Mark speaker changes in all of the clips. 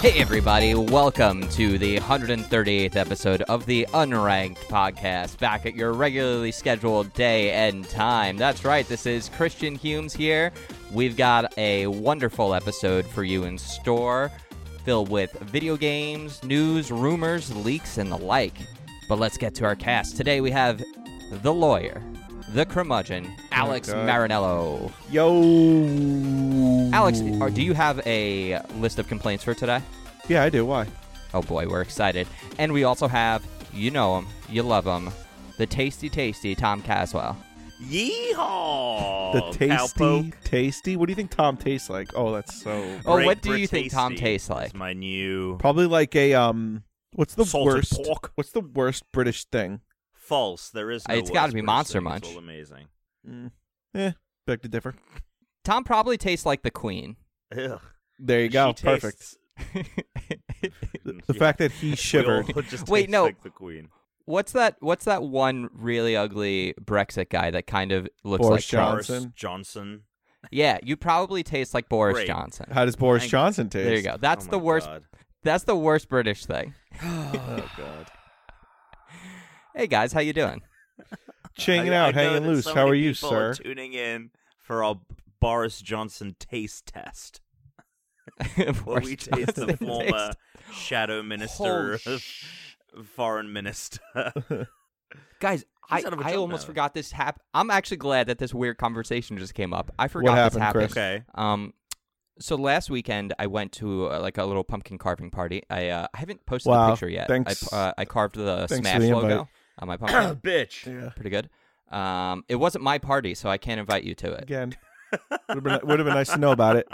Speaker 1: Hey, everybody, welcome to the 138th episode of the Unranked Podcast, back at your regularly scheduled day and time. That's right, this is Christian Humes here. We've got a wonderful episode for you in store, filled with video games, news, rumors, leaks, and the like. But let's get to our cast. Today we have the lawyer, the curmudgeon, Alex
Speaker 2: God.
Speaker 1: Marinello.
Speaker 2: Yo.
Speaker 1: Alex, are, do you have a list of complaints for today?
Speaker 2: Yeah, I do. Why?
Speaker 1: Oh boy, we're excited. And we also have, you know him, you love him, the tasty, tasty Tom Caswell.
Speaker 3: Yeehaw!
Speaker 2: The tasty,
Speaker 3: Cowpoke.
Speaker 2: tasty. What do you think Tom tastes like? Oh, that's so.
Speaker 1: Oh,
Speaker 3: Great
Speaker 1: what do
Speaker 3: for
Speaker 1: you think Tom
Speaker 3: tasty.
Speaker 1: tastes like?
Speaker 3: It's my new
Speaker 2: Probably like a um. What's the
Speaker 3: salted
Speaker 2: worst?
Speaker 3: pork.
Speaker 2: What's the worst British thing?
Speaker 3: False. There is. No
Speaker 1: It's gotta
Speaker 3: worse
Speaker 1: be
Speaker 3: person.
Speaker 1: Monster
Speaker 3: It's
Speaker 1: Munch.
Speaker 3: all amazing.
Speaker 2: Mm. Eh, beg to differ.
Speaker 1: Tom probably tastes like the Queen.
Speaker 3: Ugh.
Speaker 2: There you go.
Speaker 3: She
Speaker 2: Perfect.
Speaker 3: tastes-
Speaker 2: The, the
Speaker 3: Yeah.
Speaker 2: fact that he
Speaker 3: we all
Speaker 2: shivered.
Speaker 3: just
Speaker 1: Wait,
Speaker 3: taste
Speaker 1: no.
Speaker 3: Like the queen.
Speaker 1: what's that? What's that one really ugly Brexit guy that kind of looks
Speaker 2: Boris
Speaker 1: like Trump?
Speaker 2: Johnson.
Speaker 3: Boris Johnson.
Speaker 1: Yeah, you probably taste like Boris
Speaker 3: Great.
Speaker 1: Johnson.
Speaker 2: How does Boris
Speaker 3: Thank-
Speaker 2: Johnson taste?
Speaker 1: There you go. That's
Speaker 3: Oh my
Speaker 1: the worst.
Speaker 3: God.
Speaker 1: That's the worst British thing.
Speaker 3: oh god.
Speaker 1: Hey guys, how you doing?
Speaker 2: Changing
Speaker 3: I-
Speaker 2: out,
Speaker 3: I know
Speaker 2: hanging
Speaker 3: that
Speaker 2: loose.
Speaker 3: so
Speaker 2: How
Speaker 3: many
Speaker 2: are you,
Speaker 3: people
Speaker 2: sir?
Speaker 3: tuning in for our Boris Johnson taste test. Where
Speaker 1: Boris
Speaker 3: we taste the
Speaker 1: Johnson
Speaker 3: former shadow minister,
Speaker 1: Holy
Speaker 3: of foreign minister.
Speaker 1: Guys, I,
Speaker 3: out of a
Speaker 1: I
Speaker 3: job
Speaker 1: almost
Speaker 3: now.
Speaker 1: forgot this happened. I'm actually glad that this weird conversation just came up. I forgot this
Speaker 2: happened,
Speaker 1: happened.
Speaker 2: Chris?
Speaker 3: okay.
Speaker 1: Um, so last weekend I went to uh, like a little pumpkin carving party. I uh, I haven't posted
Speaker 2: Wow,
Speaker 1: the picture yet.
Speaker 2: thanks-
Speaker 1: I, uh, I carved the
Speaker 2: thanks for
Speaker 1: Smash
Speaker 2: the invite.
Speaker 1: logo on my pumpkin.
Speaker 3: Bitch.
Speaker 2: yeah.
Speaker 1: Pretty good. Um, it wasn't my party, so I can't invite you to it.
Speaker 2: Again. Would have been, would've been nice to know about it.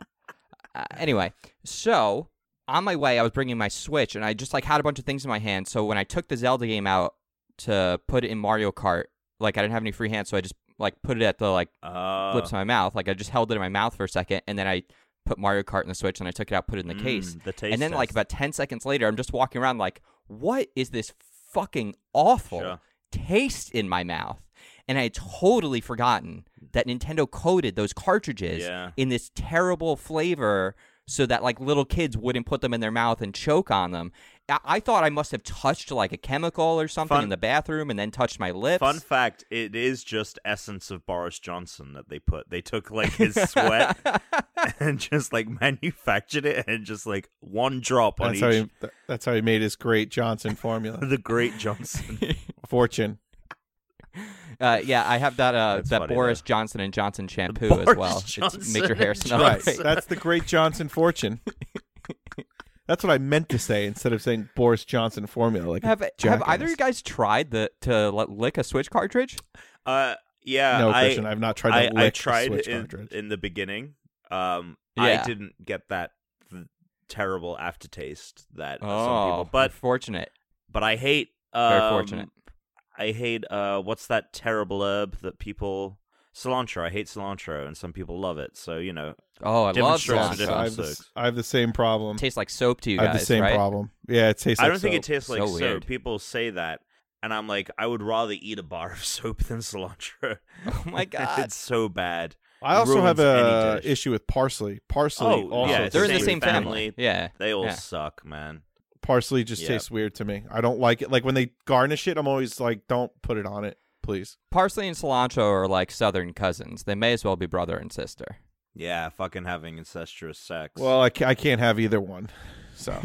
Speaker 1: uh, anyway, so on my way, I was bringing my Switch, and I just like had a bunch of things in my hand. So when I took the Zelda game out to put it in Mario Kart, like I didn't have any free hands, so I just like put it at the like
Speaker 3: Uh,
Speaker 1: lips of my mouth, like I just held it in my mouth for a second, and then I put Mario Kart in the Switch, and I took it out, put it in the case,
Speaker 3: mm, The taste
Speaker 1: and then like
Speaker 3: test.
Speaker 1: about ten seconds later, I'm just walking around like, what is this fucking awful
Speaker 3: Sure.
Speaker 1: taste in my mouth? And I had totally forgotten that Nintendo coded those cartridges
Speaker 3: Yeah.
Speaker 1: in this terrible flavor so that like little kids wouldn't put them in their mouth and choke on them. I, I thought I must have touched like a chemical or something
Speaker 3: Fun-
Speaker 1: in the bathroom and then touched my lips.
Speaker 3: Fun fact: It is just essence of Boris Johnson that they put. They took like his sweat and just like manufactured it, and just like one drop on
Speaker 2: That's
Speaker 3: each.
Speaker 2: how, he, that- that's how he made his great Johnson formula.
Speaker 3: The Great Johnson.
Speaker 2: Fortune.
Speaker 1: Uh, yeah, I have that uh,
Speaker 3: That's
Speaker 1: that
Speaker 3: funny,
Speaker 1: Boris
Speaker 3: though.
Speaker 1: Johnson and Johnson shampoo as
Speaker 3: Boris
Speaker 1: well. It's-
Speaker 3: Johnson
Speaker 1: makes your hair
Speaker 3: and
Speaker 1: smell
Speaker 2: Right.
Speaker 1: great.
Speaker 2: That's the great Johnson fortune. That's what I meant to say instead of saying Boris Johnson formula. Like a
Speaker 1: Have, have
Speaker 2: jackass.
Speaker 1: either of you guys tried the to like, lick a switch cartridge?
Speaker 3: Uh, yeah.
Speaker 2: No,
Speaker 3: I,
Speaker 2: Christian, I, have not tried
Speaker 3: I,
Speaker 2: that.
Speaker 3: I
Speaker 2: lick
Speaker 3: tried
Speaker 2: switch
Speaker 3: it in,
Speaker 2: cartridge.
Speaker 3: in the beginning. Um,
Speaker 1: Yeah.
Speaker 3: I didn't get that th- terrible aftertaste that Uh, some
Speaker 1: Oh,
Speaker 3: people. But
Speaker 1: fortunate.
Speaker 3: but I hate. Um,
Speaker 1: Very fortunate.
Speaker 3: I hate uh what's that terrible herb that people cilantro. I hate cilantro and some people love it. So, you know,
Speaker 1: Oh, I love
Speaker 3: demonstrates
Speaker 1: cilantro.
Speaker 2: Yeah,
Speaker 3: the
Speaker 2: so I, have
Speaker 3: difference.
Speaker 2: the,
Speaker 3: Sucks.
Speaker 2: s- I have the same problem.
Speaker 1: Tastes like soap to you
Speaker 2: I
Speaker 1: guys,
Speaker 2: have the same
Speaker 1: right?
Speaker 2: problem. Yeah, it tastes.
Speaker 3: I
Speaker 2: like
Speaker 3: don't think it
Speaker 2: soap.
Speaker 3: tastes like
Speaker 1: So
Speaker 3: soap.
Speaker 1: weird.
Speaker 3: People say that and I'm like I would rather eat a bar of soap than cilantro.
Speaker 1: Oh my god.
Speaker 3: it's so bad.
Speaker 2: I also have
Speaker 3: ruins any
Speaker 2: a
Speaker 3: dish.
Speaker 2: issue with parsley. Parsley.
Speaker 3: Oh,
Speaker 2: also
Speaker 3: yeah,
Speaker 2: tastes
Speaker 1: They're in the
Speaker 2: weird
Speaker 1: same
Speaker 2: to me.
Speaker 1: family.
Speaker 3: family.
Speaker 1: Yeah.
Speaker 3: They all
Speaker 1: Yeah.
Speaker 3: suck, man.
Speaker 2: Parsley just
Speaker 3: Yeah.
Speaker 2: tastes weird to me. I don't like it. Like when they garnish it, I'm always like, "Don't put it on it, please."
Speaker 1: Parsley and cilantro are like southern cousins. They may as well be brother and sister.
Speaker 3: Yeah, fucking having incestuous sex.
Speaker 2: Well, I, ca- I can't have either one. So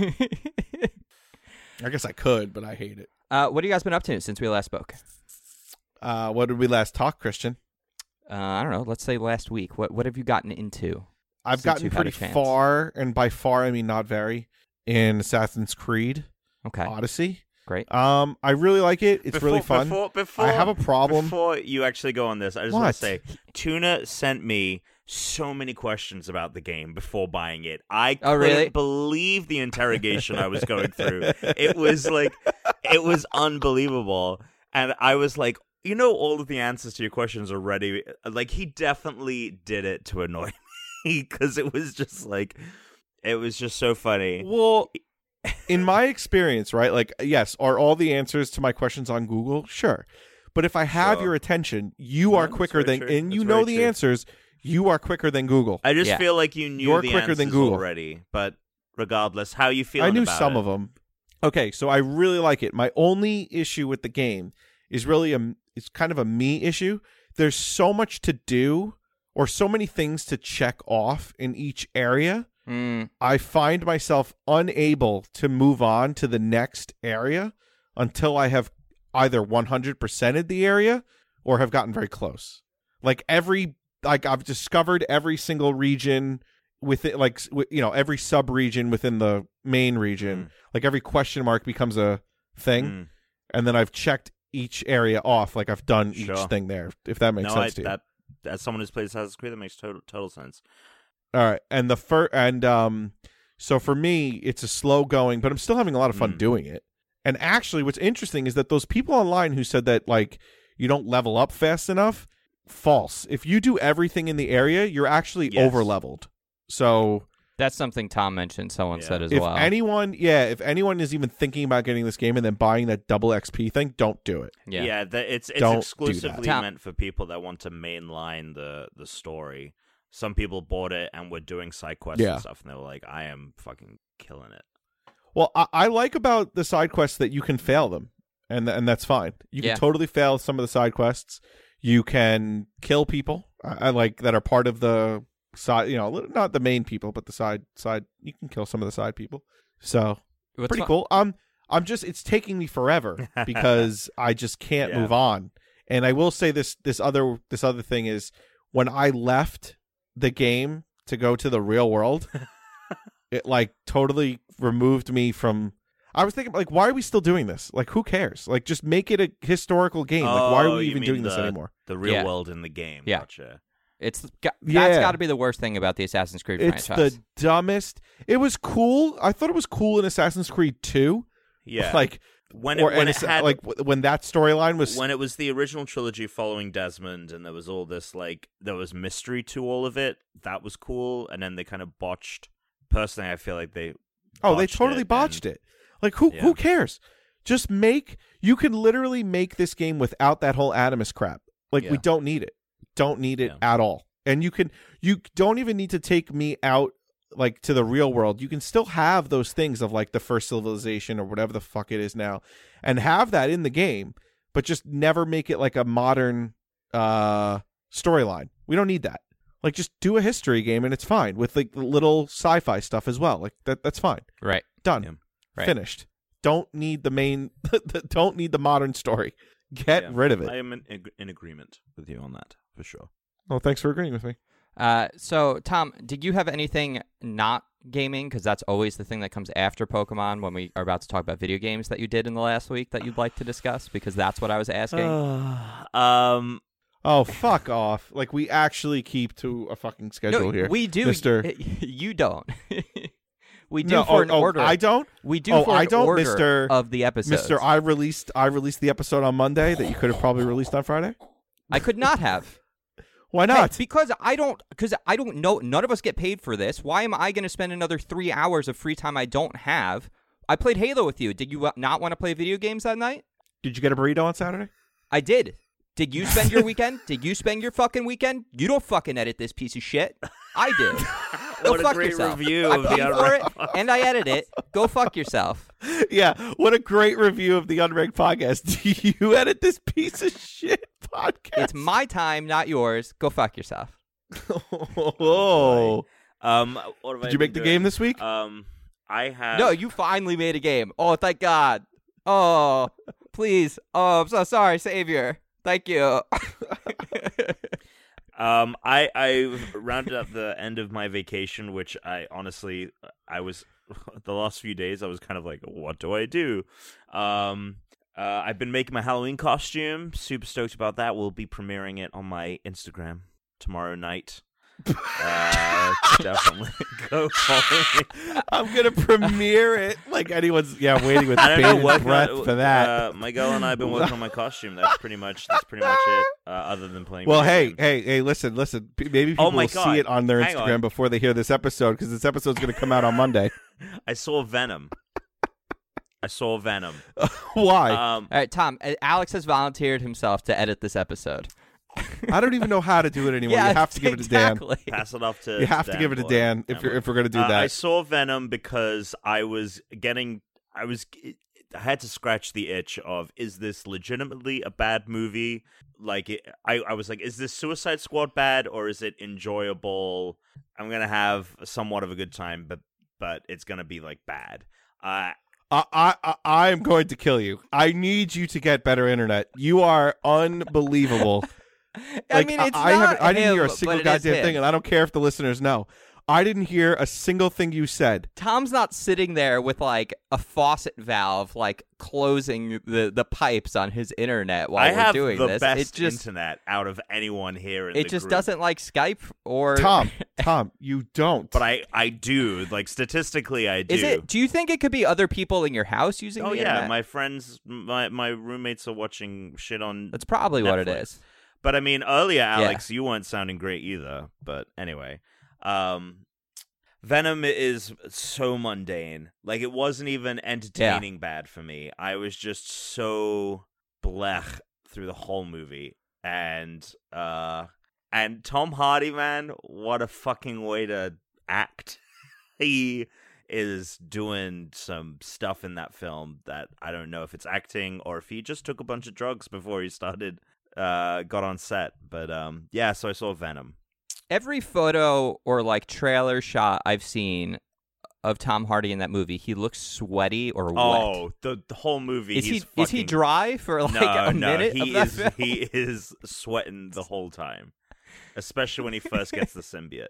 Speaker 2: I guess I could, but I hate it.
Speaker 1: uh, what have you guys been up to since we last spoke?
Speaker 2: Uh, what did we last talk, Christian?
Speaker 1: Uh, I don't know. Let's say last week. What what have you gotten into?
Speaker 2: I've
Speaker 1: Since
Speaker 2: gotten
Speaker 1: you've had
Speaker 2: pretty
Speaker 1: a chance.
Speaker 2: far, and by far I mean not very, in Assassin's Creed
Speaker 1: Okay,
Speaker 2: Odyssey.
Speaker 1: great.
Speaker 2: Um, I really like it. It's
Speaker 3: Before-
Speaker 2: really fun.
Speaker 3: Before, before,
Speaker 2: I have a problem.
Speaker 3: Before you actually go on this, I just
Speaker 2: What?
Speaker 3: want to say Tuna sent me so many questions about the game before buying it. I
Speaker 1: Oh,
Speaker 3: couldn't
Speaker 1: really?
Speaker 3: believe the interrogation I was going through. It was like it was unbelievable. And I was like, you know, all of the answers to your questions are ready. Like he definitely did it to annoy me because it was just like it was just so funny.
Speaker 2: Well, in my experience, right? Like, yes, are all the answers to my questions on Google? Sure. But if I have
Speaker 3: Sure.
Speaker 2: your attention, you
Speaker 3: Yeah,
Speaker 2: are
Speaker 3: that's
Speaker 2: quicker
Speaker 3: very
Speaker 2: than,
Speaker 3: true.
Speaker 2: and you
Speaker 3: That's
Speaker 2: know
Speaker 3: very
Speaker 2: the
Speaker 3: true.
Speaker 2: answers. You are quicker than Google.
Speaker 3: I just
Speaker 1: Yeah.
Speaker 3: feel like you knew
Speaker 2: You're
Speaker 3: the
Speaker 2: quicker than
Speaker 3: answers
Speaker 2: Google.
Speaker 3: already, but regardless. How you feeling?
Speaker 2: I knew
Speaker 3: about
Speaker 2: some
Speaker 3: it?
Speaker 2: of them. Okay, so I really like it. My only issue with the game is really a it's kind of a me issue. There's so much to do or so many things to check off in each area.
Speaker 1: Mm,
Speaker 2: I find myself unable to move on to the next area until I have either 100%ed the area or have gotten very close. Like every like I've discovered every single region within like s- wi- you know every sub region within the main region. Like every question mark becomes a thing
Speaker 3: Mm.
Speaker 2: and then I've checked each area off like I've done each
Speaker 3: Sure.
Speaker 2: thing there if that makes
Speaker 3: no,
Speaker 2: sense
Speaker 3: I,
Speaker 2: to you.
Speaker 3: that as someone who's played Assassin's Creed, that makes total total sense.
Speaker 2: All right, and the first and um, so for me, it's a slow going, but I'm still having a lot of fun
Speaker 3: Mm.
Speaker 2: doing it. And actually, what's interesting is that those people online who said that like you don't level up fast enough, false. If you do everything in the area, you're actually
Speaker 3: Yes.
Speaker 2: over leveled. So
Speaker 1: that's something Tom mentioned. Someone
Speaker 3: Yeah.
Speaker 1: said as
Speaker 2: if
Speaker 1: well.
Speaker 2: anyone, yeah, if anyone is even thinking about getting this game and then buying that double XP thing, don't do it.
Speaker 1: yeah.
Speaker 3: the, it's it's
Speaker 2: Don't do that.
Speaker 3: exclusively
Speaker 1: Tom-
Speaker 3: meant for people that want to mainline the the story. Some people bought it and were doing side quests
Speaker 2: Yeah.
Speaker 3: and stuff, and they were like, "I am fucking killing it."
Speaker 2: Well, I, I like about the side quests that you can fail them, and th- and that's fine. You
Speaker 1: Yeah.
Speaker 2: can totally fail some of the side quests. You can kill people. I, I like that are part of the side. You know, li- not the main people, but the side side. You can kill some of the side people. So
Speaker 1: What's
Speaker 2: pretty
Speaker 1: fu-
Speaker 2: cool. Um, I'm just it's taking me forever because I just can't
Speaker 3: Yeah.
Speaker 2: move on. And I will say this this other this other thing is when I left the game to go to the real world, it like totally removed me from. I was thinking like, why are we still doing this? Like, who cares? Like, just make it a historical game. Like, why
Speaker 3: Oh,
Speaker 2: are we
Speaker 3: you
Speaker 2: even
Speaker 3: mean
Speaker 2: doing this
Speaker 3: the-
Speaker 2: anymore?
Speaker 3: The real
Speaker 1: Yeah.
Speaker 3: world in the game.
Speaker 1: Yeah.
Speaker 3: Gotcha.
Speaker 1: It's got,
Speaker 2: Yeah.
Speaker 1: that's got to be the worst thing about the Assassin's Creed
Speaker 2: It's
Speaker 1: franchise.
Speaker 2: the dumbest. It was cool. I thought it was cool in Assassin's Creed Two.
Speaker 3: Yeah,
Speaker 2: Like
Speaker 3: when
Speaker 2: or
Speaker 3: it, when it
Speaker 2: Assa-
Speaker 3: had
Speaker 2: like w- when that storyline was
Speaker 3: when it was the original trilogy following Desmond, and there was all this like there was mystery to all of it. That was cool, and then they kind of botched. Personally, I feel like they
Speaker 2: Oh, they
Speaker 3: botched
Speaker 2: totally
Speaker 3: it,
Speaker 2: botched it. Like who
Speaker 3: Yeah.
Speaker 2: who cares? Just make you can literally make this game without that whole Adamus crap. Like we
Speaker 1: Yeah.
Speaker 2: don't need it. Don't need it
Speaker 3: Yeah.
Speaker 2: at all. And you can you don't even need to take me out like to the real world. You can still have those things of like the first civilization or whatever the fuck it is now and have that in the game, but just never make it like a modern uh storyline. We don't need that. Like just do a history game and it's fine with like little sci-fi stuff as well. Like that that's fine
Speaker 1: right.
Speaker 2: done
Speaker 3: Yeah.
Speaker 1: Right.
Speaker 2: finished don't need the main don't need the modern story get
Speaker 3: Yeah.
Speaker 2: rid of it
Speaker 3: I am in, ag- in agreement with you on that for sure.
Speaker 2: well Oh, thanks for agreeing with me
Speaker 1: Uh, so, Tom, did you have anything not gaming? Because that's always the thing that comes after Pokemon when we are about to talk about video games that you did in the last week that you'd like to discuss. Because that's what I was asking.
Speaker 2: Uh,
Speaker 3: um,
Speaker 2: oh fuck off like we actually keep to a fucking schedule
Speaker 1: no,
Speaker 2: here
Speaker 1: we do.
Speaker 2: Mister-
Speaker 1: You don't. we do
Speaker 2: No,
Speaker 1: for
Speaker 2: oh,
Speaker 1: an
Speaker 2: oh,
Speaker 1: order.
Speaker 2: i don't
Speaker 1: we do
Speaker 2: oh,
Speaker 1: for
Speaker 2: I
Speaker 1: an
Speaker 2: don't,
Speaker 1: order
Speaker 2: Mister-
Speaker 1: of the episodes.
Speaker 2: mr i released i released the episode on monday that you could have probably released on friday
Speaker 1: I could not have. Hey,
Speaker 2: why not
Speaker 1: because I don't because I don't know none of us get paid for this. Why am I going to spend another 3 hours of free time I don't have? I played Halo with you. Did you uh, not want to play video games that night?
Speaker 2: did you get a burrito on saturday
Speaker 1: I did. Did you spend your weekend? Did you spend your fucking weekend? You don't fucking edit this piece of shit. I did. Go
Speaker 3: What a
Speaker 1: fuck
Speaker 3: great
Speaker 1: yourself.
Speaker 3: review
Speaker 1: I
Speaker 3: of the
Speaker 1: paid for it, and I edit it. Go fuck yourself.
Speaker 2: yeah what a great review of the unranked podcast do you edit this piece of shit podcast
Speaker 1: It's my time, not yours. Go fuck yourself.
Speaker 2: oh
Speaker 3: um, what have I
Speaker 2: did you
Speaker 3: been
Speaker 2: make the
Speaker 3: doing?
Speaker 2: game this week
Speaker 3: Um, I have
Speaker 1: No, you finally made a game. Oh, thank God. Oh, please. Oh, I'm so sorry, Savior. Thank you.
Speaker 3: Um, I I rounded up the end of my vacation, which I honestly I was the last few days I was kind of like, what do I do? Um, uh, I've been making my Halloween costume. Super stoked about that. We'll be premiering it on my Instagram tomorrow night. uh, definitely go follow me.
Speaker 2: I'm gonna premiere it like anyone's. Yeah, I'm waiting with
Speaker 3: I don't
Speaker 2: bated
Speaker 3: know what
Speaker 2: breath for that.
Speaker 3: Uh, my girl and I have been working on my costume. That's pretty much that's pretty much it. Uh, other than playing.
Speaker 2: well,
Speaker 3: video
Speaker 2: hey,
Speaker 3: games.
Speaker 2: hey, hey! Listen, listen. P- Maybe people
Speaker 3: Oh my
Speaker 2: will
Speaker 3: God.
Speaker 2: see it on their
Speaker 3: Hang
Speaker 2: Instagram
Speaker 3: on.
Speaker 2: before they hear this episode because this episode's gonna come out on Monday.
Speaker 3: I saw Venom. I saw Venom.
Speaker 2: Why?
Speaker 1: uh,
Speaker 3: Um,
Speaker 1: All right, Tom. uh, Alex has volunteered himself to edit this episode.
Speaker 2: I don't even know how to do it anymore. you have to give it to Dan.
Speaker 1: exactly.
Speaker 3: Pass it off to.
Speaker 2: You have to
Speaker 3: Dan
Speaker 2: give it to
Speaker 3: Boyle.
Speaker 2: Dan if you're
Speaker 3: Boyle.
Speaker 2: if we're gonna do
Speaker 3: Uh, I
Speaker 2: that.
Speaker 3: saw Venom because I was getting. I was. I had to scratch the itch of is this legitimately a bad movie? Like it, I, I was like, is this Suicide Squad bad or is it enjoyable? I'm gonna have somewhat of a good time, but but it's gonna be like bad. Uh,
Speaker 2: I, I I I am going to kill you. I need you to get better internet. You are unbelievable.
Speaker 1: I mean, it's
Speaker 2: I,
Speaker 1: not
Speaker 2: haven't- I didn't hear
Speaker 1: him,
Speaker 2: a single
Speaker 1: but it is
Speaker 2: goddamn
Speaker 1: him.
Speaker 2: thing, and I don't care if the listeners know. I didn't hear a single thing you said.
Speaker 1: Tom's not sitting there with like a faucet valve, like closing the, the pipes on his internet while
Speaker 3: I
Speaker 1: we're
Speaker 3: have
Speaker 1: doing
Speaker 3: the
Speaker 1: this.
Speaker 3: best
Speaker 1: it just
Speaker 3: internet out of anyone here. In
Speaker 1: it
Speaker 3: the
Speaker 1: just
Speaker 3: group.
Speaker 1: doesn't like Skype or
Speaker 2: Tom, Tom, you don't.
Speaker 3: But I, I do. Like statistically, I do.
Speaker 1: Is it? Do you think it could be other people in your house using?
Speaker 3: Oh
Speaker 1: the
Speaker 3: yeah,
Speaker 1: internet?
Speaker 3: my friends, my my roommates are watching shit on.
Speaker 1: that's probably what it
Speaker 3: Netflix.
Speaker 1: is.
Speaker 3: But I mean, earlier, Alex, you weren't sounding great either. But anyway, um, Venom is so mundane. Like it wasn't even entertaining. Bad for me. I was just so blech through the whole movie, and uh, and Tom Hardy, man, what a fucking way to act. he is doing some stuff in that film that I don't know if it's acting or if he just took a bunch of drugs before he started uh got on set. But um yeah, so I saw Venom.
Speaker 1: Every photo or like trailer shot I've seen of Tom Hardy in that movie, he looks sweaty or wet.
Speaker 3: Oh, the, the whole movie
Speaker 1: Is he
Speaker 3: he's
Speaker 1: is he
Speaker 3: fucking-
Speaker 1: dry for like
Speaker 3: no,
Speaker 1: a
Speaker 3: no,
Speaker 1: minute
Speaker 3: he
Speaker 1: of that
Speaker 3: is
Speaker 1: film?
Speaker 3: he is sweating the whole time. Especially when he first gets the symbiote.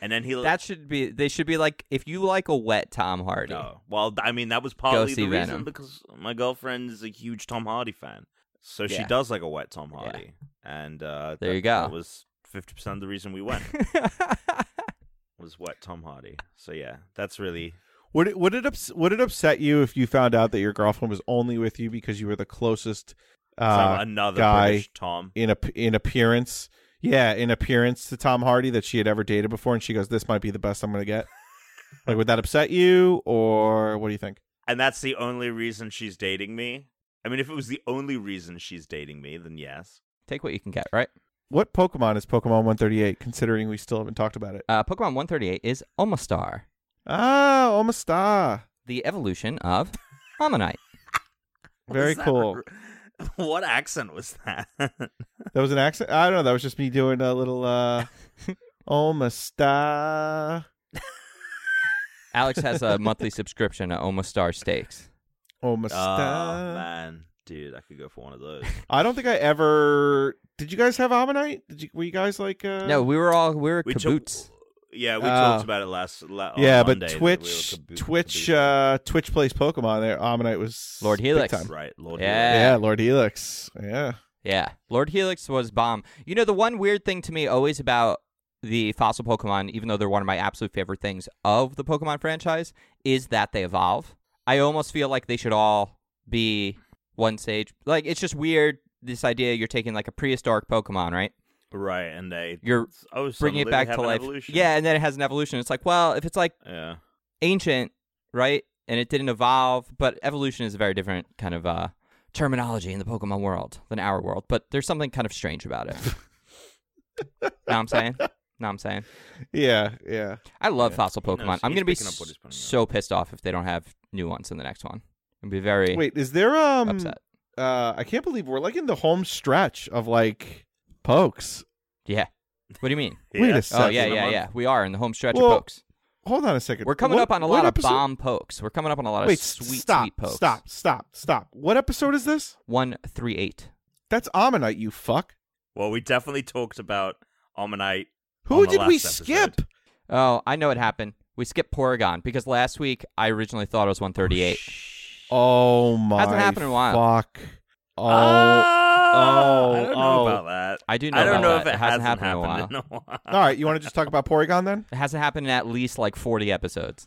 Speaker 3: And then he
Speaker 1: That should be. They should be like, if you like a wet Tom Hardy,
Speaker 3: No. Well, th- I mean, that was partly
Speaker 1: see
Speaker 3: the
Speaker 1: Venom.
Speaker 3: reason because my girlfriend is a huge Tom Hardy fan. So she
Speaker 1: Yeah.
Speaker 3: does like a wet Tom
Speaker 1: Yeah.
Speaker 3: Hardy. And uh,
Speaker 1: There
Speaker 3: that,
Speaker 1: you go.
Speaker 3: That was 50% of the reason we went was wet Tom Hardy. So yeah, that's really.
Speaker 2: would it would it ups- would it upset you if you found out that your girlfriend was only with you because you were the closest
Speaker 3: so
Speaker 2: uh,
Speaker 3: another
Speaker 2: guy-
Speaker 3: British Tom.
Speaker 2: in a, in appearance? Yeah, in appearance to Tom Hardy that she had ever dated before, and she goes, "This might be the best I'm going to get." like, would that upset you, or what do you think?
Speaker 3: And that's the only reason she's dating me. I mean, if it was the only reason she's dating me, then yes.
Speaker 1: take what you can get. Right?
Speaker 2: What Pokemon is Pokemon 138? Considering we still haven't talked about it.
Speaker 1: Uh, Pokemon 138 is Omastar,
Speaker 2: Ah, Omastar.
Speaker 1: the evolution of Ammonite.
Speaker 2: Very
Speaker 3: Was that
Speaker 2: cool.
Speaker 3: r- What accent was that? Oh,
Speaker 2: That was an accent. I don't know. That was just me doing a little uh, Omastar.
Speaker 1: Alex has a monthly subscription to Omastar Steaks.
Speaker 2: Omastar.
Speaker 3: oh, man. Dude, I could go for one of those.
Speaker 2: I don't think I ever. Did you guys have Ammonite? Did you? Were you guys like? Uh...
Speaker 1: No, we were all we were
Speaker 3: we
Speaker 1: kaboots.
Speaker 3: Talk, yeah, we
Speaker 2: Oh.
Speaker 3: talked about it last. La- on
Speaker 2: Yeah, but
Speaker 3: Oh, Monday that
Speaker 2: Twitch,
Speaker 3: we were kaboo-
Speaker 2: Twitch,
Speaker 3: kaboosing.
Speaker 2: uh, Twitch plays Pokemon. There, Ammonite was
Speaker 1: Lord
Speaker 2: big
Speaker 1: Helix.
Speaker 2: time.
Speaker 3: right, Lord.
Speaker 1: Yeah.
Speaker 2: Yeah, Lord Helix. Yeah,
Speaker 1: Yeah, Lord Helix was bomb. You know the one weird thing to me always about the fossil Pokemon, even though they're one of my absolute favorite things of the Pokemon franchise, is that they evolve. I almost feel like they should all be one sage. Like it's just weird this idea you're taking like a prehistoric Pokemon, right?
Speaker 3: right, and they
Speaker 1: You're
Speaker 3: oh, so
Speaker 1: bringing it
Speaker 3: they
Speaker 1: back
Speaker 3: have
Speaker 1: to
Speaker 3: an
Speaker 1: life.
Speaker 3: Evolution.
Speaker 1: Yeah, and then it has an evolution. It's like, well, if it's like
Speaker 3: yeah.
Speaker 1: ancient, right? And it didn't evolve, but evolution is a very different kind of uh, terminology in the Pokemon world than our world. But there's something kind of strange about it. know what I'm saying? Know what I'm saying?
Speaker 2: yeah, yeah.
Speaker 1: I love
Speaker 2: Yeah.
Speaker 1: fossil
Speaker 3: He knows.
Speaker 1: Pokemon. I'm going
Speaker 3: He's
Speaker 1: to be
Speaker 3: picking up what he's putting down.
Speaker 1: so pissed off if they don't have new ones in the next one. I'd be very
Speaker 2: Wait, is there um?
Speaker 1: upset.
Speaker 2: Uh, I can't believe we're like in the home stretch of like pokes.
Speaker 1: Yeah. What do you mean?
Speaker 2: Wait
Speaker 3: Yeah.
Speaker 2: a
Speaker 1: oh,
Speaker 2: second.
Speaker 1: yeah,
Speaker 3: in a
Speaker 1: yeah,
Speaker 3: month.
Speaker 1: yeah. We are in the home stretch
Speaker 2: Well,
Speaker 1: of pokes.
Speaker 2: Hold on a second.
Speaker 1: We're coming
Speaker 2: What-
Speaker 1: up on a
Speaker 2: what
Speaker 1: lot of
Speaker 2: episode-
Speaker 1: bomb pokes. We're coming up on a lot of
Speaker 2: Wait,
Speaker 1: sweet,
Speaker 2: stop,
Speaker 1: sweet pokes.
Speaker 2: stop, stop, stop. What episode is this?
Speaker 1: 138.
Speaker 2: That's Ammonite, you fuck.
Speaker 3: Well, we definitely talked about Ammonite. On
Speaker 2: Who
Speaker 3: the
Speaker 2: did we
Speaker 3: last
Speaker 2: skip?
Speaker 3: episode.
Speaker 1: Oh, I know what happened. We skipped Porygon because last week I originally thought it was 138.
Speaker 2: Oh my!
Speaker 1: Hasn't happened in a while.
Speaker 2: Fuck. Oh,
Speaker 3: oh, I
Speaker 2: oh,
Speaker 3: don't know
Speaker 2: oh.
Speaker 3: about that.
Speaker 1: I do know.
Speaker 3: I don't
Speaker 1: about
Speaker 3: know
Speaker 1: that.
Speaker 3: if it,
Speaker 1: hasn't
Speaker 3: happened,
Speaker 1: happened in a while.
Speaker 3: in a while.
Speaker 2: all right. You want to just talk about Porygon then?
Speaker 1: It hasn't happened in at least like 40 episodes.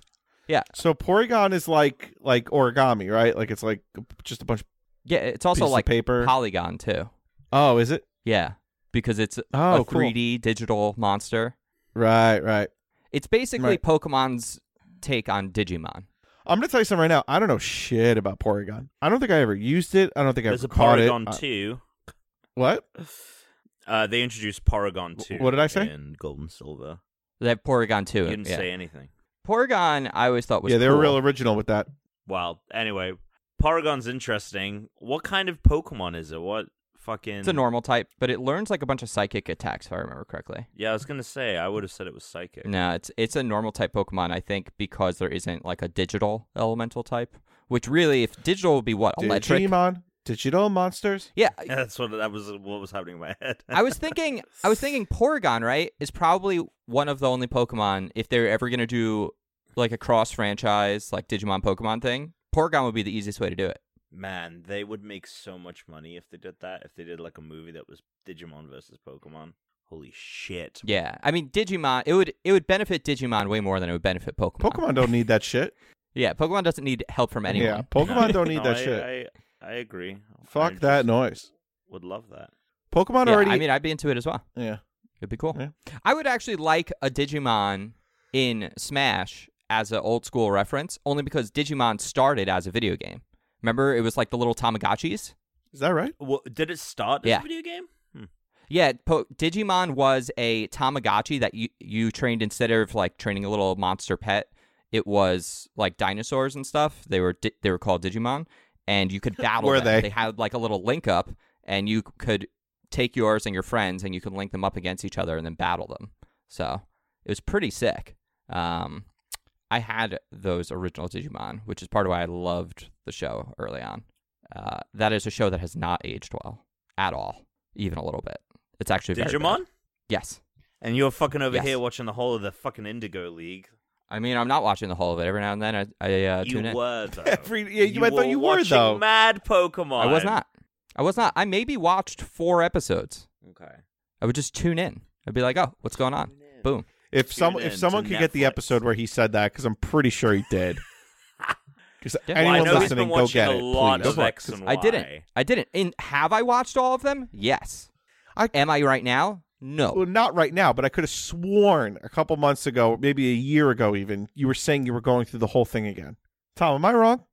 Speaker 2: So Porygon is like like origami, right? Like it's like just a bunch of
Speaker 1: Yeah, it's also
Speaker 2: pieces
Speaker 1: like
Speaker 2: of paper.
Speaker 1: Polygon too.
Speaker 2: oh, is it?
Speaker 1: Yeah, because it's a
Speaker 2: Oh, cool.
Speaker 1: 3D digital monster.
Speaker 2: Right, right.
Speaker 1: It's basically
Speaker 2: Right.
Speaker 1: Pokemon's take on Digimon.
Speaker 2: I'm gonna tell you something right now. I don't know shit about Porygon. I don't think I ever used it. I don't think I
Speaker 3: There's
Speaker 2: ever
Speaker 3: a
Speaker 2: caught it.
Speaker 3: Porygon
Speaker 2: I-
Speaker 3: too.
Speaker 2: what?
Speaker 3: Uh, they introduced Paragon
Speaker 2: Wh-
Speaker 3: 2.
Speaker 2: what did I say?
Speaker 3: In Gold and Silver.
Speaker 1: That Porygon too.
Speaker 3: You didn't
Speaker 1: yeah.
Speaker 3: say anything.
Speaker 1: Porygon, I always thought was
Speaker 2: yeah, they were
Speaker 1: cool.
Speaker 2: real original with that.
Speaker 3: Well, anyway, Paragon's interesting. What kind of Pokemon is it? What fucking.
Speaker 1: It's a normal type, but it learns like a bunch of psychic attacks, if I remember correctly.
Speaker 3: Yeah, I was going to say, I would have said it was Psychic.
Speaker 1: No, it's it's a normal type Pokemon, I think, because there isn't like a digital elemental type. Which really, if digital would be what electric?
Speaker 2: Digimon, digital monsters.
Speaker 1: Yeah,
Speaker 3: Yeah, That's what that was. What was happening in my head.
Speaker 1: I was thinking, I was thinking Porygon, right, is probably one of the only Pokemon if they're ever gonna do like a cross franchise, like Digimon Pokemon thing. Porygon would be the easiest way to do it.
Speaker 3: Man, they would make so much money if they did that. If they did like a movie that was Digimon versus Pokemon. Holy shit.
Speaker 1: Yeah, I mean Digimon, it would it would benefit Digimon way more than it would benefit Pokemon.
Speaker 2: Pokemon don't need that shit.
Speaker 1: yeah, Pokemon doesn't need help from anyone.
Speaker 2: Yeah, Pokemon don't need
Speaker 3: No,
Speaker 2: that
Speaker 3: I,
Speaker 2: shit.
Speaker 3: I, I agree.
Speaker 2: Fuck
Speaker 3: I
Speaker 2: that
Speaker 3: just
Speaker 2: noise.
Speaker 3: Would love that.
Speaker 2: Pokemon
Speaker 1: Yeah,
Speaker 2: already.
Speaker 1: I mean, I'd be into it as well.
Speaker 2: yeah.
Speaker 1: It'd be cool.
Speaker 2: Yeah.
Speaker 1: I would actually like a Digimon in Smash as an old school reference, only because Digimon started as a video game. Remember, it was like the little Tamagotchis.
Speaker 2: Is that right?
Speaker 3: Well, did it start as
Speaker 1: Yeah.
Speaker 3: a video game? Hmm.
Speaker 1: Yeah, po- Digimon was a Tamagotchi that you you trained instead of like training a little monster pet. It was like dinosaurs and stuff. They were di- they were called Digimon, and you could battle.
Speaker 2: Were
Speaker 1: them.
Speaker 2: they?
Speaker 1: They had like a little link up, and you could take yours and your friends, and you could link them up against each other and then battle them. So it was pretty sick. Um, I had those original Digimon, which is part of why I loved the show early on. Uh, that is a show that has not aged well at all, even a little bit. It's actually very bad.
Speaker 3: Digimon?
Speaker 1: Yes.
Speaker 3: And you're fucking over
Speaker 1: Yes.
Speaker 3: here watching the whole of the fucking Indigo League.
Speaker 1: I mean, I'm not watching the whole of it. Every now and then, I, I uh,
Speaker 3: you
Speaker 1: tune in.
Speaker 3: were though.
Speaker 2: Every- yeah, you- I thought
Speaker 3: were
Speaker 2: you were,
Speaker 3: watching
Speaker 2: though.
Speaker 3: Mad Pokemon.
Speaker 1: I was not. I was not. I maybe watched four episodes.
Speaker 3: Okay.
Speaker 1: I would just tune in. I'd be like, "Oh, what's going on?" Boom.
Speaker 2: If some
Speaker 3: Tune
Speaker 2: if
Speaker 3: in
Speaker 2: someone
Speaker 3: to
Speaker 2: could get the
Speaker 3: Netflix.
Speaker 2: episode where he said that, because I'm pretty sure he did. Because
Speaker 1: Yeah. Well, I
Speaker 2: anyone
Speaker 1: know he's
Speaker 2: listening,
Speaker 3: been
Speaker 2: go
Speaker 3: watching
Speaker 2: get
Speaker 3: a
Speaker 2: it.
Speaker 3: lot
Speaker 2: please. Go
Speaker 3: of
Speaker 2: for it,
Speaker 3: X
Speaker 2: 'cause
Speaker 3: and
Speaker 1: I didn't.
Speaker 3: Why?
Speaker 1: I didn't. And have I watched all of them? Yes.
Speaker 2: I-
Speaker 1: am I right now? No.
Speaker 2: Well, not right now, but I could have sworn a couple months ago, maybe a year ago, even you were saying you were going through the whole thing again. Tom, am I wrong?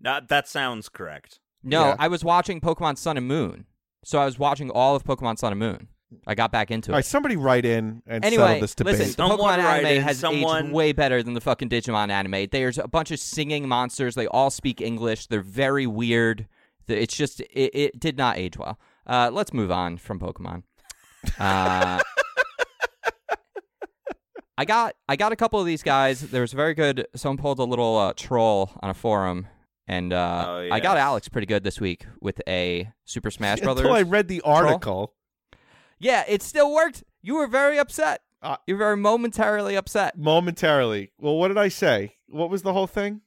Speaker 3: No, that sounds correct.
Speaker 1: No,
Speaker 2: Yeah.
Speaker 1: I was watching Pokemon Sun and Moon. So I was watching all of Pokemon Sun and Moon. I got back into
Speaker 2: All
Speaker 1: it.
Speaker 2: right, somebody write in and settle
Speaker 1: anyway,
Speaker 2: this debate.
Speaker 1: listen, the
Speaker 3: Someone
Speaker 1: Pokemon
Speaker 3: write
Speaker 1: anime
Speaker 3: in,
Speaker 1: has
Speaker 3: someone-
Speaker 1: aged way better than the fucking Digimon anime. There's a bunch of singing monsters. They all speak English. They're very weird. The- It's just, it, it did not age well. Uh, let's move on from Pokemon. Uh, I got I got a couple of these guys. There was a very good. Someone pulled a little uh, troll on a forum, and uh,
Speaker 3: Oh,
Speaker 1: I got
Speaker 3: yes.
Speaker 1: Alex pretty good this week with a Super Smash Brothers.
Speaker 2: Until I read the article,
Speaker 1: yeah, it still worked. You were very upset.
Speaker 2: Uh,
Speaker 1: you were very momentarily upset.
Speaker 2: momentarily. Well, what did I say? What was the whole thing?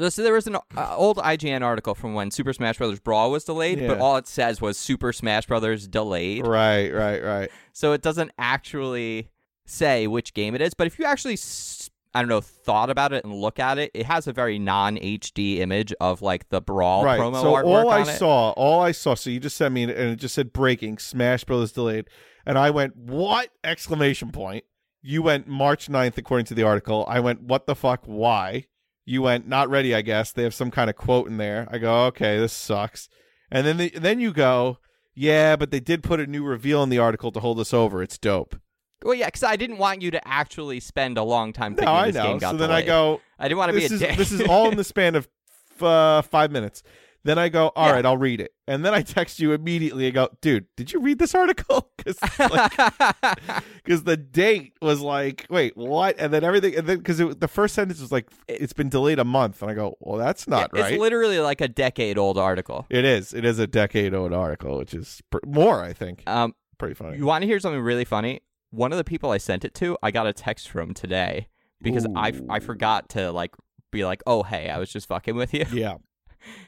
Speaker 1: So there was an uh, old IGN article from when Super Smash Brothers Brawl was delayed, but
Speaker 2: Yeah.
Speaker 1: all it says was Super Smash Brothers delayed.
Speaker 2: Right, right, right.
Speaker 1: So it doesn't actually say which game it is. But if you actually, s- I don't know, thought about it and look at it, it has a very non HD image of like the Brawl
Speaker 2: right.
Speaker 1: promo
Speaker 2: so
Speaker 1: artwork
Speaker 2: all I
Speaker 1: on it.
Speaker 2: saw, all I saw. So you just sent me, and it just said breaking. Smash Brothers delayed, and I went what exclamation point. You went March 9th according to the article. I went what the fuck? Why? You went not ready. I guess they have some kind of quote in there. I go okay, this sucks. And then the, then you go yeah, but they did put a new reveal in the article to hold us over. It's dope.
Speaker 1: Well, yeah, because I didn't want you to actually spend a long time
Speaker 2: No,
Speaker 1: thinking
Speaker 2: I
Speaker 1: this
Speaker 2: know.
Speaker 1: game got
Speaker 2: So then I
Speaker 1: delayed.
Speaker 2: go.
Speaker 1: I didn't want to be a
Speaker 2: This is
Speaker 1: dick.
Speaker 2: this is all in the span of f- uh, five minutes. Then I go, all
Speaker 1: Yeah.
Speaker 2: right, I'll read it, and then I text you immediately. I go, dude, did you read this article? Because the date was like, wait, what? And then everything, and then because the first sentence was like, it's been delayed a month, and I go, well, that's not
Speaker 1: It's
Speaker 2: right.
Speaker 1: literally like a decade old article.
Speaker 2: it is. It is a decade old article, which is pr- more, I think,
Speaker 1: Um,
Speaker 2: pretty funny.
Speaker 1: You want to hear something really funny? One of the people I sent it to, I got a text from today because I, I
Speaker 2: Ooh.
Speaker 1: forgot to like be like, oh hey, I was just fucking with you
Speaker 2: yeah,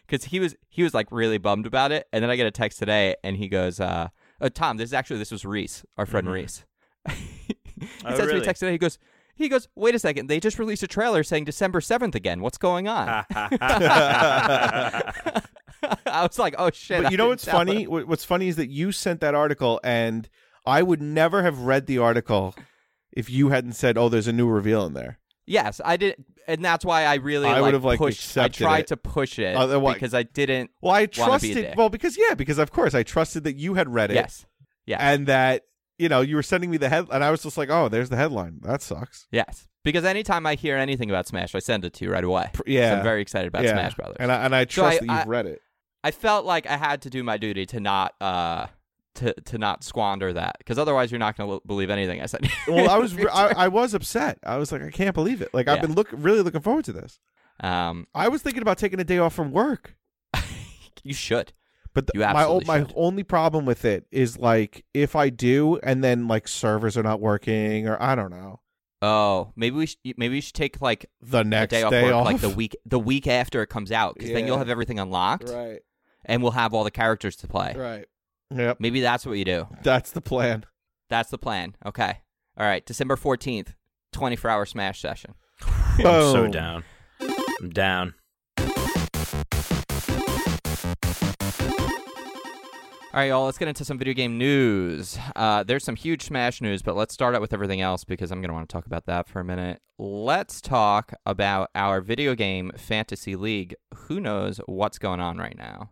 Speaker 1: because he was he was like really bummed about it, and then I get a text today, and he goes, uh, oh, Tom, this is actually this was Reese, our friend
Speaker 2: Mm-hmm.
Speaker 3: Mhm.
Speaker 1: Reese. he
Speaker 3: Oh,
Speaker 1: sends me
Speaker 3: really?
Speaker 1: a text today. He goes, he goes, wait a second, they just released a trailer saying December seventh again. What's going
Speaker 2: Ah.
Speaker 1: on? I was like, oh shit.
Speaker 2: but you
Speaker 1: I
Speaker 2: know
Speaker 1: didn't
Speaker 2: what's
Speaker 1: tell
Speaker 2: funny?
Speaker 1: him.
Speaker 2: What- What's funny is that you sent that article, and I would never have read the article if you hadn't said, "Oh, there's a new reveal in there."
Speaker 1: Yes, I did, and that's why I really
Speaker 2: I
Speaker 1: like,
Speaker 2: would've, like,
Speaker 1: pushed. I
Speaker 2: accepted
Speaker 1: tried
Speaker 2: it.
Speaker 1: to push it
Speaker 2: Otherwise-
Speaker 1: because I didn't.
Speaker 2: Well, I
Speaker 1: Wanna be a
Speaker 2: trusted.
Speaker 1: dick.
Speaker 2: Well, because yeah, because of course I trusted that you had read it,
Speaker 1: Yes, Yeah.
Speaker 2: and that you know you were sending me the head, and I was just like, oh, there's the headline. That sucks.
Speaker 1: Yes. Because anytime I hear anything about Smash, I send it to you right away.
Speaker 2: Pr-
Speaker 1: 'Cause
Speaker 2: Yeah,
Speaker 1: I'm very excited about
Speaker 2: yeah.
Speaker 1: Smash Brothers.
Speaker 2: and I and I trust
Speaker 1: I-
Speaker 2: that you've
Speaker 1: I-
Speaker 2: read it.
Speaker 1: I felt like I had to do my duty to not uh to to not squander that because otherwise you're not going to believe anything I said.
Speaker 2: Well, I was re- I, I was upset. I was like, I can't believe it. Like I've
Speaker 1: Yeah.
Speaker 2: been look really looking forward to this.
Speaker 1: um,
Speaker 2: I was thinking about taking a day off from work,
Speaker 1: you should.
Speaker 2: but the,
Speaker 1: You
Speaker 2: my o-
Speaker 1: absolutely
Speaker 2: my
Speaker 1: should.
Speaker 2: only problem with it is like if I do, and then like servers are not working, or I don't know.
Speaker 1: Oh, maybe we should, maybe we should take like
Speaker 2: The
Speaker 1: a
Speaker 2: next
Speaker 1: day off work, like the week the week after it comes out because then you'll
Speaker 2: Yeah.
Speaker 1: have everything unlocked
Speaker 2: Right,
Speaker 1: and we'll have all the characters to play.
Speaker 2: right. Yep,
Speaker 1: Maybe that's what you do.
Speaker 2: that's the plan.
Speaker 1: That's the plan. Okay. All right. December fourteenth, twenty four hour Smash session.
Speaker 3: I'm so
Speaker 2: Boom.
Speaker 3: down. I'm down.
Speaker 1: All right, y'all, let's get into some video game news. Uh, there's some huge Smash news, but let's start out with everything else because I'm going to want to talk about that for a minute. Let's talk about our video game fantasy league. Who knows what's going on right now?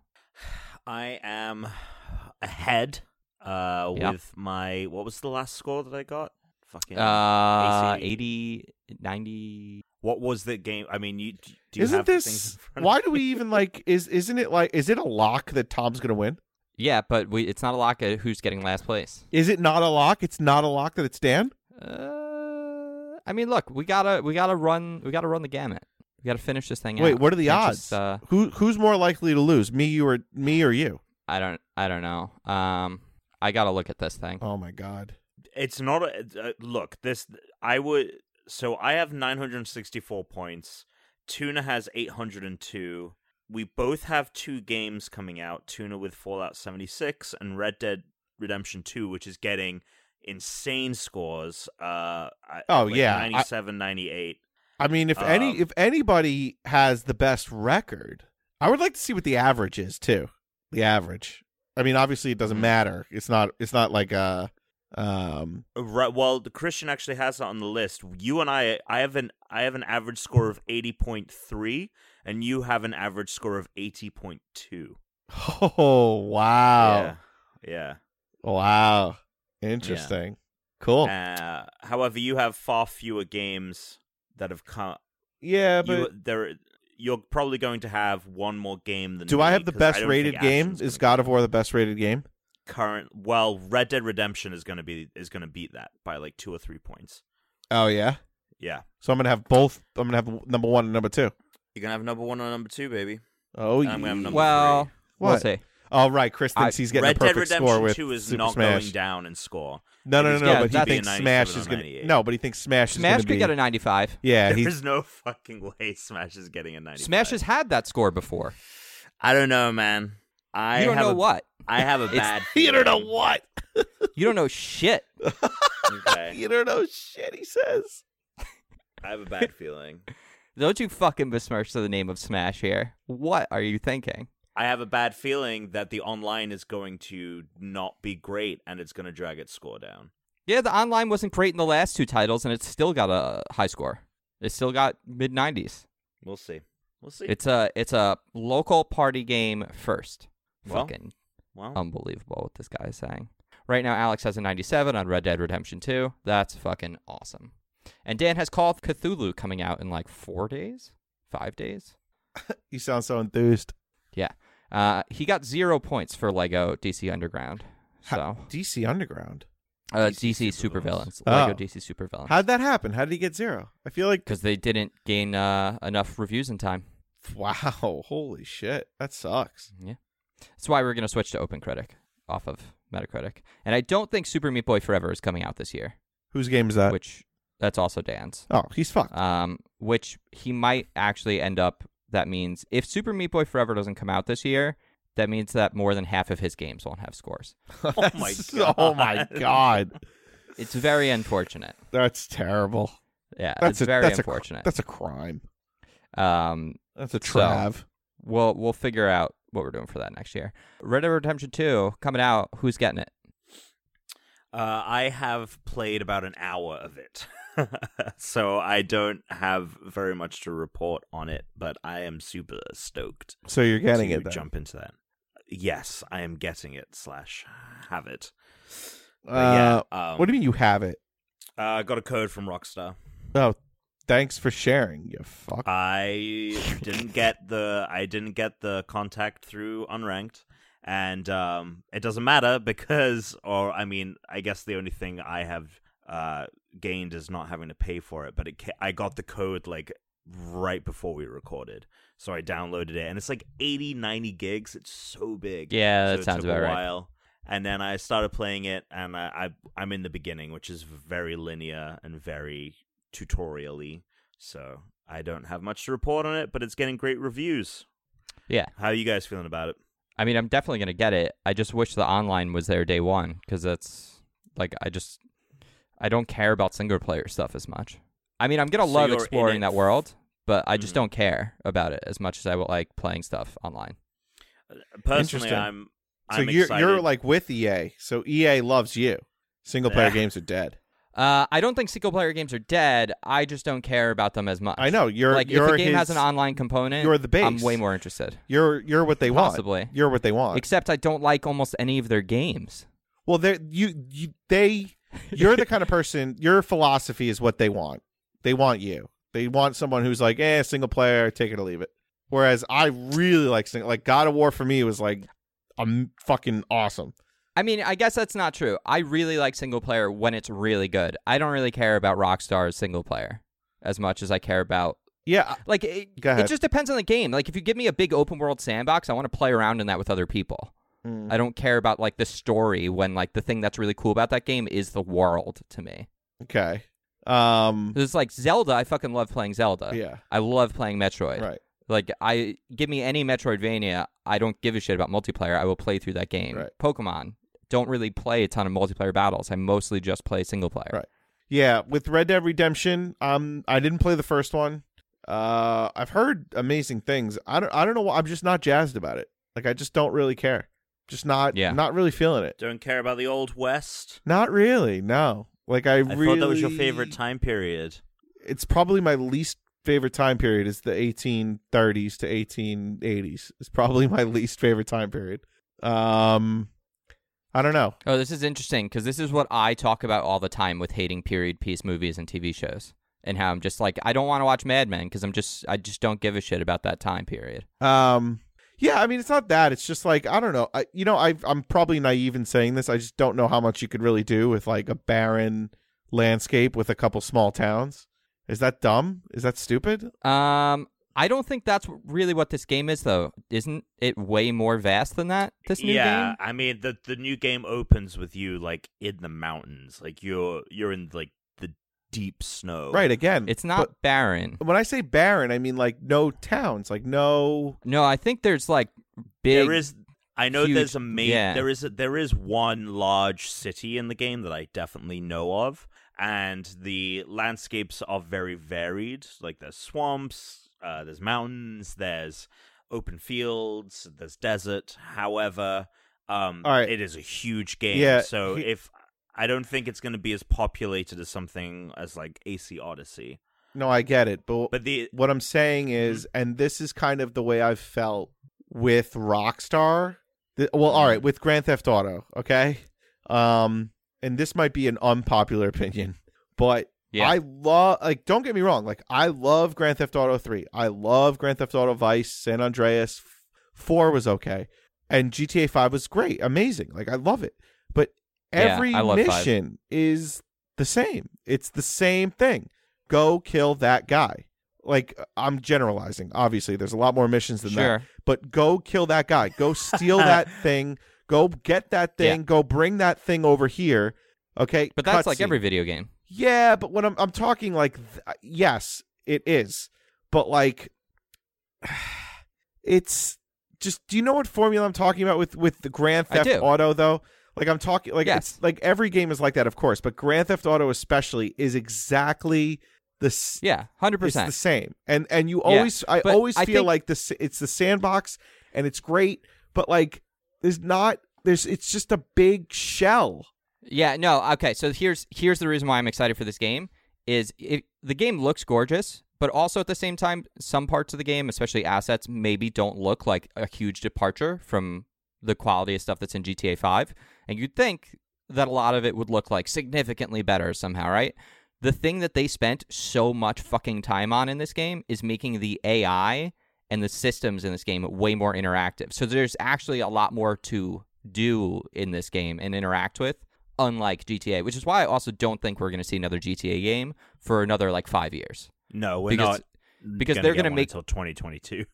Speaker 3: I am ahead uh,
Speaker 1: Yeah.
Speaker 3: with my. What was the last score that I got? Fucking.
Speaker 1: Uh,
Speaker 3: AC.
Speaker 1: 80, 90.
Speaker 3: what was the game? I mean, you do you
Speaker 2: Isn't
Speaker 3: have the things
Speaker 2: this
Speaker 3: in front of
Speaker 2: why
Speaker 3: you?
Speaker 2: do we even like? Is isn't it like? Is it a lock that Tom's gonna win?
Speaker 1: Yeah, but we, it's not a lock at who's getting last place.
Speaker 2: Is it not a lock? It's not a lock that it's Dan.
Speaker 1: Uh, I mean, look, we gotta we gotta run we gotta run the gamut. We gotta finish this thing out.
Speaker 2: Wait, what are the
Speaker 1: Can't
Speaker 2: odds?
Speaker 1: just, uh,
Speaker 2: Who who's more likely to lose? Me, you, or me, or you?
Speaker 1: I don't I don't know. Um, I gotta look at this thing.
Speaker 2: Oh my god.
Speaker 3: It's not. A, uh, look, this. I would. So I have 964 points. Tuna has 802. We both have two games coming out. Tuna with Fallout 76 and Red Dead Redemption 2, which is getting insane scores. Uh, I-
Speaker 2: Oh,
Speaker 3: like
Speaker 2: yeah. I-
Speaker 3: 97, 98.
Speaker 2: I mean, if any
Speaker 3: Um,
Speaker 2: if anybody has the best record, I would like to see what the average is too. The average. I mean, obviously it doesn't
Speaker 3: Hmm.
Speaker 2: matter. It's not. It's not like uh um
Speaker 3: Right. Uh, Well, the Christian actually has it on the list. You and I, I have an I have an average score of eighty point three, and you have an average score of eighty point two.
Speaker 2: Oh wow,
Speaker 3: Yeah. Yeah.
Speaker 2: wow, interesting, cool.
Speaker 3: Uh, however, you have far fewer games that have come.
Speaker 2: yeah,
Speaker 3: you,
Speaker 2: but
Speaker 3: there, you're probably going to have one more game than.
Speaker 2: do
Speaker 3: me,
Speaker 2: I have the
Speaker 3: 'cause
Speaker 2: best
Speaker 3: don't
Speaker 2: rated
Speaker 3: think
Speaker 2: game?
Speaker 3: Ashen's
Speaker 2: Is
Speaker 3: gonna-
Speaker 2: God of War the best rated game?
Speaker 3: current? Well, Red Dead Redemption is going to be is going to beat that by like two or three points.
Speaker 2: Oh yeah.
Speaker 3: Yeah,
Speaker 2: So I'm gonna have both. I'm gonna have number one and number two.
Speaker 3: you're gonna have number one and number two, baby.
Speaker 2: Oh
Speaker 3: And
Speaker 2: yeah.
Speaker 3: I'm gonna have number
Speaker 1: Well,
Speaker 3: three.
Speaker 1: we'll
Speaker 2: What?
Speaker 1: see.
Speaker 2: All right, Chris
Speaker 1: I-
Speaker 2: thinks he's getting
Speaker 3: Red
Speaker 2: a
Speaker 3: Dead
Speaker 2: perfect
Speaker 3: Redemption
Speaker 2: score with
Speaker 3: Two is
Speaker 2: Super
Speaker 3: not
Speaker 2: Smash.
Speaker 3: going down in score.
Speaker 2: No,
Speaker 3: It
Speaker 2: no,
Speaker 3: is
Speaker 2: no, no.
Speaker 1: gonna
Speaker 2: But
Speaker 1: be
Speaker 2: he
Speaker 1: a
Speaker 2: thinks
Speaker 3: 97
Speaker 2: Smash
Speaker 3: or
Speaker 2: is going
Speaker 3: 98.
Speaker 2: to. No, but he thinks Smash, is
Speaker 1: Smash
Speaker 2: going
Speaker 1: could
Speaker 2: to be.
Speaker 1: get a 95.
Speaker 2: yeah,
Speaker 3: There
Speaker 2: he's
Speaker 3: is no fucking way Smash is getting a ninety.
Speaker 1: Smash has had that score before.
Speaker 3: I don't know, man. I
Speaker 1: you don't
Speaker 3: have
Speaker 1: know
Speaker 3: a-
Speaker 1: what.
Speaker 3: I have a
Speaker 1: It's-
Speaker 3: bad.
Speaker 2: you don't know
Speaker 3: feeling.
Speaker 2: what.
Speaker 1: You don't know shit.
Speaker 3: Okay.
Speaker 2: You don't know shit. He says.
Speaker 3: I have a bad feeling.
Speaker 1: Don't you fucking besmirch the name of Smash here. What are you thinking?
Speaker 3: I have a bad feeling that the online is going to not be great and it's going to drag its score down.
Speaker 1: Yeah, the online wasn't great in the last two titles, and it's still got a high score. It still got mid 90s.
Speaker 3: We'll see. We'll see.
Speaker 1: It's a it's a local party game first.
Speaker 3: Well.
Speaker 1: Fucking
Speaker 3: well,
Speaker 1: unbelievable what this guy is saying. Right now, Alex has a 97 on Red Dead Redemption 2. That's fucking awesome. And Dan has Call of Cthulhu coming out in like four days, five days.
Speaker 2: You sound so enthused.
Speaker 1: Uh, he got zero points for Lego DC Underground.
Speaker 2: Ha-
Speaker 1: So
Speaker 2: DC Underground.
Speaker 1: uh,
Speaker 3: DC
Speaker 1: DC,
Speaker 3: Supervillains.
Speaker 1: Supervillains,
Speaker 2: Oh.
Speaker 1: Lego DC Supervillains,
Speaker 2: How'd that happen? How did he get zero? I feel like
Speaker 1: because they didn't gain uh, enough reviews in time.
Speaker 2: wow. Holy shit. That sucks.
Speaker 1: That's why we're gonna switch to Open Critic off of Metacritic. And I don't think Super Meat Boy Forever is coming out this year,
Speaker 2: Whose game is that?
Speaker 1: which that's also Dan's.
Speaker 2: Oh, he's fucked.
Speaker 1: um, which he might actually end up. That means if Super Meat Boy Forever doesn't come out this year, that means that more than half of his games won't have scores.
Speaker 3: oh my
Speaker 2: That's- Oh my god.
Speaker 1: It's very unfortunate.
Speaker 2: That's terrible.
Speaker 1: Yeah,
Speaker 2: That's
Speaker 1: it's
Speaker 2: a,
Speaker 1: very
Speaker 2: that's a cr-
Speaker 1: unfortunate.
Speaker 2: that's a crime.
Speaker 1: um,
Speaker 2: That's a
Speaker 1: So-
Speaker 2: trav.
Speaker 1: we'll we'll figure out what we're doing for that next year. Red Dead Redemption Two coming out. Who's getting it?
Speaker 3: uh, I have played about an hour of it. so I don't have very much to report on it, but I am super stoked
Speaker 2: so you're getting
Speaker 3: to
Speaker 2: it. Then.
Speaker 3: jump into that. Yes, I am getting it slash have it. But yeah,
Speaker 2: Uh,
Speaker 3: um,
Speaker 2: what do you mean you have it?
Speaker 3: Uh, I got a code from Rockstar.
Speaker 2: Oh, thanks for sharing. You fuck.
Speaker 3: I didn't get the I didn't get the contact through unranked, and um, it doesn't matter because, or I mean, I guess the only thing I have uh, gained is not having to pay for it. But it ca- I got the code like right before we recorded, so I downloaded it, and it's like 80, 90 gigs. It's so big.
Speaker 1: Yeah, that
Speaker 3: so it
Speaker 1: sounds
Speaker 3: took
Speaker 1: about
Speaker 3: a
Speaker 1: right.
Speaker 3: while. And then I started playing it, and I, I I'm in the beginning, which is very linear and very tutorially. So I don't have much to report on it, but it's getting great reviews.
Speaker 1: Yeah.
Speaker 3: How are you guys feeling about it?
Speaker 1: I mean, I'm definitely gonna get it. I just wish the online was there day one because that's like I just I don't care about single player stuff as much. I mean, I'm gonna
Speaker 3: So
Speaker 1: love
Speaker 3: you're in
Speaker 1: exploring
Speaker 3: it
Speaker 1: that
Speaker 3: f-
Speaker 1: world, but I
Speaker 2: Mm-hmm.
Speaker 1: just
Speaker 3: Mhm.
Speaker 1: don't care about it as much as I would like playing stuff online.
Speaker 3: Personally,
Speaker 2: Interesting.
Speaker 3: I'm.
Speaker 2: So
Speaker 3: I'm
Speaker 2: you're
Speaker 3: excited.
Speaker 2: you're like with EA. So EA loves you. Single player
Speaker 3: Yeah.
Speaker 2: games are dead.
Speaker 1: Uh, I don't think single player games are dead. I just don't care about them as much.
Speaker 2: I know you're
Speaker 1: like
Speaker 2: you're
Speaker 1: if a game
Speaker 2: his,
Speaker 1: has an online component,
Speaker 2: you're the base.
Speaker 1: I'm way more interested.
Speaker 2: You're you're what they
Speaker 1: Possibly.
Speaker 2: want. You're what they want.
Speaker 1: Except I don't like almost any of their games.
Speaker 2: well, they you, you they you're the kind of person. Your philosophy is what they want. They want you. They want someone who's like, eh, single player, take it or leave it. Whereas I really like single, like God of War for me was like, I'm fucking awesome.
Speaker 1: I mean, I guess that's not true. I really like single player when it's really good. I don't really care about Rockstar's single player as much as I care about
Speaker 2: Yeah,
Speaker 1: like it,
Speaker 2: Go ahead.
Speaker 1: it just depends on the game. Like if you give me a big open world sandbox, I want to play around in that with other people.
Speaker 2: Mm-hmm.
Speaker 1: I don't care about like the story when like the thing that's really cool about that game is the world to me.
Speaker 2: Okay. Um.
Speaker 1: It's like Zelda, I fucking love playing Zelda.
Speaker 2: Yeah.
Speaker 1: I love playing Metroid.
Speaker 2: Right.
Speaker 1: Like I give me any Metroidvania, I don't give a shit about multiplayer. I will play through that game.
Speaker 2: Right.
Speaker 1: Pokemon don't really play a ton of multiplayer battles. I mostly just play single player.
Speaker 2: Right. Yeah. With Red Dead Redemption, um, I didn't play the first one. Uh, I've heard amazing things. I don't. I don't know. why- I'm just not jazzed about it. Like I just don't really care. Just not.
Speaker 1: Yeah.
Speaker 2: Not really feeling it.
Speaker 3: don't care about the old west.
Speaker 2: Not really. No. Like I,
Speaker 3: I
Speaker 2: really.
Speaker 3: thought that was your favorite time period.
Speaker 2: It's probably my least favorite time period. Is the 1830s to 1880s. It's probably my least favorite time period. Um, I don't know.
Speaker 1: Oh, this is interesting because this is what I talk about all the time with hating period piece movies and TV shows, and how I'm just like I don't want to watch Mad Men because I'm just I just don't give a shit about that time period.
Speaker 2: Um, yeah, I mean, it's not that. It's just like I don't know. I, you know, I, I'm probably naive in saying this. I just don't know how much you could really do with like a barren landscape with a couple small towns. Is that dumb? Is that stupid?
Speaker 1: Um, I don't think that's really what this game is though. Isn't it way more vast than that? This new
Speaker 3: yeah,
Speaker 1: game.
Speaker 3: I mean the the new game opens with you like in the mountains, like you're you're in like the deep snow.
Speaker 2: Right. Again,
Speaker 1: It's not barren.
Speaker 2: But when I say barren, I mean like no towns, like no.
Speaker 1: No, I think there's like big.
Speaker 3: there is. I know
Speaker 1: huge-
Speaker 3: there's a main.
Speaker 1: yeah.
Speaker 3: There is a, there is one large city in the game that I definitely know of, and the landscapes are very varied. Like there's swamps, uh, there's mountains, there's open fields, there's desert. However, um,
Speaker 2: All right.
Speaker 3: it is a huge game.
Speaker 2: Yeah,
Speaker 3: so
Speaker 2: he-
Speaker 3: if I don't think it's going to be as populated as something as like AC Odyssey,
Speaker 2: No, I get it, but,
Speaker 3: but the
Speaker 2: what I'm saying is, and this is kind of the way I've felt with Rockstar. The, well, all right, with Grand Theft Auto, okay. Um, and this might be an unpopular opinion, but
Speaker 1: Yeah.
Speaker 2: I love like don't get me wrong, like I love Grand Theft Auto 3. I love Grand Theft Auto Vice, San Andreas F- 4 was okay, and GTA 5 was great, amazing. Like I love it. But
Speaker 1: Yeah,
Speaker 2: every
Speaker 1: I love five.
Speaker 2: mission is the same. It's the same thing. Go kill that guy. Like I'm generalizing. Obviously, there's a lot more missions than that
Speaker 1: sure.
Speaker 2: but go kill that guy. Go steal that thing. Go get that thing. Go bring that thing over here. Okay,
Speaker 1: But that's like
Speaker 2: cutscene.
Speaker 1: every video game.
Speaker 2: Yeah, but when I'm I'm talking like th- uh, yes, it is, but like it's just. Do you know what formula I'm talking about with with the Grand
Speaker 1: I
Speaker 2: Theft
Speaker 1: do.
Speaker 2: Auto though? Like I'm talking like
Speaker 1: Yes.
Speaker 2: it's like every game is like that, of course, but Grand Theft Auto especially is exactly the s-
Speaker 1: Yeah, hundred
Speaker 2: it's
Speaker 1: percent.
Speaker 2: the same, and and you
Speaker 1: Yeah,
Speaker 2: always, I
Speaker 1: but
Speaker 2: always
Speaker 1: I
Speaker 2: feel
Speaker 1: think-
Speaker 2: like this. It's the sandbox, and it's great, but like there's not there's it's just a big shell.
Speaker 1: Yeah, no, okay. So here's here's the reason why I'm excited for this game is it, the game looks gorgeous, but also at the same time, some parts of the game, especially assets, maybe don't look like a huge departure from the quality of stuff that's in GTA Five. And you'd think that a lot of it would look like significantly better somehow, right? The thing that they spent so much fucking time on in this game is making the AI and the systems in this game way more interactive. So there's actually a lot more to do in this game and interact with, unlike GTA, which is why I also don't think we're going to see another GTA game for another like five years.
Speaker 3: No, we're
Speaker 1: Because-
Speaker 3: not.
Speaker 1: because they're
Speaker 3: get
Speaker 1: gonna
Speaker 3: one
Speaker 1: make-
Speaker 3: until 2022.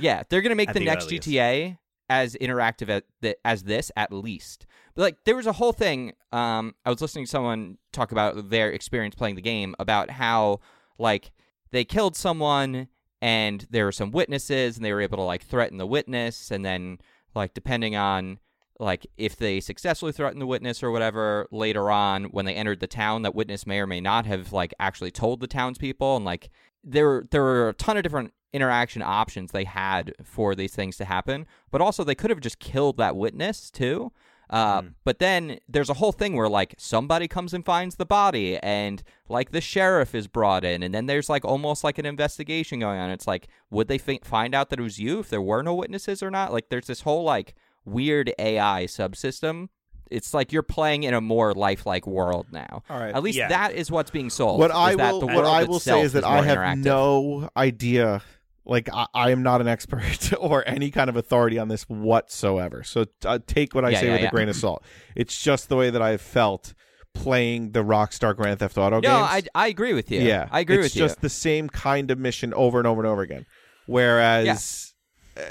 Speaker 1: Yeah, they're going to make
Speaker 3: At
Speaker 1: the,
Speaker 3: the
Speaker 1: next
Speaker 3: earliest.
Speaker 1: GTA as interactive at the, as this at least. But like there was a whole thing um I was listening to someone talk about their experience playing the game about how like they killed someone and there were some witnesses and they were able to like threaten the witness and then like depending on like if they successfully threatened the witness or whatever later on when they entered the town that witness may or may not have like actually told the townspeople and like there there were a ton of different interaction options they had for these things to happen but also they could have just killed that witness too uh, But then there's a whole thing where like somebody comes and finds the body, and like the sheriff is brought in, and then there's like almost like an investigation going on. It's like, would they fi- find out that it was you if there were no witnesses or not? Like, there's this whole like weird AI subsystem. It's like you're playing in a more lifelike world now.
Speaker 2: All right.
Speaker 1: At least
Speaker 3: Yeah.
Speaker 1: that is what's being sold.
Speaker 2: What
Speaker 1: is
Speaker 2: I
Speaker 1: that
Speaker 2: will
Speaker 1: the
Speaker 2: what
Speaker 1: world
Speaker 2: I will say
Speaker 1: itself
Speaker 2: is that
Speaker 1: more
Speaker 2: I have
Speaker 1: interactive.
Speaker 2: no idea. Like I, I am not an expert or any kind of authority on this whatsoever. So uh, take what I
Speaker 1: Yeah,
Speaker 2: say
Speaker 1: yeah,
Speaker 2: with
Speaker 1: yeah.
Speaker 2: a grain of salt. It's just the way that I've felt playing the Rockstar Grand Theft Auto
Speaker 1: No,
Speaker 2: games.
Speaker 1: I, I agree with you.
Speaker 2: Yeah,
Speaker 1: I agree
Speaker 2: it's
Speaker 1: with you.
Speaker 2: just the same kind of mission over and over and over again. Whereas, uh,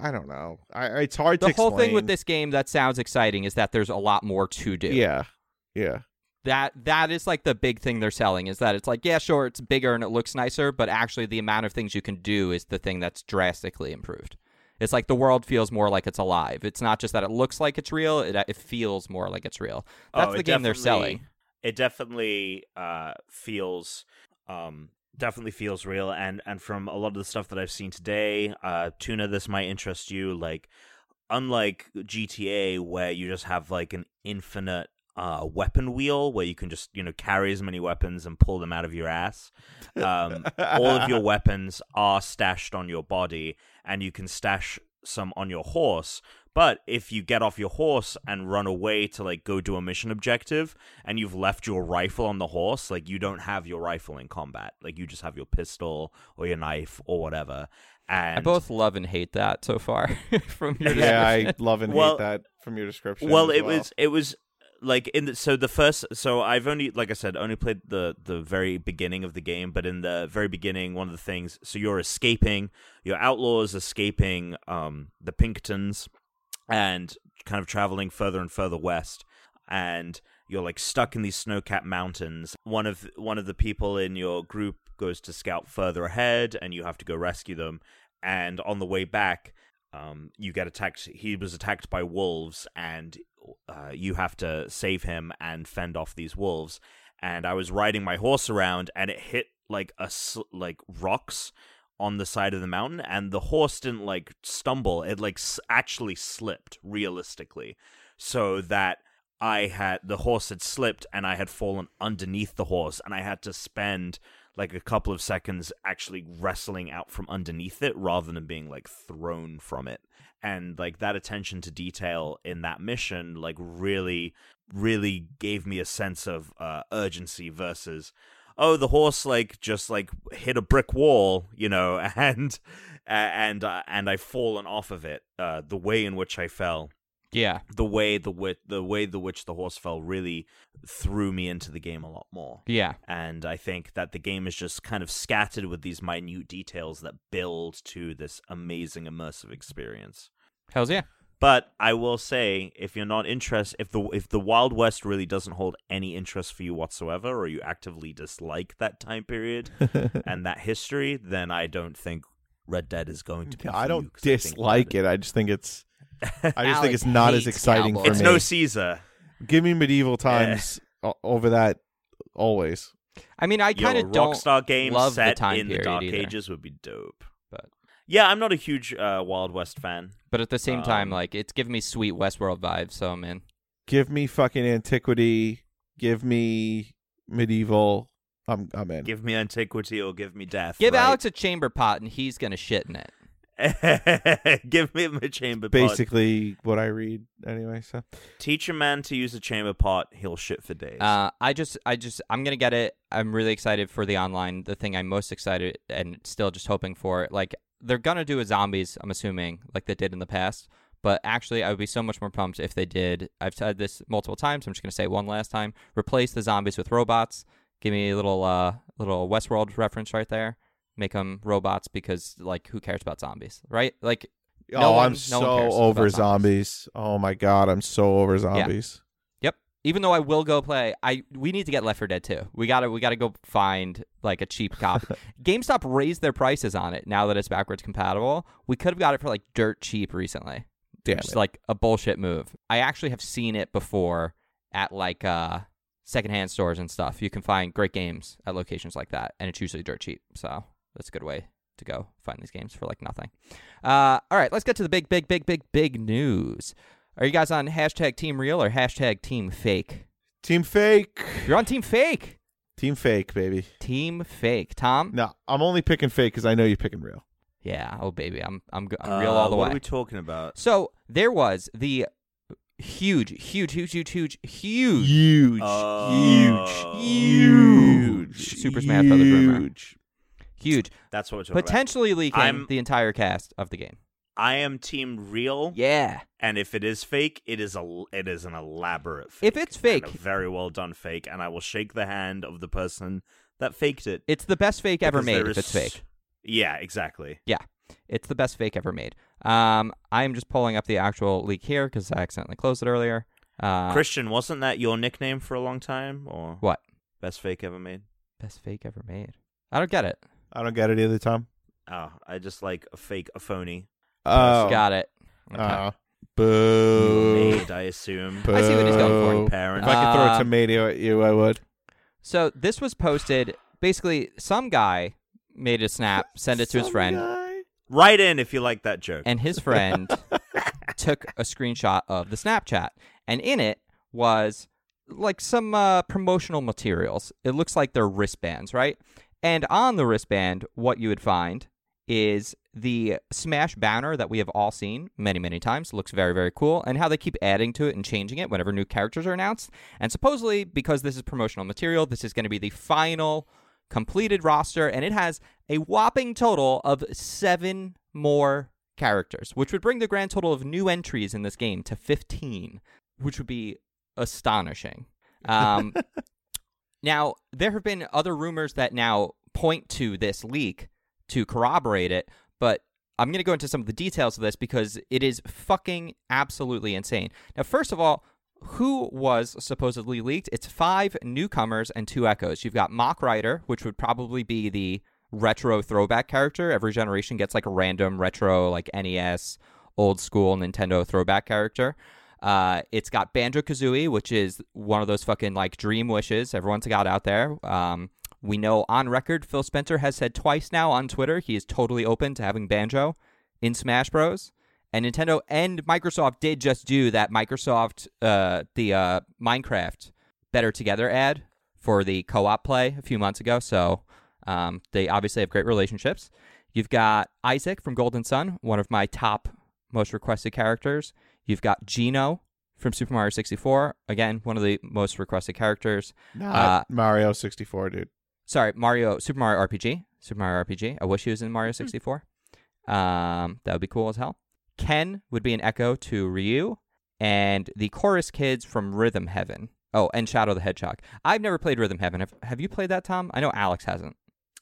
Speaker 2: I don't know. I, it's hard
Speaker 1: the
Speaker 2: to
Speaker 1: whole thing with
Speaker 2: explain.
Speaker 1: this game that sounds exciting is that there's a lot more to do.
Speaker 2: Yeah, yeah,
Speaker 1: that that is like the big thing they're selling is that it's like yeah sure it's bigger and it looks nicer but actually the amount of things you can do is the thing that's drastically improved it's like the world feels more like it's alive it's not just that it looks like it's real it, it feels more like it's real that's
Speaker 3: Oh,
Speaker 1: the
Speaker 3: it
Speaker 1: game they're
Speaker 3: definitely-
Speaker 1: selling
Speaker 3: It definitely uh, feels, um, definitely feels real. And and from a lot of the stuff that I've seen today, uh, tuna, this might interest you. Like, unlike GTA, where you just have like an infinite uh, weapon wheel, where you can just you know carry as many weapons and pull them out of your ass. Um, all of your weapons are stashed on your body, and you can stash some on your horse. But if you get off your horse and run away to like go do a mission objective, and you've left your rifle on the horse, like you don't have your rifle in combat. Like you just have your pistol or your knife or whatever. And
Speaker 1: i both love and hate that so far from your
Speaker 2: yeah. I love and
Speaker 3: Well-
Speaker 2: hate that from your description.
Speaker 3: well,
Speaker 2: as
Speaker 3: it was it was like in the, so the first so I've only like I said only played the the very beginning of the game, but in the very beginning, one of the things so you're escaping, your outlaws escaping um the Pinkertons, and kind of traveling further and further west, and you're like stuck in these snow-capped mountains. One of one of the people in your group goes to scout further ahead, and you have to go rescue them. And on the way back, um, you get attacked. He was attacked by wolves, and uh, you have to save him and fend off these wolves. And I was riding my horse around, and it hit like a sl- like rocks on the side of the mountain, and the horse didn't like stumble. It like s- actually slipped realistically, so that I had the horse had slipped, and I had fallen underneath the horse, and I had to spend like a couple of seconds actually wrestling out from underneath it rather than being like thrown from it and like that attention to detail in that mission like really really gave me a sense of uh, urgency versus oh the horse like just like hit a brick wall you know and and uh, and i've fallen off of it uh, the way in which i fell
Speaker 1: yeah
Speaker 3: the way the wi- the way the which the horse fell really threw me into the game a lot more
Speaker 1: yeah
Speaker 3: and I think that the game is just kind of scattered with these minute details that build to this amazing immersive experience.
Speaker 1: hells yeah
Speaker 3: But I will say, if you're not interested, if the if the Wild West really doesn't hold any interest for you whatsoever, or you actively dislike that time period
Speaker 2: well.
Speaker 3: and that history, then I don't think Red Dead is going to be.
Speaker 2: I don't dislike it. I just think it's. I just
Speaker 1: Alec
Speaker 2: think it's not as
Speaker 1: hates
Speaker 2: exciting for
Speaker 1: cowboys.
Speaker 3: It's
Speaker 2: me.
Speaker 3: no Caesar.
Speaker 2: Give me medieval times o- over that always.
Speaker 1: i mean i
Speaker 3: Yo,
Speaker 1: kind
Speaker 3: a
Speaker 1: of don't
Speaker 3: Rockstar game
Speaker 1: love the
Speaker 3: set
Speaker 1: time
Speaker 3: in the
Speaker 1: period
Speaker 3: Dark
Speaker 1: either.
Speaker 3: Ages would be dope.
Speaker 1: But-
Speaker 3: yeah, I'm not a huge uh, Wild West fan.
Speaker 1: but at the same time
Speaker 3: Um,
Speaker 1: like it's giving me sweet westworld vibes so i'm in
Speaker 2: Give me fucking antiquity. Give me medieval. I'm I'm in.
Speaker 3: Give me antiquity or give me death.
Speaker 1: give
Speaker 3: right?
Speaker 1: alex a chamber pot and he's gonna shit in it
Speaker 3: Give me my chamber pot.
Speaker 2: Basically, what I read anyway. So
Speaker 3: Teach a man to use a chamber pot, he'll shit for days.
Speaker 1: Uh, I just, I just, I'm gonna get it. I'm really excited for the online. The thing I'm most excited and still just hoping for, like they're gonna do a zombies. I'm assuming, like they did in the past. But actually, I would be so much more pumped if they did. I've said this multiple times. I'm just gonna say one last time. Replace the zombies with robots. Give me a little, uh, little Westworld reference right there. Make them robots because, like, who cares about zombies, right? Like, No
Speaker 2: oh,
Speaker 1: one-
Speaker 2: I'm
Speaker 1: no
Speaker 2: so
Speaker 1: one cares about
Speaker 2: over
Speaker 1: zombies.
Speaker 2: zombies. Oh my god, I'm so over zombies.
Speaker 1: even though I will go play, I we need to get Left 4 Dead 2. We gotta we gotta go find like a cheap copy. GameStop raised their prices on it now that it's backwards compatible. We could have got it for like dirt cheap recently.
Speaker 2: Damn
Speaker 1: Which is
Speaker 2: it.
Speaker 1: like a bullshit move. I actually have seen it before at like uh secondhand stores and stuff. You can find great games at locations like that, and it's usually dirt cheap. So that's a good way to go find these games for like nothing. Uh, all right, let's get to the big, big, big, big, big news. Are you guys on hashtag Team Real or hashtag Team Fake?
Speaker 2: Team fake.
Speaker 1: You're on Team Fake.
Speaker 2: Team fake, baby.
Speaker 1: Team Fake. Tom.
Speaker 2: No, I'm only picking fake because I know you're picking real.
Speaker 1: Yeah. Oh baby, I'm I'm, go- I'm
Speaker 3: Uh,
Speaker 1: real all the
Speaker 3: what
Speaker 1: way.
Speaker 3: are we talking about?
Speaker 1: so there was the huge, huge, huge, huge, huge, huge
Speaker 2: Huge,
Speaker 3: Oh.
Speaker 2: huge, huge.
Speaker 1: Super Smash Brothers rumor.
Speaker 2: Huge.
Speaker 1: huge,
Speaker 3: That's what we're talking about.
Speaker 1: potentially leaking
Speaker 3: I'm-
Speaker 1: the entire cast of the game.
Speaker 3: I am team real,
Speaker 1: Yeah.
Speaker 3: and if it is fake, it is a it is an elaborate fake.
Speaker 1: If it's
Speaker 3: and
Speaker 1: fake,
Speaker 3: a very well done fake, and I will shake the hand of the person that faked it.
Speaker 1: it's the best fake ever
Speaker 3: because
Speaker 1: made.
Speaker 3: there
Speaker 1: If
Speaker 3: is-
Speaker 1: it's fake,
Speaker 3: Yeah, exactly.
Speaker 1: it's the best fake ever made. Um, I'm just pulling up the actual leak here because I accidentally closed it earlier. Uh,
Speaker 3: Christian, wasn't that your nickname for a long time, or
Speaker 1: What?
Speaker 3: Best fake ever made.
Speaker 1: best fake ever made. I don't get it.
Speaker 2: I don't get it either, Tom.
Speaker 3: Oh, I just like a fake, a phony.
Speaker 2: Oh,
Speaker 1: Got it. Okay.
Speaker 2: Uh,
Speaker 3: You
Speaker 2: boo.
Speaker 3: made, I assume.
Speaker 2: Boo.
Speaker 1: I see what he's going
Speaker 3: Your Parent.
Speaker 2: If I could throw
Speaker 1: Uh,
Speaker 2: a tomato at you, I would.
Speaker 1: So this was posted. Basically, some guy made a snap, sent it to his
Speaker 2: Some
Speaker 1: friend,
Speaker 2: guy.
Speaker 3: Write in if you like that joke.
Speaker 1: and his friend took a screenshot of the Snapchat, and in it was like some uh, promotional materials. It looks like they're wristbands, right? And on the wristband, what you would find is the Smash banner that we have all seen many, many times. Looks very, very cool. And how they keep adding to it and changing it whenever new characters are announced. And supposedly, because this is promotional material, this is going to be the final completed roster. And it has a whopping total of seven more characters, which would bring the grand total of new entries in this game to 15, which would be astonishing. Um, now, there have been other rumors that now point to this leak to corroborate it, but I'm going to go into some of the details of this because it is fucking absolutely insane. Now, first of all, who was supposedly leaked? It's five newcomers and two echoes. You've got Mock Rider, which would probably be the retro throwback character. Every generation gets like a random retro, like E NES, old school Nintendo throwback character. Uh, it's got Banjo Kazooie, which is one of those fucking like dream wishes everyone's got out there. Um, we know on record, Phil Spencer has said twice now on Twitter he is totally open to having Banjo in Smash Bros. And Nintendo and Microsoft did just do that Microsoft, uh, the uh, Minecraft Better Together ad for the co op play a few months ago. So um, they obviously have great relationships. You've got Isaac from Golden Sun, one of my top most requested characters. You've got Gino from Super Mario 64, again, one of the most requested characters.
Speaker 2: Not
Speaker 1: Uh,
Speaker 2: Mario 64, dude.
Speaker 1: Sorry, Mario, Super Mario RPG. Super Mario RPG. I wish he was in Mario 64. Um, that would be cool as hell. Ken would be an echo to Ryu and the chorus kids from Rhythm Heaven. Oh, and Shadow the Hedgehog. I've never played Rhythm Heaven. Have, have you played that, Tom? I know Alex hasn't.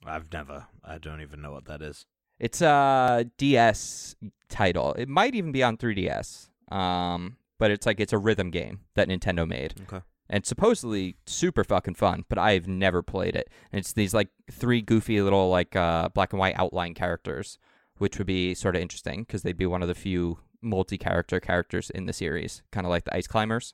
Speaker 3: I've never. I don't even know what that is.
Speaker 1: It's a DS title. It might even be on 3DS. Um, but it's like it's a rhythm game that Nintendo made.
Speaker 3: Okay.
Speaker 1: And supposedly super fucking fun, but I've never played it. And it's these like three goofy little like uh, black and white outline characters, which would be sort of interesting because they'd be one of the few multi-character characters in the series, kind of like the Ice Climbers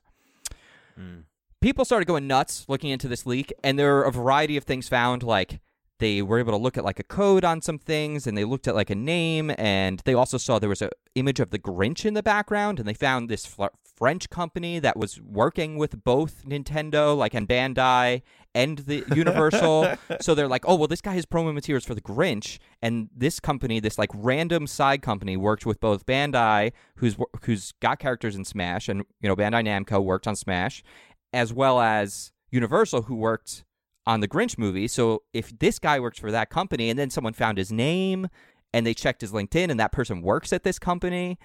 Speaker 3: Mm,
Speaker 1: people started going nuts looking into this leak, and there are a variety of things found. Like they were able to look at like a code on some things, and they looked at like a name, and they also saw there was a image of the Grinch in the background, and they found this fl- French company that was working with both Nintendo, like and Bandai, and the Universal. so they're like, oh well, this guy has promo materials for the Grinch, and this company, this like random side company, worked with both Bandai, who's wor- who's got characters in Smash, and you know Bandai Namco worked on Smash, as well as Universal, who worked on the Grinch movie. So if this guy works for that company, and then someone found his name, and they checked his LinkedIn, and that person works at this company.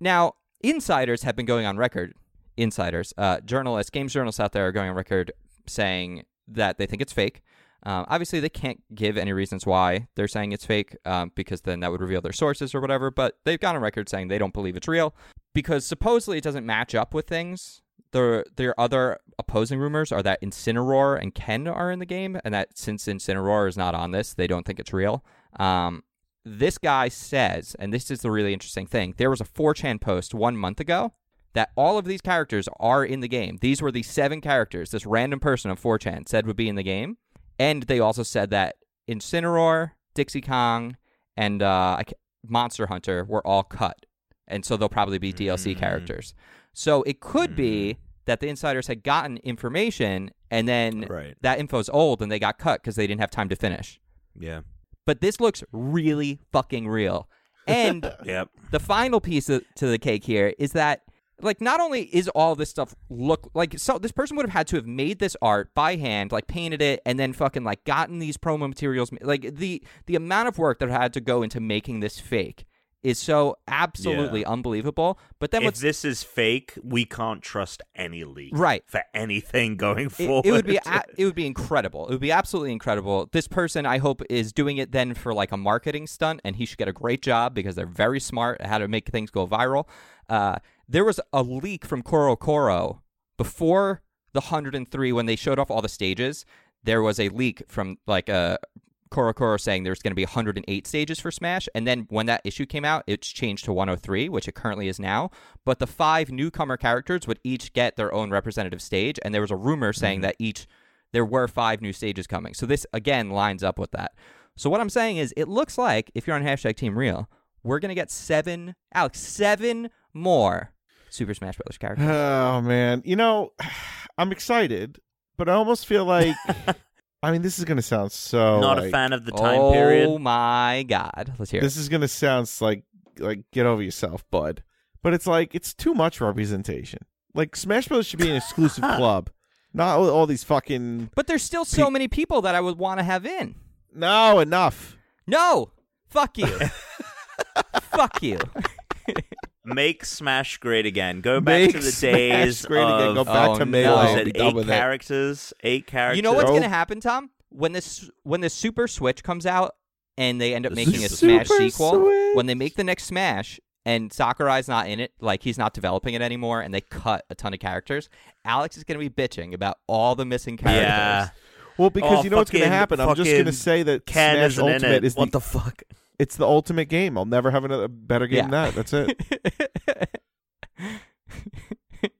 Speaker 1: Now, insiders have been going on record. Insiders, uh, journalists, games journalists out there are going on record saying that they think it's fake. Um, obviously, they can't give any reasons why they're saying it's fake um, because then that would reveal their sources or whatever. But they've gone on record saying they don't believe it's real because supposedly it doesn't match up with things. Their their other opposing rumors are that Incineroar and Ken are in the game, and that since Incineroar is not on this, they don't think it's real. Um, this guy says, and this is the really interesting thing, there was a 4chan post one month ago that all of these characters are in the game. These were the seven characters this random person on 4chan said would be in the game. And they also said that Incineroar, Dixie Kong, and uh, I ca- Monster Hunter were all cut. And so they'll probably be DLC characters. So it could be that the insiders had gotten information and then
Speaker 3: Right.
Speaker 1: that info's old and they got cut because they didn't have time to finish
Speaker 3: Yeah.
Speaker 1: but this looks really fucking real. And
Speaker 3: Yep.
Speaker 1: the final piece of, to the cake here is that like not only is all this stuff look like so this person would have had to have made this art by hand like painted it and then fucking like gotten these promo materials like the the amount of work that had to go into making this fake is so absolutely unbelievable but then
Speaker 3: If
Speaker 1: what's
Speaker 3: this is fake, we can't trust any leak.
Speaker 1: Right.
Speaker 3: For anything going
Speaker 1: it,
Speaker 3: forward.
Speaker 1: it would be a- it would be incredible. It would be absolutely incredible. This person, I hope, is doing it then for like a marketing stunt, and he should get a great job because they're very smart at how to make things go viral. Uh, there was a leak from Koro Koro before the 103 when they showed off all the stages. There was a leak from like uh, Koro Koro saying there's going to be 108 stages for Smash, and then when that issue came out, it's changed to 103, which it currently is now. But the five newcomer characters would each get their own representative stage, and there was a rumor
Speaker 3: Mm-hmm.
Speaker 1: saying that each there were five new stages coming. So this again lines up with that. So what I'm saying is, it looks like if you're on hashtag Team Real, we're gonna get seven, Alex, seven more Super Smash Brothers characters.
Speaker 2: Oh man, you know, I'm excited, but I almost feel like I mean this is gonna sound so
Speaker 3: Not a
Speaker 2: like-
Speaker 3: fan of the time
Speaker 1: oh
Speaker 3: period.
Speaker 1: my God! Let's hear. it.
Speaker 2: This is gonna sound s- like like get over yourself, bud. But it's like it's too much representation. Like Smash Bros should be an exclusive club, not all, all these fucking
Speaker 1: But there's still so many people that I would want to have in.
Speaker 2: no enough.
Speaker 1: No, fuck you, fuck you.
Speaker 3: Make Smash great again. Go back to
Speaker 2: Make
Speaker 3: the
Speaker 2: Smash
Speaker 3: days
Speaker 2: great
Speaker 3: of
Speaker 2: again. Go back
Speaker 1: Oh,
Speaker 2: to
Speaker 1: no.
Speaker 2: Melee.
Speaker 1: Is
Speaker 2: and
Speaker 3: was
Speaker 1: it
Speaker 2: be
Speaker 3: it
Speaker 2: done
Speaker 3: eight
Speaker 2: with
Speaker 3: characters? Eight characters.
Speaker 1: You know what's
Speaker 2: Bro.
Speaker 1: gonna happen, Tom? When this when the Super Switch comes out and they end up making a
Speaker 2: Super
Speaker 1: Smash sequel,
Speaker 2: Switch.
Speaker 1: when they make the next Smash and Sakurai's not in it, like he's not developing it anymore, and they cut a ton of characters, Alex is gonna be bitching about all the missing characters.
Speaker 3: Yeah.
Speaker 2: Well, because
Speaker 3: Oh,
Speaker 2: you know what's gonna
Speaker 3: fucking-
Speaker 2: happen. I'm just
Speaker 3: fucking
Speaker 2: gonna say that
Speaker 3: Ken
Speaker 2: Smash
Speaker 3: isn't in
Speaker 2: Ultimate
Speaker 3: it.
Speaker 2: is
Speaker 3: what
Speaker 2: the,
Speaker 3: the fuck?
Speaker 2: it's the ultimate game. I'll never have another better game
Speaker 1: Yeah.
Speaker 2: than that. That's it.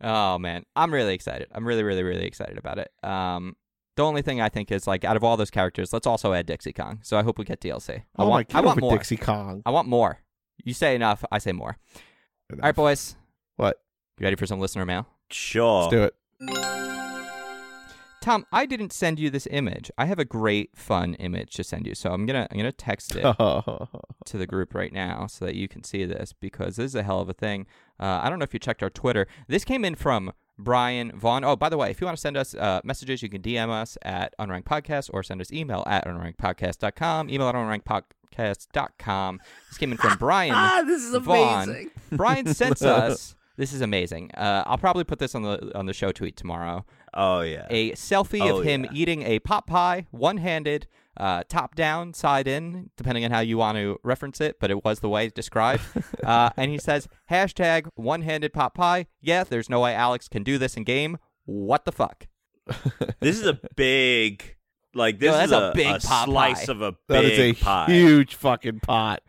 Speaker 1: oh man, I'm really excited. I'm really, really, really excited about it. Um, the only thing I think is like out of all those characters, let's also add Dixie Kong. So I hope we get DLC. I
Speaker 2: oh
Speaker 1: want,
Speaker 2: my god,
Speaker 1: I want
Speaker 2: with
Speaker 1: more.
Speaker 2: Dixie Kong.
Speaker 1: I want more. You say enough, I say more. All right, boys.
Speaker 2: What?
Speaker 1: You ready for some listener mail?
Speaker 3: Sure.
Speaker 2: Let's do it.
Speaker 1: Tom, I didn't send you this image. I have a great fun image to send you. So I'm gonna I'm gonna text it to the group right now so that you can see this because this is a hell of a thing. Uh, I don't know if you checked our Twitter. This came in from Brian Vaughn. Oh, by the way, if you want to send us uh, messages, you can DM us at Unranked Podcast or send us email at unrankedpodcast.com. Email at unrankedpodcast.com. This came in from Brian.
Speaker 4: Ah, this is
Speaker 1: Vaughn.
Speaker 4: amazing.
Speaker 1: Brian sent us. This is amazing. Uh, I'll probably put this on the on the show tweet tomorrow.
Speaker 3: Oh yeah.
Speaker 1: A selfie
Speaker 3: Oh,
Speaker 1: of him
Speaker 3: yeah.
Speaker 1: eating a pot pie, one handed, uh, top down, side in, depending on how you want to reference it, but it was the way described. uh, and he says hashtag one handed pot pie. Yeah, there's no way Alex can do this in game. What the fuck?
Speaker 3: This is a big, like this
Speaker 1: Yo, that's
Speaker 3: is
Speaker 1: a
Speaker 3: a,
Speaker 1: big
Speaker 3: a
Speaker 1: pot
Speaker 3: slice
Speaker 1: pie.
Speaker 3: of a big
Speaker 2: That is a
Speaker 3: pie.
Speaker 2: huge fucking pot.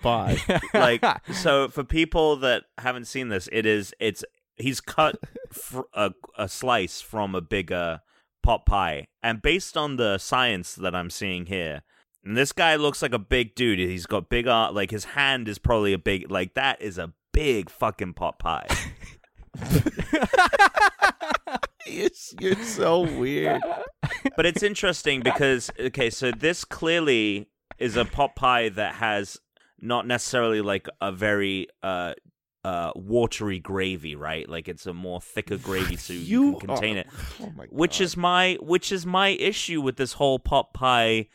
Speaker 2: Pie.
Speaker 3: like so for people that haven't seen this, it is it's he's cut fr- a, a slice from a bigger pot pie, and based on the science that I'm seeing here. And this guy looks like a big dude. He's got big art. Like his hand is probably a big. Like that is a big fucking pot pie.
Speaker 2: you're, you're so weird.
Speaker 3: But it's interesting because okay, so this clearly is a pot pie that has not necessarily like a very uh uh watery gravy, right? Like it's a more thicker gravy so you, can contain
Speaker 2: are-
Speaker 3: it.
Speaker 2: Oh my
Speaker 3: Which
Speaker 2: God.
Speaker 3: is my which is my issue with this whole pot pie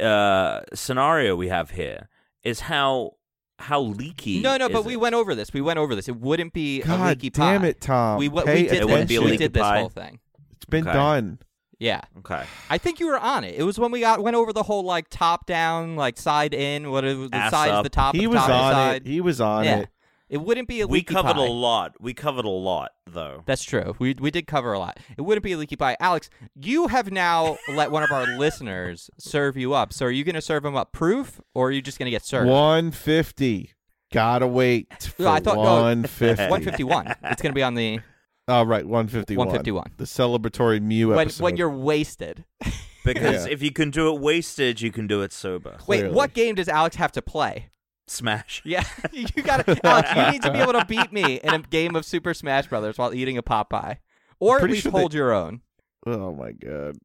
Speaker 3: uh scenario we have here is how how leaky
Speaker 1: No, no,
Speaker 3: is
Speaker 1: but we
Speaker 3: it?
Speaker 1: went over this. We went over this. It wouldn't be a
Speaker 2: God
Speaker 1: leaky
Speaker 2: damn
Speaker 1: pie.
Speaker 2: it, Tom.
Speaker 1: We, w-
Speaker 2: Pay
Speaker 1: we did
Speaker 3: It wouldn't
Speaker 1: this.
Speaker 3: be a
Speaker 1: we
Speaker 2: attention.
Speaker 3: leaky
Speaker 1: did this
Speaker 3: pie.
Speaker 1: whole thing.
Speaker 2: It's been
Speaker 3: Okay.
Speaker 2: done.
Speaker 1: Yeah,
Speaker 3: okay
Speaker 1: I think you were on it. It was when we got went over the whole like top down, like side in, what it was the
Speaker 3: Ass
Speaker 1: size,
Speaker 3: up.
Speaker 1: the top,
Speaker 2: He
Speaker 1: the
Speaker 2: was
Speaker 1: top, the
Speaker 2: on
Speaker 1: side.
Speaker 2: it. He was on
Speaker 1: yeah,
Speaker 2: it.
Speaker 1: wouldn't be a
Speaker 3: we
Speaker 1: leaky
Speaker 3: covered
Speaker 1: pie.
Speaker 3: a lot we covered a lot though
Speaker 1: That's true. We we did cover a lot. It wouldn't be a leaky pie. Alex, you have now let one of our listeners serve you up. So are you going to serve him up proof, or are you just going to get served?
Speaker 2: One fifty. Gotta wait for
Speaker 1: No, I thought- no.
Speaker 2: one fifty.
Speaker 1: One fifty one. It's going to be on the
Speaker 2: All right, one fifty.
Speaker 1: one fifty one.
Speaker 2: The celebratory Mew
Speaker 1: When
Speaker 2: episode.
Speaker 1: when you're wasted.
Speaker 3: because
Speaker 2: Yeah.
Speaker 3: if you can do it wasted you can do it sober
Speaker 1: Wait,
Speaker 2: Clearly.
Speaker 1: what game does Alex have to play?
Speaker 3: smash
Speaker 1: Yeah, you got to Alex. You need to be able to beat me in a game of Super Smash Brothers while eating a Popeye, or at
Speaker 2: Pretty
Speaker 1: least
Speaker 2: sure they-
Speaker 1: hold your own.
Speaker 2: oh my god,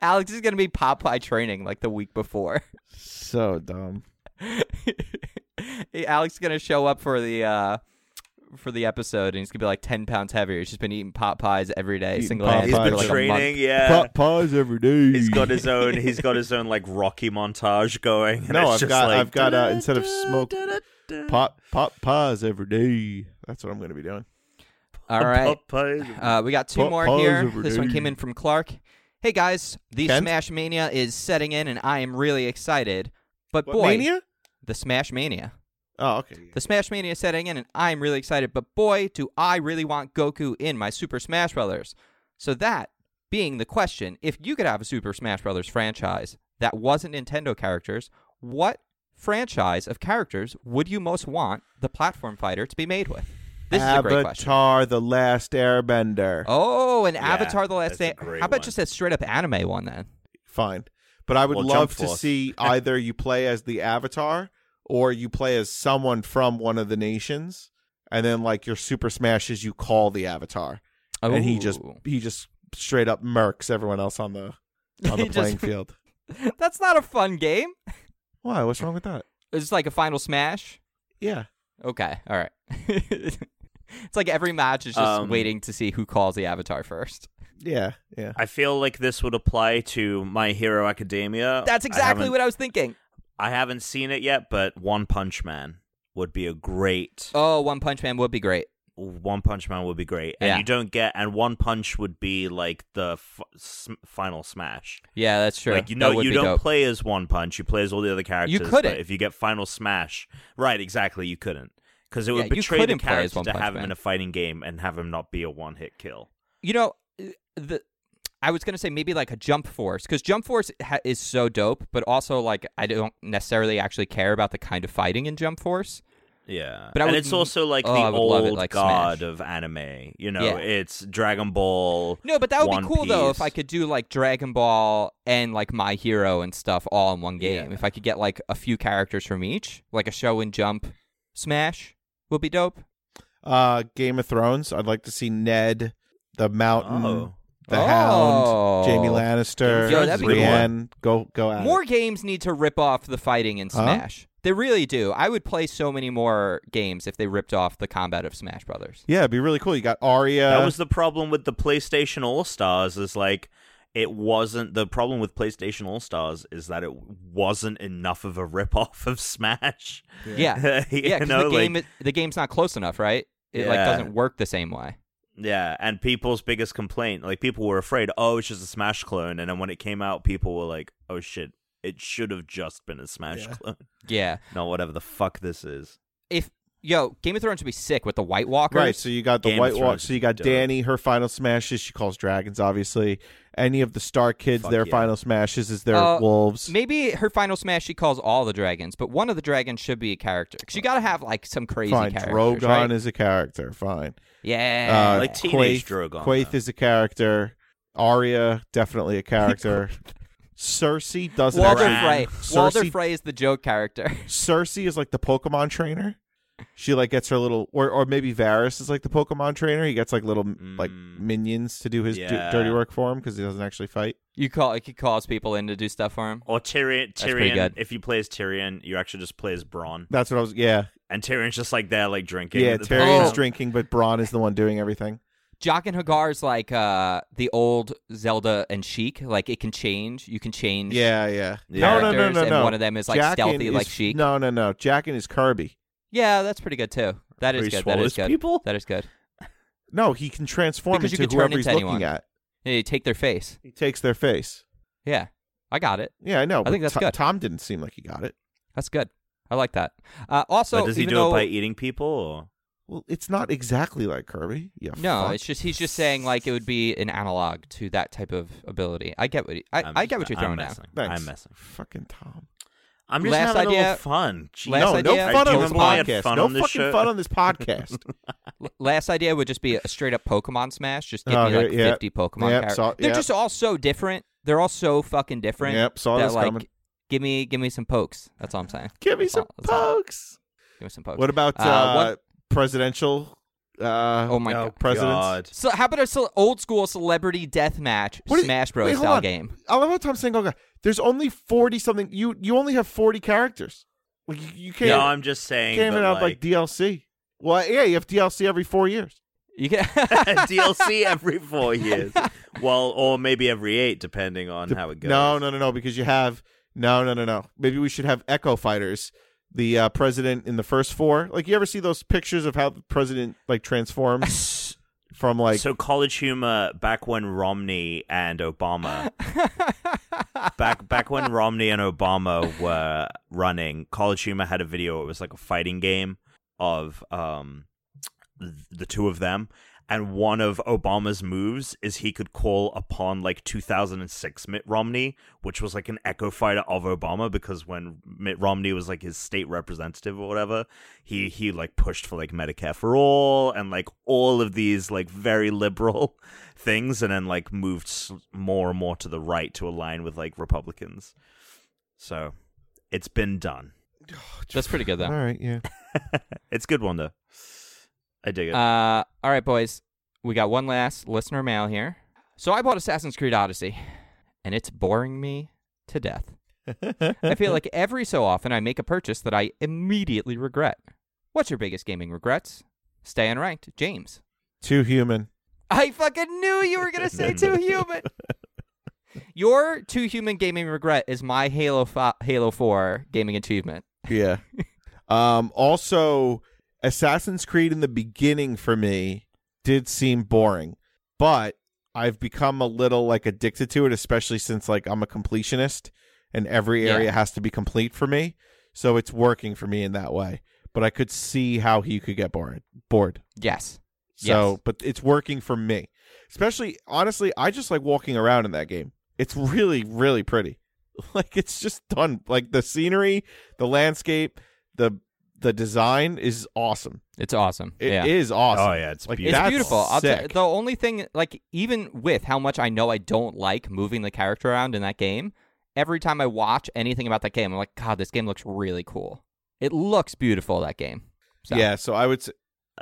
Speaker 1: Alex is going to be Popeye training like the week before.
Speaker 2: so dumb.
Speaker 1: Alex is gonna show up for the uh for the episode, and he's gonna be like ten pounds heavier. He's just been eating pot pies every day,
Speaker 2: Eating
Speaker 1: single
Speaker 2: pot
Speaker 1: handed
Speaker 3: He's
Speaker 2: Popeye
Speaker 1: for
Speaker 3: been
Speaker 2: is
Speaker 1: like a
Speaker 3: training,
Speaker 1: month.
Speaker 3: yeah.
Speaker 2: Pop pies every day.
Speaker 3: He's got his own. He's got his own like Rocky montage going. and
Speaker 2: No,
Speaker 3: it's
Speaker 2: I've
Speaker 3: just
Speaker 2: got-
Speaker 3: like,
Speaker 2: I've got, uh, instead of smoke,
Speaker 3: da-da-da-da-da,
Speaker 2: pop pop pies every day. That's what I'm gonna be doing.
Speaker 1: All right,
Speaker 3: Popeye.
Speaker 1: uh, we got two
Speaker 2: Pot
Speaker 1: more
Speaker 2: pies
Speaker 1: here.
Speaker 2: every
Speaker 1: This one
Speaker 2: day.
Speaker 1: came in from Clark. Hey guys, the
Speaker 2: Kent?
Speaker 1: Smash Mania is setting in, and I am really excited. But
Speaker 2: What,
Speaker 1: boy,
Speaker 2: Mania?
Speaker 1: the Smash Mania.
Speaker 2: Oh, okay.
Speaker 1: The Smash Mania is setting in, and I'm really excited. But boy, do I really want Goku in my Super Smash Brothers. So that being the question, if you could have a Super Smash Brothers franchise that wasn't Nintendo characters, what franchise of characters would you most want the platform fighter to be made with? This is a great question.
Speaker 2: Avatar: The Last Airbender.
Speaker 1: Oh, an Avatar: The Last
Speaker 3: that's
Speaker 1: Day.
Speaker 3: a great
Speaker 1: How about
Speaker 3: one.
Speaker 1: just a straight up anime one then?
Speaker 2: Fine, but I would
Speaker 3: Well,
Speaker 2: love
Speaker 3: Jump
Speaker 2: to
Speaker 3: Force.
Speaker 2: see either you play as the Avatar or you play as someone from one of the nations, and then like your Super Smash is you call the Avatar, and he just
Speaker 1: Ooh.
Speaker 2: he just straight up murks everyone else on the on
Speaker 1: He
Speaker 2: the
Speaker 1: just-
Speaker 2: playing field.
Speaker 1: That's not a fun game.
Speaker 2: Why? What's wrong with that?
Speaker 1: It's like a Final Smash.
Speaker 2: Yeah,
Speaker 1: Okay, all right. it's like every match is just
Speaker 3: Um,
Speaker 1: waiting to see who calls the avatar first.
Speaker 2: yeah, yeah.
Speaker 3: I feel like this would apply to My Hero Academia.
Speaker 1: That's exactly
Speaker 3: uh, I
Speaker 1: what I was thinking.
Speaker 3: I haven't seen it yet, but One Punch Man would be a great.
Speaker 1: Oh, One Punch Man would be great.
Speaker 3: One Punch Man would be great, and
Speaker 1: Yeah.
Speaker 3: you don't get. And One Punch would be like the f- s- final smash.
Speaker 1: Yeah, that's true.
Speaker 3: Like you
Speaker 1: That
Speaker 3: know,
Speaker 1: would
Speaker 3: you
Speaker 1: be
Speaker 3: don't
Speaker 1: dope.
Speaker 3: play as One Punch. You play as all the other characters.
Speaker 1: couldn't.
Speaker 3: But if you get Final Smash, right? Exactly, you couldn't because it
Speaker 1: Yeah,
Speaker 3: would
Speaker 1: you
Speaker 3: betray the
Speaker 1: couldn't play as
Speaker 3: character
Speaker 1: One
Speaker 3: to
Speaker 1: Punch
Speaker 3: have him
Speaker 1: Man.
Speaker 3: in a fighting game and have him not be a one-hit kill.
Speaker 1: You know, uh, the I was gonna say maybe like a Jump Force because Jump Force ha- is so dope, but also like I don't necessarily actually care about the kind of fighting in Jump Force.
Speaker 3: Yeah,
Speaker 1: But I
Speaker 3: and
Speaker 1: would-
Speaker 3: it's also like
Speaker 1: oh,
Speaker 3: the
Speaker 1: I would love
Speaker 3: old
Speaker 1: it like
Speaker 3: god
Speaker 1: Smash.
Speaker 3: of anime. You know,
Speaker 1: Yeah.
Speaker 3: it's Dragon Ball.
Speaker 1: No, but that would
Speaker 3: One
Speaker 1: be cool though if
Speaker 3: Piece.
Speaker 1: I could do like Dragon Ball and like My Hero and stuff all in one game.
Speaker 3: Yeah.
Speaker 1: If I could get like a few characters from each, like a show and jump smash would be dope.
Speaker 2: Uh, Game of Thrones. I'd like to see Ned, the Mountain,
Speaker 3: Oh,
Speaker 2: the
Speaker 1: Oh.
Speaker 2: Hound, Jamie
Speaker 1: Yo,
Speaker 2: Lannister,
Speaker 1: that'd be cool.
Speaker 2: Brienne. Go go
Speaker 3: Uh,
Speaker 2: at it.
Speaker 1: More games need to rip off the fighting in
Speaker 2: Huh?
Speaker 1: Smash. They really do. I would play so many more games if they ripped off the combat of Smash Brothers.
Speaker 2: Yeah, it'd be really cool. You got Arya.
Speaker 3: that was the problem with the PlayStation All Stars. Is like it wasn't the problem with PlayStation All Stars is that it wasn't enough of a ripoff of Smash.
Speaker 1: Yeah.
Speaker 3: you
Speaker 1: Yeah, because
Speaker 3: know,
Speaker 1: the game
Speaker 3: like,
Speaker 1: is- the game's not close enough, right? It like
Speaker 3: Yeah.
Speaker 1: doesn't work the same way.
Speaker 3: yeah, and people's biggest complaint, like people were afraid, oh, it's just a Smash clone, and then when it came out, people were like, oh shit, it should have just been a Smash
Speaker 2: Yeah.
Speaker 3: clone,
Speaker 1: Yeah.
Speaker 3: not whatever the fuck this is.
Speaker 1: If yo, Game of Thrones would be sick with the White Walkers.
Speaker 2: Right, so you got the
Speaker 3: Game of
Speaker 2: White
Speaker 3: Thrones
Speaker 2: Walk.
Speaker 3: is
Speaker 2: So you got
Speaker 3: dope.
Speaker 2: Danny, her final smashes. She calls dragons, obviously. Any of the Star kids,
Speaker 3: Fuck
Speaker 2: their
Speaker 3: yeah.
Speaker 2: final smashes is their
Speaker 1: Uh,
Speaker 2: wolves.
Speaker 1: Maybe her final smash she calls all the dragons, but one of the dragons should be a character. 'Cause you gotta have like some crazy
Speaker 2: Fine,
Speaker 1: characters.
Speaker 2: Drogon
Speaker 1: right? Eh,
Speaker 2: is a character. Fine,
Speaker 1: yeah,
Speaker 2: uh,
Speaker 3: Like teenage Drogon,
Speaker 2: Quaithe
Speaker 3: though.
Speaker 2: is a character. Arya definitely a character. Cersei doesn't
Speaker 1: Walder
Speaker 2: actually.
Speaker 1: Frey. Walder
Speaker 2: Cersei-
Speaker 1: Frey is the joke character.
Speaker 2: Cersei is like the Pokemon trainer. she like gets her little or or maybe Varys is like the Pokemon trainer. He gets like little like
Speaker 3: Mm.
Speaker 2: minions to do his d-
Speaker 3: Yeah.
Speaker 2: dirty work for him because he doesn't actually fight.
Speaker 1: You call it could calls people in to do stuff for him.
Speaker 3: Or Tyrion.
Speaker 1: pretty
Speaker 3: Tyrion.
Speaker 1: good.
Speaker 3: If you play as Tyrion, you actually just play as Braun,
Speaker 2: That's what I was. Yeah,
Speaker 3: and Tyrion's just like there, like drinking. Oh.
Speaker 2: yeah.
Speaker 3: at the
Speaker 2: Tyrion's
Speaker 3: pub.
Speaker 2: drinking, but Braun is the one doing everything.
Speaker 1: Jock and Hagar's like uh, the old Zelda and Sheik. Like it can change. You can change.
Speaker 2: Yeah, yeah.
Speaker 3: Yeah.
Speaker 2: No, no, no,
Speaker 1: characters,
Speaker 2: no,
Speaker 1: and
Speaker 2: no.
Speaker 1: one of them is like
Speaker 2: Jaqen
Speaker 1: stealthy,
Speaker 2: is-
Speaker 1: like Sheik.
Speaker 2: No, no, no. Jaqen is Kirby.
Speaker 1: Yeah, that's pretty good too. That is
Speaker 3: Where
Speaker 1: good.
Speaker 3: he
Speaker 1: That is
Speaker 3: swallows
Speaker 1: good.
Speaker 3: people?
Speaker 1: That is good.
Speaker 2: No, he can transform
Speaker 1: Because you
Speaker 2: into
Speaker 1: could turn
Speaker 2: whoever he's
Speaker 1: into
Speaker 2: looking
Speaker 1: anyone.
Speaker 2: at.
Speaker 1: Hey, take their face.
Speaker 2: He takes their face.
Speaker 1: Yeah, I got it.
Speaker 2: Yeah, I know. but
Speaker 1: think that's
Speaker 2: To-
Speaker 1: good.
Speaker 2: Tom didn't seem like he got it.
Speaker 1: That's good. I like that. Uh, also,
Speaker 3: But does he
Speaker 1: even
Speaker 3: do
Speaker 1: though,
Speaker 3: it by eating people? Or?
Speaker 2: Well, it's not exactly like Kirby. Yeah.
Speaker 1: No,
Speaker 2: fuck.
Speaker 1: it's just he's just saying like it would be an analog to that type of ability. I get what he, I,
Speaker 3: I'm
Speaker 1: I
Speaker 3: just-
Speaker 1: get what you're
Speaker 3: I'm
Speaker 1: throwing down.
Speaker 3: messing.
Speaker 2: Thanks.
Speaker 3: I'm messing.
Speaker 2: Fucking Tom.
Speaker 3: I'm just
Speaker 1: Last
Speaker 3: having a
Speaker 1: idea-
Speaker 3: little fun. Jeez.
Speaker 1: Last
Speaker 2: no,
Speaker 1: idea-
Speaker 2: no fun
Speaker 1: I
Speaker 2: on
Speaker 1: do
Speaker 2: this
Speaker 1: want to
Speaker 3: have
Speaker 2: podcast.
Speaker 3: fun
Speaker 2: no
Speaker 3: on this
Speaker 2: fucking
Speaker 3: show.
Speaker 2: fun on this podcast.
Speaker 1: L- Last idea would just be a straight up Pokemon smash. Just give
Speaker 2: Oh,
Speaker 1: me like
Speaker 2: here- yeah.
Speaker 1: 50 Pokemon
Speaker 2: Yep,
Speaker 1: characters.
Speaker 2: saw-
Speaker 1: They're
Speaker 2: yep.
Speaker 1: just all so different. They're all so fucking different.
Speaker 2: Yep, saw
Speaker 1: that,
Speaker 2: this
Speaker 1: like,
Speaker 2: coming.
Speaker 1: Give me give me some pokes. That's all I'm saying.
Speaker 2: Give me
Speaker 1: That's all-
Speaker 2: some
Speaker 1: that's all.
Speaker 2: pokes.
Speaker 1: Give me some pokes.
Speaker 2: What about uh,
Speaker 1: Uh, one-
Speaker 2: presidential? Uh,
Speaker 1: Oh my
Speaker 2: uh,
Speaker 1: God.
Speaker 2: presidents.
Speaker 3: God.
Speaker 1: So how about a ce- old school celebrity death match
Speaker 2: What is-
Speaker 1: Smash Bros
Speaker 2: wait, hold
Speaker 1: style
Speaker 2: on.
Speaker 1: game?
Speaker 2: I love how Tom's saying, "Oh God, there's only forty something. You you only have forty characters. Like you, you can't
Speaker 3: No, I'm just saying.
Speaker 2: can't even
Speaker 3: that,
Speaker 2: have like DLC. Well, yeah, you have DLC every four years.
Speaker 1: You can
Speaker 3: DLC every four years. Well, or maybe every eight, depending on how it goes.
Speaker 2: No, no, no, no, because you have no, no, no, no. Maybe we should have Echo Fighters, the uh, president in the first four. Like you ever see those pictures of how the president like transforms from like
Speaker 3: so college humor back when Romney and Obama back back when Romney and Obama were running, college humor had a video. It was like a fighting game of um th- the two of them. And one of Obama's moves is he could call upon like 2006 Mitt Romney, which was like an echo fighter of Obama because when Mitt Romney was like his state representative or whatever, he he like pushed for like Medicare for all and like all of these like very liberal things, and then like moved s- more and more to the right to align with like Republicans. So it's been done.
Speaker 1: That's pretty good
Speaker 2: all
Speaker 1: though.
Speaker 2: right, yeah.
Speaker 3: It's a good one though. I dig it.
Speaker 1: Uh, all right, boys. We got one last listener mail here. So I bought Assassin's Creed Odyssey, and it's boring me to death. I feel like every so often I make a purchase that I immediately regret. What's your biggest gaming regrets? Stay unranked, James.
Speaker 2: Too human.
Speaker 1: I fucking knew you were gonna say too human. Your too human gaming regret is my Halo fi- Halo Four gaming achievement.
Speaker 2: Yeah. um also Assassin's Creed in the beginning for me did seem boring, but I've become a little like addicted to it especially since like I'm a completionist and every
Speaker 1: Yeah.
Speaker 2: area has to be complete for me. So it's working for me in that way. But I could see how he could get bored. Bored.
Speaker 1: Yes.
Speaker 2: So,
Speaker 1: Yes.
Speaker 2: but it's working for me. Especially honestly, I just like walking around in that game. It's really really pretty. Like it's just done like the scenery, the landscape, the the design is awesome.
Speaker 1: It's awesome.
Speaker 2: It is
Speaker 1: yeah.
Speaker 2: awesome.
Speaker 3: Oh yeah, it's
Speaker 2: Like,
Speaker 3: beautiful.
Speaker 1: It's
Speaker 2: That's
Speaker 1: beautiful. I'll tell-
Speaker 2: sick.
Speaker 1: the only thing, like, even with how much I know I don't like moving the character around in that game, every time I watch anything about that game, I'm like, God, this game looks really cool. It looks beautiful. That game. So,
Speaker 2: Yeah, so I would say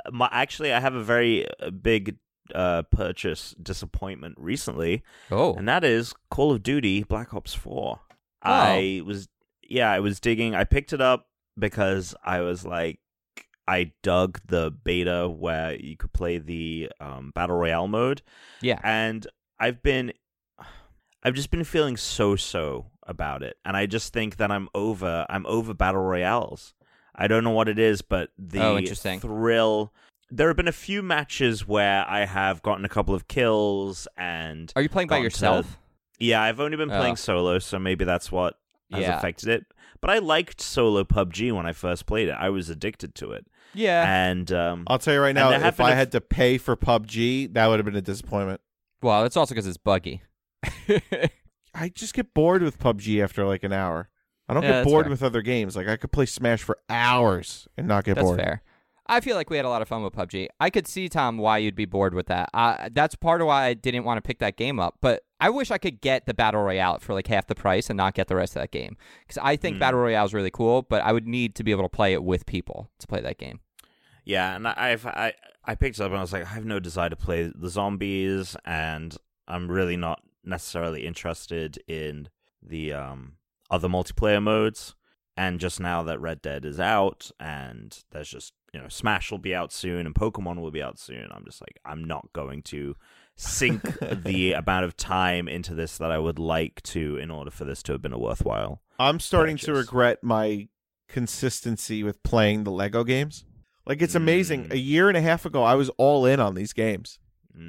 Speaker 3: Uh, my actually I have a very uh, big uh purchase disappointment recently
Speaker 1: Oh.
Speaker 3: and that is Call of Duty Black Ops 4. I was yeah, I was digging. I picked it up because I was like I dug the beta where you could play the um, battle royale mode
Speaker 1: yeah.
Speaker 3: and I've been I've just been feeling so so about it and I just think that I'm over I'm over battle royales. I don't know what it is but the
Speaker 1: Oh, interesting.
Speaker 3: thrill there have been a few matches where I have gotten a couple of kills and
Speaker 1: Are you playing by
Speaker 3: gone to-
Speaker 1: yourself?
Speaker 3: yeah, I've only been playing
Speaker 1: Oh.
Speaker 3: solo so maybe that's what has
Speaker 1: Yeah.
Speaker 3: affected it. But I liked solo PUBG when I first played it. I was addicted to it.
Speaker 1: Yeah.
Speaker 3: And um
Speaker 2: I'll tell you right
Speaker 3: And
Speaker 2: now
Speaker 3: there have
Speaker 2: if
Speaker 3: been
Speaker 2: I
Speaker 3: a-
Speaker 2: had to pay for PUBG, that would have been a disappointment.
Speaker 1: well, it's also because it's buggy.
Speaker 2: I just get bored with PUBG after like an hour. I don't
Speaker 1: Yeah,
Speaker 2: get
Speaker 1: that's
Speaker 2: bored
Speaker 1: fair.
Speaker 2: with other games. Like I could play Smash for hours and not get
Speaker 1: That's
Speaker 2: bored.
Speaker 1: fair. I feel like we had a lot of fun with PUBG. I could see Tom why you'd be bored with that. Uh, that's part of why I didn't want to pick that game up. But I wish I could get the battle royale for like half the price and not get the rest
Speaker 3: Hmm.
Speaker 1: of that game because I think battle royale is really cool. But I would need to be able to play it with people to play that game.
Speaker 3: Yeah, and I, I've, I I picked it up and I was like, I have no desire to play the zombies, and I'm really not necessarily interested in the um other multiplayer modes. And just now that Red Dead is out, and there's just you know Smash will be out soon, and Pokemon will be out soon. I'm just like, I'm not going to sink the amount of time into this that I would like to in order for this to have been a worthwhile.
Speaker 2: I'm starting to
Speaker 3: purchase.
Speaker 2: regret my consistency with playing the Lego games. Like it's amazing.
Speaker 3: Mm.
Speaker 2: A year and a half ago, I was all in on these games,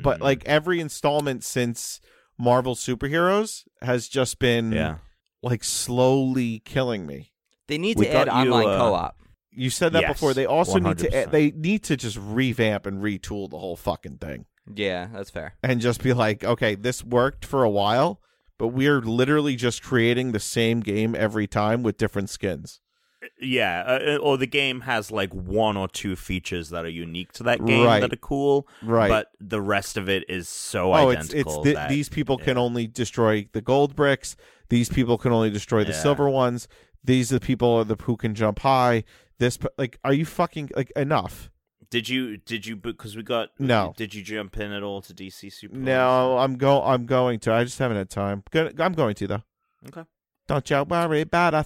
Speaker 2: but
Speaker 3: Mm,
Speaker 2: like every installment since Marvel Superheroes has just been
Speaker 3: yeah,
Speaker 2: like slowly killing me.
Speaker 1: They need
Speaker 3: We
Speaker 1: to add
Speaker 3: thought you,
Speaker 1: online
Speaker 3: uh,
Speaker 1: co-op.
Speaker 2: You said that
Speaker 3: Yes,
Speaker 2: before. They also need to
Speaker 3: 100%.
Speaker 2: they need to just revamp and retool the whole fucking thing
Speaker 1: Yeah, that's fair.
Speaker 2: and just be like, okay, this worked for a while, but we're literally just creating the same game every time with different skins.
Speaker 3: yeah, uh, or the game has like one or two features that are unique to that game
Speaker 2: Right.
Speaker 3: that are cool,
Speaker 2: Right.
Speaker 3: but the rest of it is so
Speaker 2: oh, it's
Speaker 3: identical.
Speaker 2: it's th-
Speaker 3: that-
Speaker 2: these people can
Speaker 3: yeah.
Speaker 2: only destroy the gold bricks. These people can only destroy the
Speaker 3: Yeah.
Speaker 2: silver ones. These are the people the, who can jump high. This pe- like, are you fucking like enough?
Speaker 3: Did you did you because we got
Speaker 2: No.
Speaker 3: Did you jump in at all to DC Super?
Speaker 2: No, I'm go. I'm going to. I just haven't had time. Go- I'm going to though.
Speaker 3: Okay.
Speaker 2: Don't you worry about a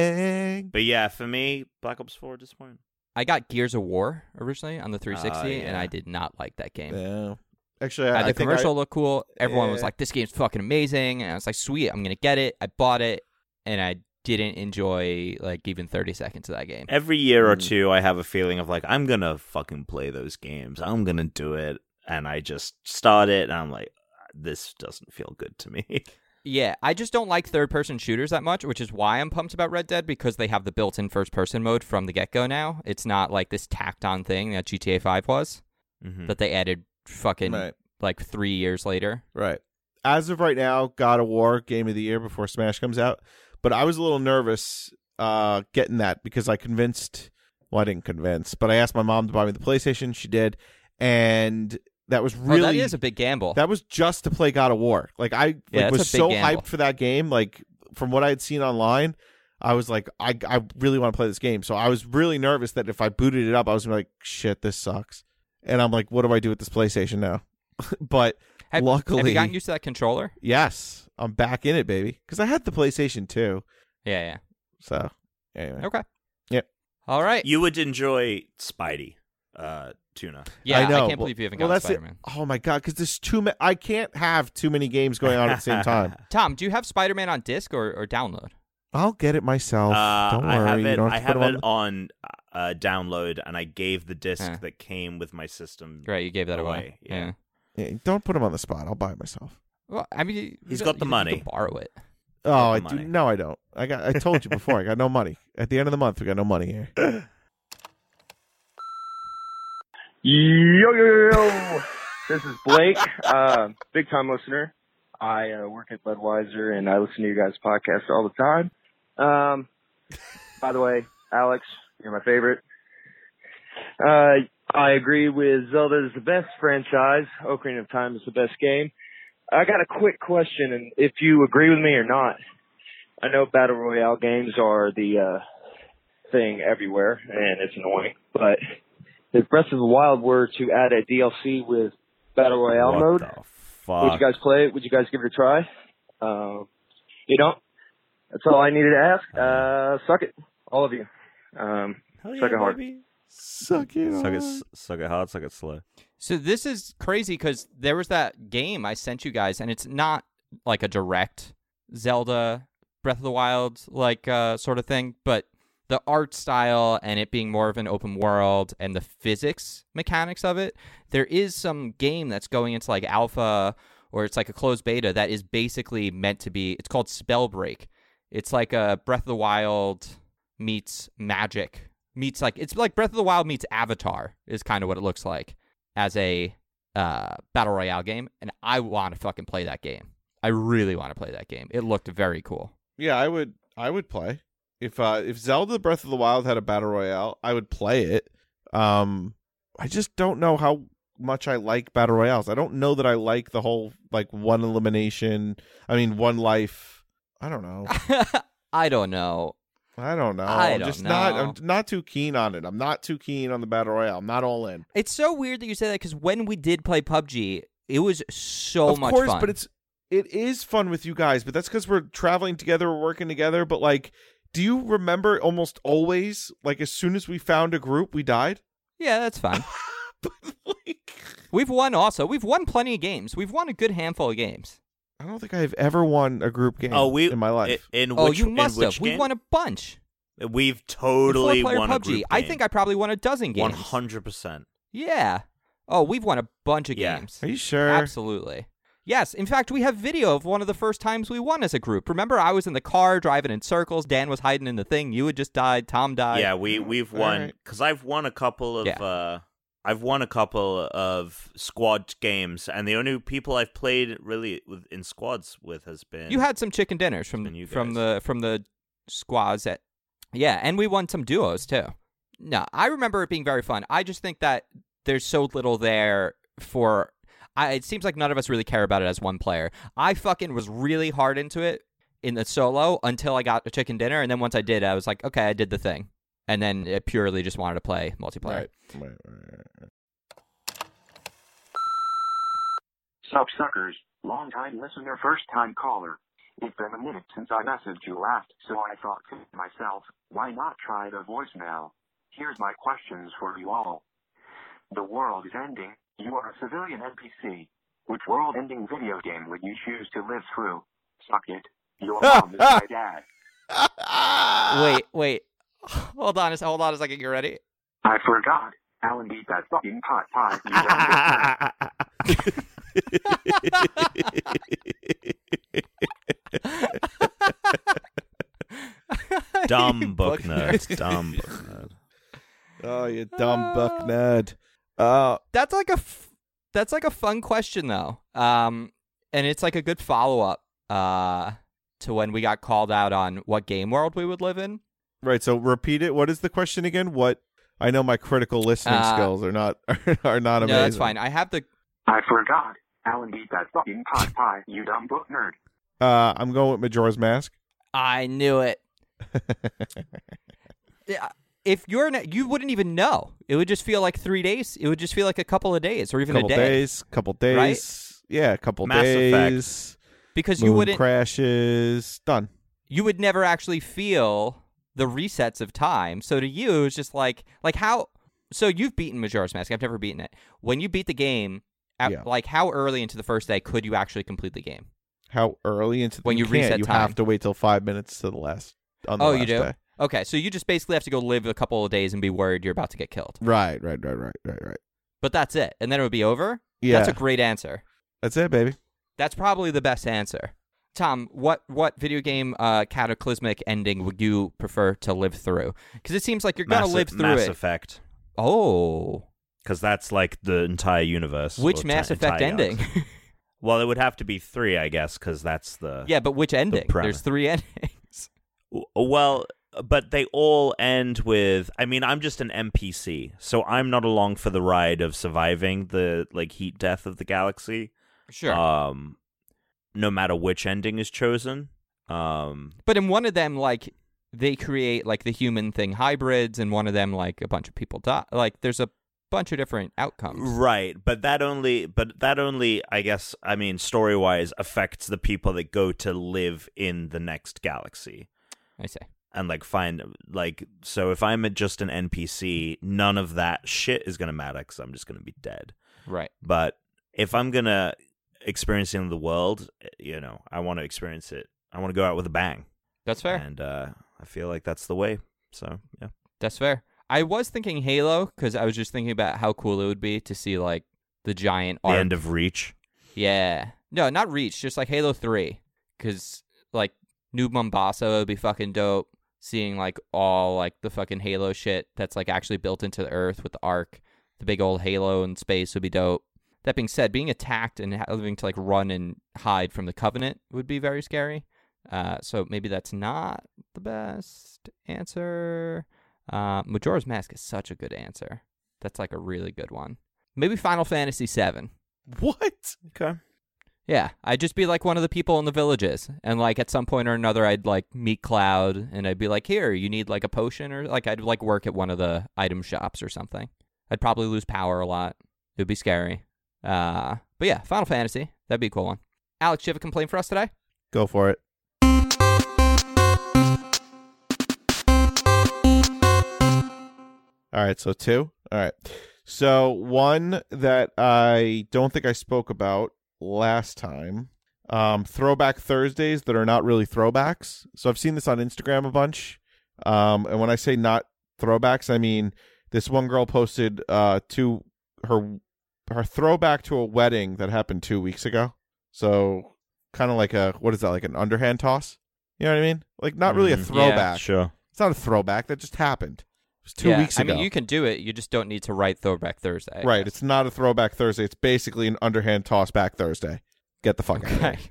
Speaker 2: thing.
Speaker 3: But yeah, for me, Black Ops Four at this point.
Speaker 1: I got Gears of War originally on the 360, and
Speaker 3: Ah, yeah.
Speaker 1: I did not like that game.
Speaker 2: Yeah. Actually,
Speaker 1: Uh, the
Speaker 2: I, I think I-
Speaker 1: commercial looked cool. Everyone was
Speaker 2: Yeah.
Speaker 1: like, "This game's fucking amazing," and I was like, "Sweet, I'm gonna get it." I bought it, and I didn't enjoy like even 30 seconds of that game.
Speaker 3: Every year or
Speaker 2: Mm.
Speaker 3: two, I have a feeling of like I'm gonna fucking play those games. I'm gonna do it, and I just start it, and I'm like, this doesn't feel good to me.
Speaker 1: Yeah, I just don't like third-person shooters that much, which is why I'm pumped about Red Dead because they have the built-in first-person mode from the get-go now. It's not like this tacked-on thing that GTA 5 was
Speaker 3: Mhm.
Speaker 1: that they added fucking
Speaker 2: Hmm. Right.
Speaker 1: like 3 years later.
Speaker 2: Right. As of right now, God of War game of the year before Smash comes out. But I was a little nervous uh, getting that because I convinced. Well, I didn't convince, but I asked my mom to buy me the PlayStation. She did, and that was
Speaker 1: Oh,
Speaker 2: really
Speaker 1: that is a big gamble.
Speaker 2: that was just to play God of War. Like I like,
Speaker 1: Yeah, that's
Speaker 2: was
Speaker 1: a big
Speaker 2: so
Speaker 1: gamble.
Speaker 2: hyped for that game. Like from what I had seen online, I was like, I I really want to play this game. So I was really nervous that if I booted it up, I was gonna be like, shit, this sucks. And I'm like, what do I do with this PlayStation now? but
Speaker 1: Have-
Speaker 2: luckily,
Speaker 1: Have you gotten used to that controller?
Speaker 2: Yes, I'm back in it, baby. Because I had the PlayStation 2.
Speaker 1: Yeah,
Speaker 2: So anyway,
Speaker 1: yeah. Okay.
Speaker 2: Yep.
Speaker 1: All right.
Speaker 3: You would enjoy Spidey, uh, Tuna.
Speaker 1: Yeah,
Speaker 2: I know.
Speaker 1: can't
Speaker 2: Well-
Speaker 1: believe you haven't
Speaker 2: well,
Speaker 1: gotten
Speaker 2: that's it.
Speaker 1: Spider Man.
Speaker 2: oh my god, because there's too many. I can't have too many games going on at the same time.
Speaker 1: Tom, do you have Spider Man on disc or, or download?
Speaker 2: I'll get it myself.
Speaker 3: Uh,
Speaker 2: don't worry,
Speaker 3: I have
Speaker 2: you
Speaker 3: it.
Speaker 2: don't
Speaker 3: I
Speaker 2: have to
Speaker 3: have
Speaker 2: put 'em
Speaker 3: it on uh, download, and I gave the disc
Speaker 1: Huh.
Speaker 3: that came with my system.
Speaker 1: Right, you gave that away.
Speaker 3: Away, yeah.
Speaker 2: on. Yeah, don't put them on the spot. I'll buy it myself.
Speaker 1: Well, I mean, you-
Speaker 3: He's
Speaker 1: you-
Speaker 3: got the
Speaker 1: you can
Speaker 3: money.
Speaker 1: borrow it.
Speaker 2: Oh,
Speaker 3: got
Speaker 2: I
Speaker 3: the
Speaker 2: do.
Speaker 3: money.
Speaker 2: No, I don't. I got. I told you before. I got no money. At the end of the month, we got no money here.
Speaker 4: Yo, yo, yo, yo. this is Blake, uh, big time listener. I uh, work at Budweiser and I listen to your guys' podcast all the time. Um, by the way, Alex, you're my favorite. Uh, I agree with Zelda is the best franchise. Ocarina of Time is the best game. I got a quick question, and if you agree with me or not, I know battle royale games are the uh, thing everywhere, and it's annoying, but if Breath of the Wild were to add a DLC with Battle Royale
Speaker 3: what
Speaker 4: mode,
Speaker 3: The
Speaker 4: would
Speaker 3: fuck?
Speaker 4: you guys play it? Would you guys give it a try? Um, you don't? That's all I needed to ask. Uh, suck it, all of you. Um,
Speaker 3: Hell
Speaker 4: Suck it hard.
Speaker 3: baby.
Speaker 2: Suck it.
Speaker 3: Suck it,
Speaker 2: hard.
Speaker 3: s- suck it hard, suck it slow.
Speaker 1: So this is crazy because there was that game I sent you guys, and it's not like a direct Zelda Breath of the Wild like uh, sort of thing, but the art style and it being more of an open world and the physics mechanics of it, there is some game that's going into like alpha or it's like a closed beta that is basically meant to be. It's called Spellbreak. It's like a Breath of the Wild meets Magic meets like it's like Breath of the Wild meets Avatar is kind of what it looks like as a uh, battle royale game, and I want to fucking play that game. I really want to play that game. It looked very cool.
Speaker 2: Yeah, I would I would play. If uh if Zelda Breath of the Wild had a battle royale, I would play it. Um I just don't know how much I like battle royales. I don't know that I like the whole like one elimination, I mean one life. I don't know.
Speaker 1: I don't know.
Speaker 2: I don't know.
Speaker 1: I
Speaker 2: am
Speaker 1: don't
Speaker 2: just not.
Speaker 1: know.
Speaker 2: I'm not too keen on it. I'm not too keen on the battle royale. I'm not all in.
Speaker 1: It's so weird that you say that because when we did play PUBG, it was so
Speaker 2: of
Speaker 1: much
Speaker 2: course,
Speaker 1: fun.
Speaker 2: but it's it is fun with you guys, but that's because we're traveling together, we're working together. But like, do you remember almost always? Like, as soon as we found a group, we died.
Speaker 1: yeah, that's fine.
Speaker 2: but like,
Speaker 1: We've won also. We've won plenty of games. We've won a good handful of games.
Speaker 2: I don't think I've ever won a group game.
Speaker 3: Oh, we
Speaker 2: in my life.
Speaker 3: i- In, which,
Speaker 1: oh, you
Speaker 3: in
Speaker 1: must have.
Speaker 3: which game?
Speaker 1: We've won a bunch.
Speaker 3: We've totally
Speaker 1: Four-player
Speaker 3: won a
Speaker 1: PUBG.
Speaker 3: group
Speaker 1: I think I probably won a dozen
Speaker 3: one
Speaker 1: games.
Speaker 3: hundred percent.
Speaker 1: Yeah. Oh, we've won a bunch of
Speaker 3: Yeah.
Speaker 1: games.
Speaker 2: Are you sure?
Speaker 1: Absolutely. Yes. In fact, we have video of one of the first times we won as a group. Remember, I was in the car driving in circles. Dan was hiding in the thing. You had just died. Tom died.
Speaker 3: Yeah, we we've
Speaker 2: All
Speaker 3: won
Speaker 2: right.
Speaker 3: because I've won a couple of.
Speaker 1: Yeah.
Speaker 3: Uh, I've won a couple of squad games, and the only people I've played really with, in squads with has been
Speaker 1: You had some chicken dinners from
Speaker 3: been you
Speaker 1: from
Speaker 3: guys.
Speaker 1: the from the squads at Yeah, and we won some duos too. No, I remember it being very fun. I just think that there's so little there for I it seems like none of us really care about it as one player. I fucking was really hard into it in the solo until I got a chicken dinner and then once I did I was like, okay, I did the thing. And then it purely just wanted to play multiplayer.
Speaker 2: Right. Right, right, right.
Speaker 5: Sup suckers, long time listener, first time caller. It's been a minute since I messaged you last, so I thought to myself, why not try the voicemail? Here's my questions for you all. The world is ending, you are a civilian NPC. Which world ending video game would you choose to live through? Suck it. Your mom is my dad.
Speaker 1: Wait, wait. Hold on, a s- hold on a second. You ready?
Speaker 5: I forgot. Alan beat that fucking pot pie. You don't get that.
Speaker 3: dumb
Speaker 1: You
Speaker 3: book
Speaker 1: book
Speaker 3: nerd. dumb book nerd.
Speaker 2: Oh, you dumb buck
Speaker 1: Uh.
Speaker 2: nerd. Uh,
Speaker 1: that's like a f- that's like a fun question though um and it's like a good follow-up uh to when we got called out on what game world we would live in
Speaker 2: right. So repeat it. What is the question again? What? I know my critical listening
Speaker 1: Uh,
Speaker 2: skills are not are not
Speaker 1: no
Speaker 2: amazing.
Speaker 1: that's fine i have the
Speaker 5: I forgot. Alan beat that fucking pot pie. You dumb book nerd.
Speaker 2: Uh, I'm going with Majora's Mask.
Speaker 1: i knew it Yeah, if you're not you wouldn't even know it would just feel like three days it would just feel like a couple of days or even
Speaker 2: couple
Speaker 1: a day
Speaker 2: days, couple days, yeah, couple
Speaker 3: Mass Effect.
Speaker 2: days.
Speaker 1: because you
Speaker 2: moon
Speaker 1: wouldn't
Speaker 2: crashes. Done.
Speaker 1: you would never actually feel the resets of time. So to you, it's just like like how. So you've beaten Majora's Mask. I've never beaten it. When you beat the game, at,
Speaker 2: Yeah.
Speaker 1: like how early into the first day could you actually complete the game?
Speaker 2: How early into
Speaker 1: When you
Speaker 2: can't.
Speaker 1: reset
Speaker 2: you
Speaker 1: time.
Speaker 2: have to wait till five minutes to the last. On the
Speaker 1: oh,
Speaker 2: last
Speaker 1: you do.
Speaker 2: day.
Speaker 1: Okay, so you just basically have to go live a couple of days and be worried you're about to get killed.
Speaker 2: Right, right, right, right, right, right.
Speaker 1: But that's it, and then it would be over.
Speaker 2: Yeah,
Speaker 1: that's a great answer.
Speaker 2: that's it, baby.
Speaker 1: That's probably the best answer. Tom, what what video game uh, cataclysmic ending would you prefer to live through? Because it seems like you're gonna
Speaker 3: Mass,
Speaker 1: live through
Speaker 3: Mass
Speaker 1: it.
Speaker 3: Effect,
Speaker 1: Oh,
Speaker 3: because that's like the entire universe. or
Speaker 1: Which
Speaker 3: ti-
Speaker 1: Mass Effect
Speaker 3: entire
Speaker 1: ending?
Speaker 3: galaxy. Well, it would have to be three, I guess, because that's the
Speaker 1: yeah, but which ending?
Speaker 3: premise.
Speaker 1: There's three endings.
Speaker 3: W- Well, but they all end with. I mean, I'm just an NPC, so I'm not along for the ride of surviving the like heat death of the galaxy.
Speaker 1: Sure.
Speaker 3: Um, no matter which ending is chosen. Um,
Speaker 1: but in one of them, like they create like the human thing hybrids, and one of them, like a bunch of people die. Like there's a bunch of different outcomes.
Speaker 3: Right, but that only but that only I guess I mean story-wise affects the people that go to live in the next galaxy
Speaker 1: I say.
Speaker 3: and like find like so if I'm just an NPC, none of that shit is going to matter cuz I'm just going to be dead.
Speaker 1: Right.
Speaker 3: But if I'm going to experience in the world, eh, you know, I want to experience it. I want to go out with a bang.
Speaker 1: That's fair.
Speaker 3: And uh I feel like that's the way. So, yeah.
Speaker 1: That's fair. I was thinking Halo because I was just thinking about how cool it would be to see like the giant
Speaker 3: The
Speaker 1: arc.
Speaker 3: end of Reach.
Speaker 1: yeah. No, not Reach. Just like Halo Three, because like New Mombasa would be fucking dope. Seeing like all like the fucking Halo shit that's like actually built into the Earth with the Ark, the big old Halo in space would be dope. That being said, being attacked and having to like run and hide from the Covenant would be very scary. Uh, so maybe that's not the best answer. Uh, Majora's Mask is such a good answer. That's like a really good one. Maybe Final Fantasy VII.
Speaker 2: What?
Speaker 3: Okay.
Speaker 1: Yeah, I'd just be like one of the people in the villages, and like at some point or another, I'd like meet Cloud, and I'd be like, "Here, you need like a potion," or like I'd like work at one of the item shops or something. I'd probably lose power a lot. It would be scary. Uh, but yeah, Final Fantasy, that'd be a cool one. Alex, you have a complaint for us today?
Speaker 2: Go for it. All right, so two. All right. So one that I don't think I spoke about last time. Um, throwback Thursdays that are not really throwbacks. So I've seen this on Instagram a bunch. Um, and when I say not throwbacks, I mean this one girl posted uh to her her throwback to a wedding that happened two weeks ago. So kind of like a what is that, like an underhand toss? You know what I mean? Like not really a
Speaker 1: Mm-hmm.
Speaker 3: Mhm. Yeah,
Speaker 2: throwback.
Speaker 3: Sure.
Speaker 2: It's not a throwback, that just happened. It was two
Speaker 1: Yeah,
Speaker 2: weeks ago.
Speaker 1: I mean, you can do it. You just don't need to write Throwback Thursday. I
Speaker 2: Right.
Speaker 1: guess.
Speaker 2: It's not a throwback Thursday. It's basically an underhand toss back Thursday. Get the fuck out. of here.
Speaker 1: okay.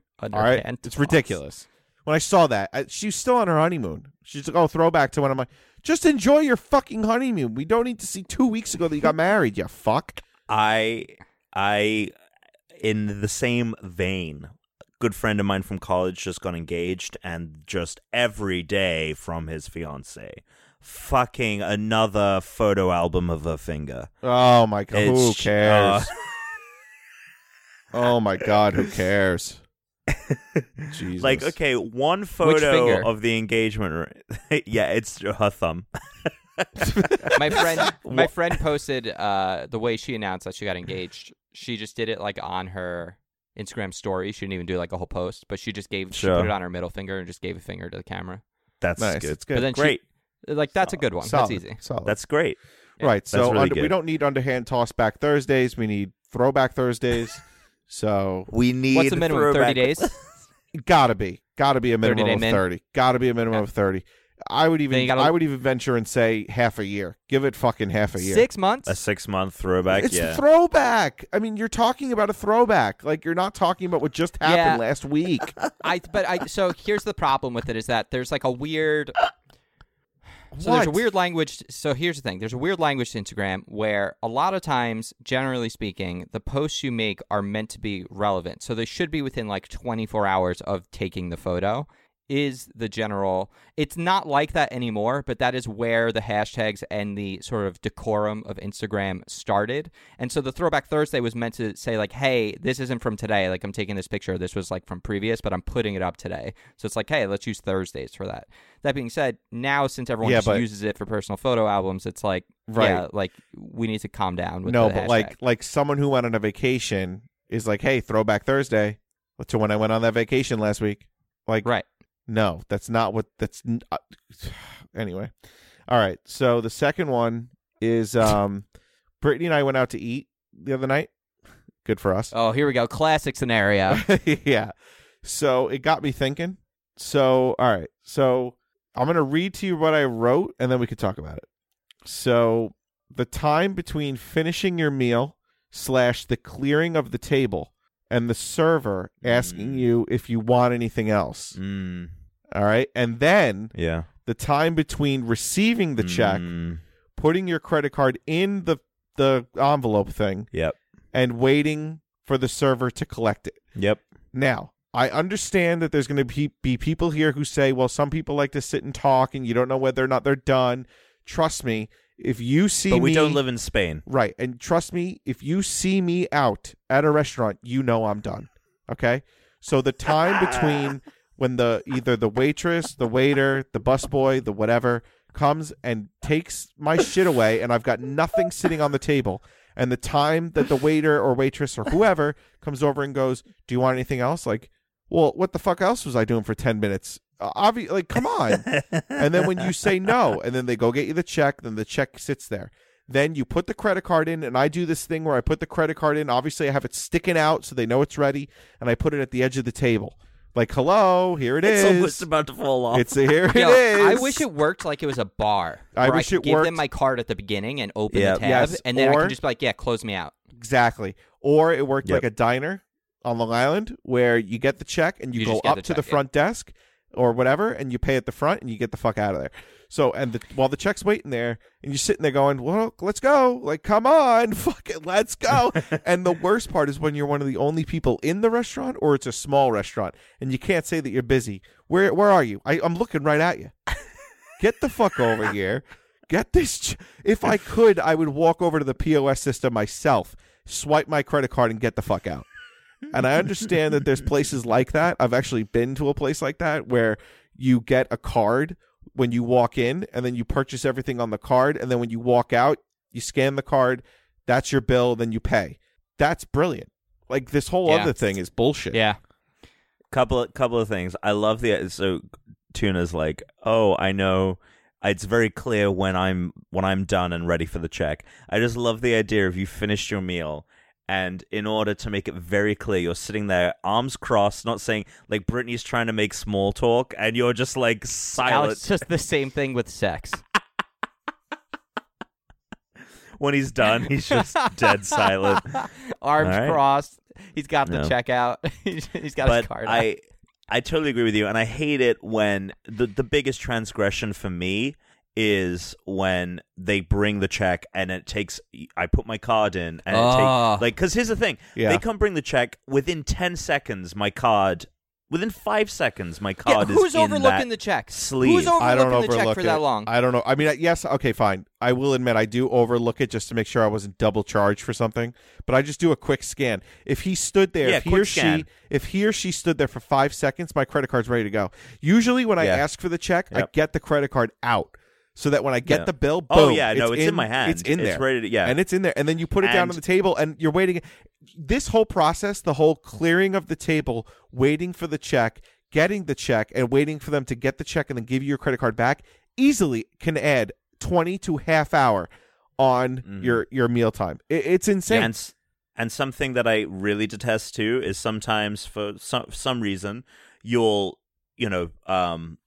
Speaker 2: All right.
Speaker 1: Underhand
Speaker 2: It's
Speaker 1: toss.
Speaker 2: ridiculous. When I saw that, I, she's still on her honeymoon. She's like, oh, throwback to when I'm like, just enjoy your fucking honeymoon. We don't need to see two weeks ago that you got married, you fuck.
Speaker 3: I I in the same vein, a good friend of mine from college just got engaged and just every day from his fiance. Fucking another photo album of her finger.
Speaker 2: Oh my God. Who
Speaker 3: It's-
Speaker 2: cares?
Speaker 3: uh,
Speaker 2: oh my God. Who cares? Jesus.
Speaker 3: Like, okay, one photo
Speaker 1: finger?
Speaker 3: of the engagement ring. yeah, it's her thumb.
Speaker 1: my friend my friend posted uh, the way she announced that she got engaged she just did it like on her instagram story she didn't even do like a whole post but she just gave she
Speaker 3: Sure.
Speaker 1: put it on her middle finger and just gave a finger to the camera
Speaker 3: That's
Speaker 2: Nice.
Speaker 3: good.
Speaker 2: It's good.
Speaker 1: But then she-
Speaker 3: great.
Speaker 1: like that's a good one
Speaker 2: Solid.
Speaker 1: that's easy
Speaker 2: Solid.
Speaker 3: That's great.
Speaker 1: Yeah.
Speaker 2: Right. So
Speaker 3: really
Speaker 2: under, we
Speaker 3: good.
Speaker 2: don't need underhand toss back Thursdays. We need throwback Thursdays. so
Speaker 3: We need
Speaker 1: what's the minimum 30
Speaker 3: throwback-
Speaker 1: days
Speaker 2: gotta be, gotta be a
Speaker 1: 30
Speaker 2: minimum
Speaker 1: day
Speaker 2: of
Speaker 1: min.
Speaker 2: thirty. Gotta be a minimum of thirty. I would even,
Speaker 1: Then you gotta-
Speaker 2: I would even venture and say half a year. Give it fucking half a year.
Speaker 1: six months
Speaker 3: A six month throwback.
Speaker 2: It's
Speaker 3: yeah.
Speaker 2: a throwback. I mean, you're talking about a throwback. Like you're not talking about what just happened
Speaker 1: Yeah.
Speaker 2: last week.
Speaker 1: i but i so here's the problem with it is that there's like a weird So there's a
Speaker 2: What?
Speaker 1: weird language. So here's the thing: there's a weird language to Instagram where a lot of times, generally speaking, the posts you make are meant to be relevant. So they should be within like 24 hours of taking the photo. Is the general? It's not like that anymore, but that is where the hashtags and the sort of decorum of Instagram started. And so the Throwback Thursday was meant to say like, "Hey, this isn't from today. Like I'm taking this picture. This was like from previous, but I'm putting it up today." So it's like, "Hey, let's use Thursdays for that." That being said, now since everyone
Speaker 2: Yeah,
Speaker 1: just
Speaker 2: but-
Speaker 1: uses it for personal photo albums, it's like
Speaker 2: Right.
Speaker 1: yeah, like we need to calm down with
Speaker 2: no,
Speaker 1: the
Speaker 2: but
Speaker 1: hashtag.
Speaker 2: like, like someone who went on a vacation is like, hey, throwback Thursday to when I went on that vacation last week. Like,
Speaker 1: right.
Speaker 2: No, that's not what that's n- uh, anyway. All right. So the second one is um Brittany and I went out to eat the other night. Good for us.
Speaker 1: Oh, here we go. Classic scenario.
Speaker 3: Oh.
Speaker 2: yeah. So it got me thinking. So all right. So I'm going to read to you what I wrote and then we could talk about it. So the time between finishing your meal slash the clearing of the table and the server asking
Speaker 3: Mm.
Speaker 2: you if you want anything else.
Speaker 3: Mm,
Speaker 2: All right. And then
Speaker 3: yeah.
Speaker 2: the time between receiving the check,
Speaker 3: Mm,
Speaker 2: putting your credit card in the the envelope thing,
Speaker 3: yep.
Speaker 2: and waiting for the server to collect it.
Speaker 3: Yep.
Speaker 2: Now, I understand that there's going to be, be people here who say, well, some people like to sit and talk and you don't know whether or not they're done. Trust me, if you see
Speaker 3: But we
Speaker 2: me
Speaker 3: don't live in Spain.
Speaker 2: Right. And trust me, if you see me out at a restaurant, you know I'm done. Okay? So the time between when the either the waitress, the waiter, the busboy, the whatever comes and takes my shit away and I've got nothing sitting on the table and the time that the waiter or waitress or whoever comes over and goes, "Do you want anything else?" like, "Well, what the fuck else was I doing for 10 minutes?" Uh, obvi- like, come on and then when you say no, and then they go get you the check, then the check sits there. Then you put the credit card in, and I do this thing where I put the credit card in. Obviously, I have it sticking out so they know it's ready, and I put it at the edge of the table. Like, hello, here it
Speaker 3: it's
Speaker 2: is.
Speaker 3: almost about to fall off.
Speaker 2: It's a, here
Speaker 1: Yo,
Speaker 2: it is.
Speaker 1: I wish it worked like it was a bar.
Speaker 2: I
Speaker 1: where
Speaker 2: wish
Speaker 1: could
Speaker 2: it
Speaker 1: give
Speaker 2: worked-
Speaker 1: them my card at the beginning and open
Speaker 3: Yeah.
Speaker 1: the tab,
Speaker 2: Yes,
Speaker 1: and then I
Speaker 2: or-
Speaker 1: can just be like, "Yeah, close me out."
Speaker 2: exactly. Or it worked
Speaker 3: Yep.
Speaker 2: like a diner on Long Island where you get the check and you,
Speaker 1: You
Speaker 2: go
Speaker 1: just get
Speaker 2: up
Speaker 1: the
Speaker 2: to the
Speaker 1: check, yeah.
Speaker 2: front desk or whatever, and you pay at the front and you get the fuck out of there. So and the, while the check's waiting there, and you're sitting there going, "Well, let's go! Like, come on, fuck it, let's go!" and the worst part is when you're one of the only people in the restaurant, or it's a small restaurant, and you can't say that you're busy. Where where are you? I, I'm looking right at you. Get the fuck over here. Get this. Ch- if I could, I would walk over to the POS system myself, swipe my credit card, and get the fuck out. And I understand that there's places like that. I've actually been to a place like that where you get a card when you walk in, and then you purchase everything on the card, and then when you walk out, you scan the card. That's your bill. Then you pay. That's brilliant. Like this whole
Speaker 1: Yeah.
Speaker 2: other thing is bullshit.
Speaker 1: Yeah.
Speaker 3: couple of, couple of things. I love the uh, so Tuna's like, oh, I know. It's very clear when I'm when I'm done and ready for the check. I just love the idea of you finished your meal, and in order to make it very clear, you're sitting there, arms crossed, not saying like Brittany's trying to make small talk, and you're just like silent.
Speaker 1: Alex, just the same thing with sex.
Speaker 3: When he's done, he's just dead silent.
Speaker 1: Arms
Speaker 3: All right.
Speaker 1: crossed. He's got the
Speaker 3: No.
Speaker 1: checkout. He's got his
Speaker 3: but
Speaker 1: card. out.
Speaker 3: I I totally agree with you, and I hate it when the the biggest transgression for me is when they bring the check and it takes I put my card in and it
Speaker 1: Ah.
Speaker 3: takes like because here's the thing
Speaker 2: Yeah.
Speaker 3: they come bring the check within ten seconds my card within five seconds my
Speaker 1: Yeah,
Speaker 3: card is
Speaker 1: who's
Speaker 3: in
Speaker 1: overlooking
Speaker 3: that
Speaker 1: the check? Who's
Speaker 3: sleeve.
Speaker 1: overlooking
Speaker 2: I don't
Speaker 1: the
Speaker 2: overlook
Speaker 1: check for
Speaker 2: it.
Speaker 1: that long?
Speaker 2: I don't know. I mean, I- yes, okay, fine. I will admit I do overlook it just to make sure I wasn't double charged for something. But I just do a quick scan. If he stood there,
Speaker 3: Yeah,
Speaker 2: if he
Speaker 3: quick
Speaker 2: or she,
Speaker 3: scan.
Speaker 2: if he or she stood there for five seconds, my credit card's ready to go. Usually, when I
Speaker 3: Yeah.
Speaker 2: ask for the check, I
Speaker 3: Yep.
Speaker 2: get the credit card out so that when I get
Speaker 3: Yeah.
Speaker 2: the bill, boom,
Speaker 3: Oh, yeah, no, it's in my hand.
Speaker 2: It's in
Speaker 3: It's
Speaker 2: there,
Speaker 3: ready to- yeah.
Speaker 2: and it's in there, and then you put it down
Speaker 3: And-
Speaker 2: on the table, and you're waiting. This whole process, the whole clearing of the table, waiting for the check, getting the check, and waiting for them to get the check and then give you your credit card back, easily can add twenty to half hour on
Speaker 3: Mm.
Speaker 2: your your meal time. It, it's insane.
Speaker 3: Yeah, and, s- and something that I really detest too is sometimes for some some reason you'll you know um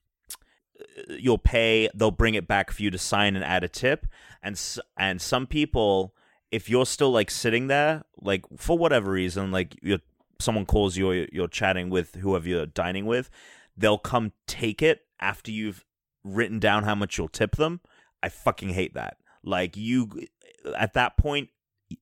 Speaker 3: you'll pay they'll bring it back for you to sign and add a tip and s- and some people if you're still like sitting there like for whatever reason like you someone calls you or you're- you're chatting with whoever you're dining with they'll come take it after you've written down how much you'll tip them i fucking hate that like you at that point